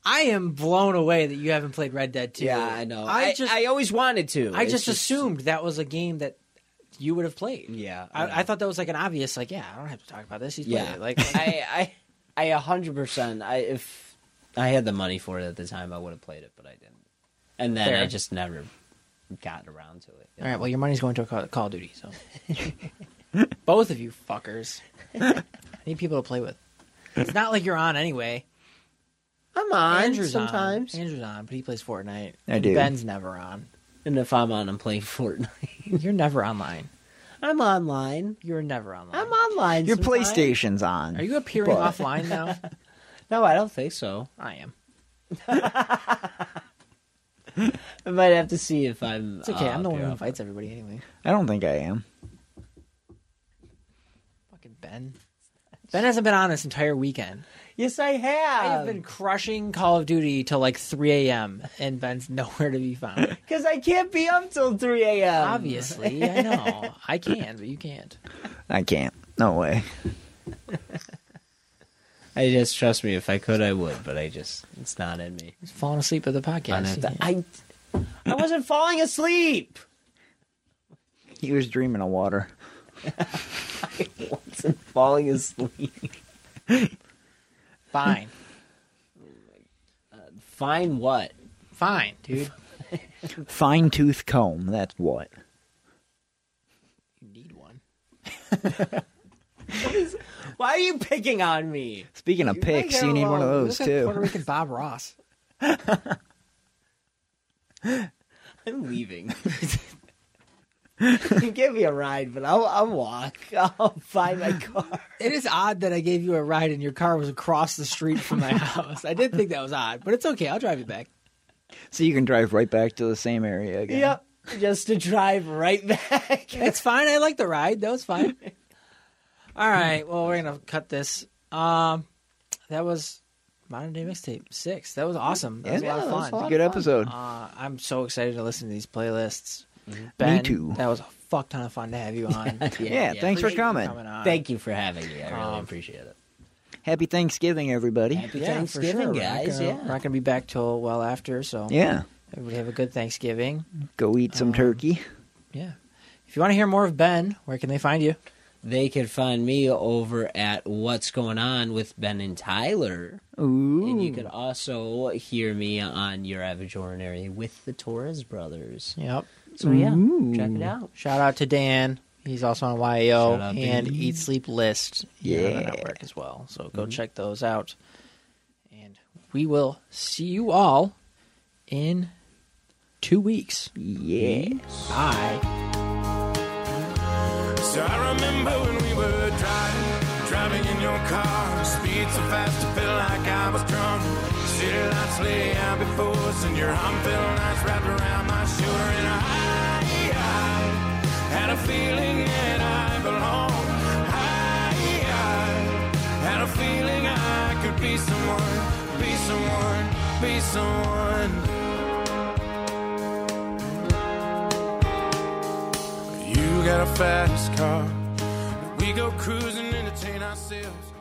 C: I am blown away that you haven't played Red Dead 2.
E: yeah, I know.
C: I,
E: I,
C: just
E: I always wanted to.
C: I
E: It's
C: just assumed that was a game that you would have played.
E: Yeah, I know.
C: I, I thought that was like an obvious, like, yeah, I don't have to talk about this. He's played
E: Yeah.
C: it. Like,
E: *laughs* I I I a hundred percent. I if I had the money for it at the time, I would have played it, but I didn't. And then
C: Fair.
E: I just never got around to it.
C: All right. Well, your money's going to Call, call of Duty. So,
E: *laughs*
C: both of you fuckers. I need people to play with. It's not like you're on anyway.
G: I'm on
C: Andrew's
G: sometimes.
C: on. Andrew's on, but he plays Fortnite.
D: I
C: And
D: do.
C: Ben's never on.
E: And if I'm on, I'm playing Fortnite.
C: You're never online.
G: I'm online.
C: You're never online.
G: I'm online.
D: Your
G: sometimes.
D: PlayStation's on.
C: Are you appearing
D: But-
C: offline now?
E: *laughs* no, I don't think so.
C: I am.
E: *laughs* I might have to see if I'm.
C: It's okay.
E: uh,
C: I'm the
E: up
C: one
E: here
C: who
E: on-
C: invites everybody anyway.
D: I don't think I am.
C: Fucking Ben. Ben hasn't been on this entire weekend.
G: Yes, I have.
C: I have been crushing Call of Duty till like 3 a.m. and Ben's *laughs* nowhere to be
G: *laughs*
C: found.
G: because I can't be up till 3 a.m.
C: Obviously, I
G: *laughs*
C: know I can, but you can't.
D: I can't. No way.
E: I just trust me. If I could, I would, but I just it's not in me.
C: He's falling asleep at the podcast. You can't.
G: I, I wasn't falling asleep.
D: He was dreaming of water.
G: wasn't falling asleep.
C: Fine,
E: Fine, what?
C: fine, dude.
D: Fine tooth comb. That's what.
C: You need
G: *laughs*
C: one.
G: Why are you picking on me?
D: Speaking of picks, you need one of those
C: You look like Puerto
D: too.
C: Rican Bob Ross.
G: I'm
E: *laughs*
C: *laughs*
G: leaving. you give me a ride, but I'll, I'll
E: *laughs*
G: walk. I'll find my car.
C: It is odd that I gave you a ride and your car was across the street from my *laughs* house. I did think that was odd, but it's okay. I'll drive you back.
D: So you can drive right back to the same area again.
G: Yep. Just to drive right back.
C: It's fine. I like the ride. That was fine. *laughs* All right. Well, we're gonna cut this. Um, that was modern day mixtape six. That was awesome. That was a lot of fun.
D: It's a good episode.
C: Uh, I'm so excited to listen to these playlists.
D: Mm-hmm. Me too.
C: That was a fuck ton of fun to have you on.
D: *laughs* yeah, thanks for
C: appreciate you
D: coming.
C: on.
E: Thank you for having me. I really
C: Um,
E: appreciate it.
D: Happy Thanksgiving, everybody.
E: Happy
C: yeah, for sure.
E: Thanksgiving,
C: We're not
E: guys.
C: gonna-
E: yeah.
C: we're not gonna be back till well after. So
D: Yeah,
C: everybody have a good Thanksgiving.
D: go eat
E: Uh,
D: some turkey.
C: Yeah. If you want to hear more of Ben, where can they find you?
E: They can find me over at What's Going On with Ben and Tyler.
D: Ooh,
E: And
C: Hmm.
E: you can also hear me on Your Average Ordinary with the Torres Brothers.
C: Yep.
E: So, yeah,
D: Mm-hmm.
E: check it out.
C: Shout out to Dan. He's also on YAO
E: Mm. Shout out,
C: and
E: Dan. Mm-hmm.
C: Eat Sleep List. here on the
D: Yeah.
C: network as well. So go check those out. And we will see you all in two weeks.
D: yeah.
C: Bye.
B: So I remember when we were driving, driving in your car. Speed so fast, I felt like I was drunk. City lights lay out before us, and your arm felt nice wrapped around my shoulder. And I, I had a feeling that I belonged. I, I had a feeling I could be someone, be someone, be someone. You got a fast car. We go cruising, entertain ourselves.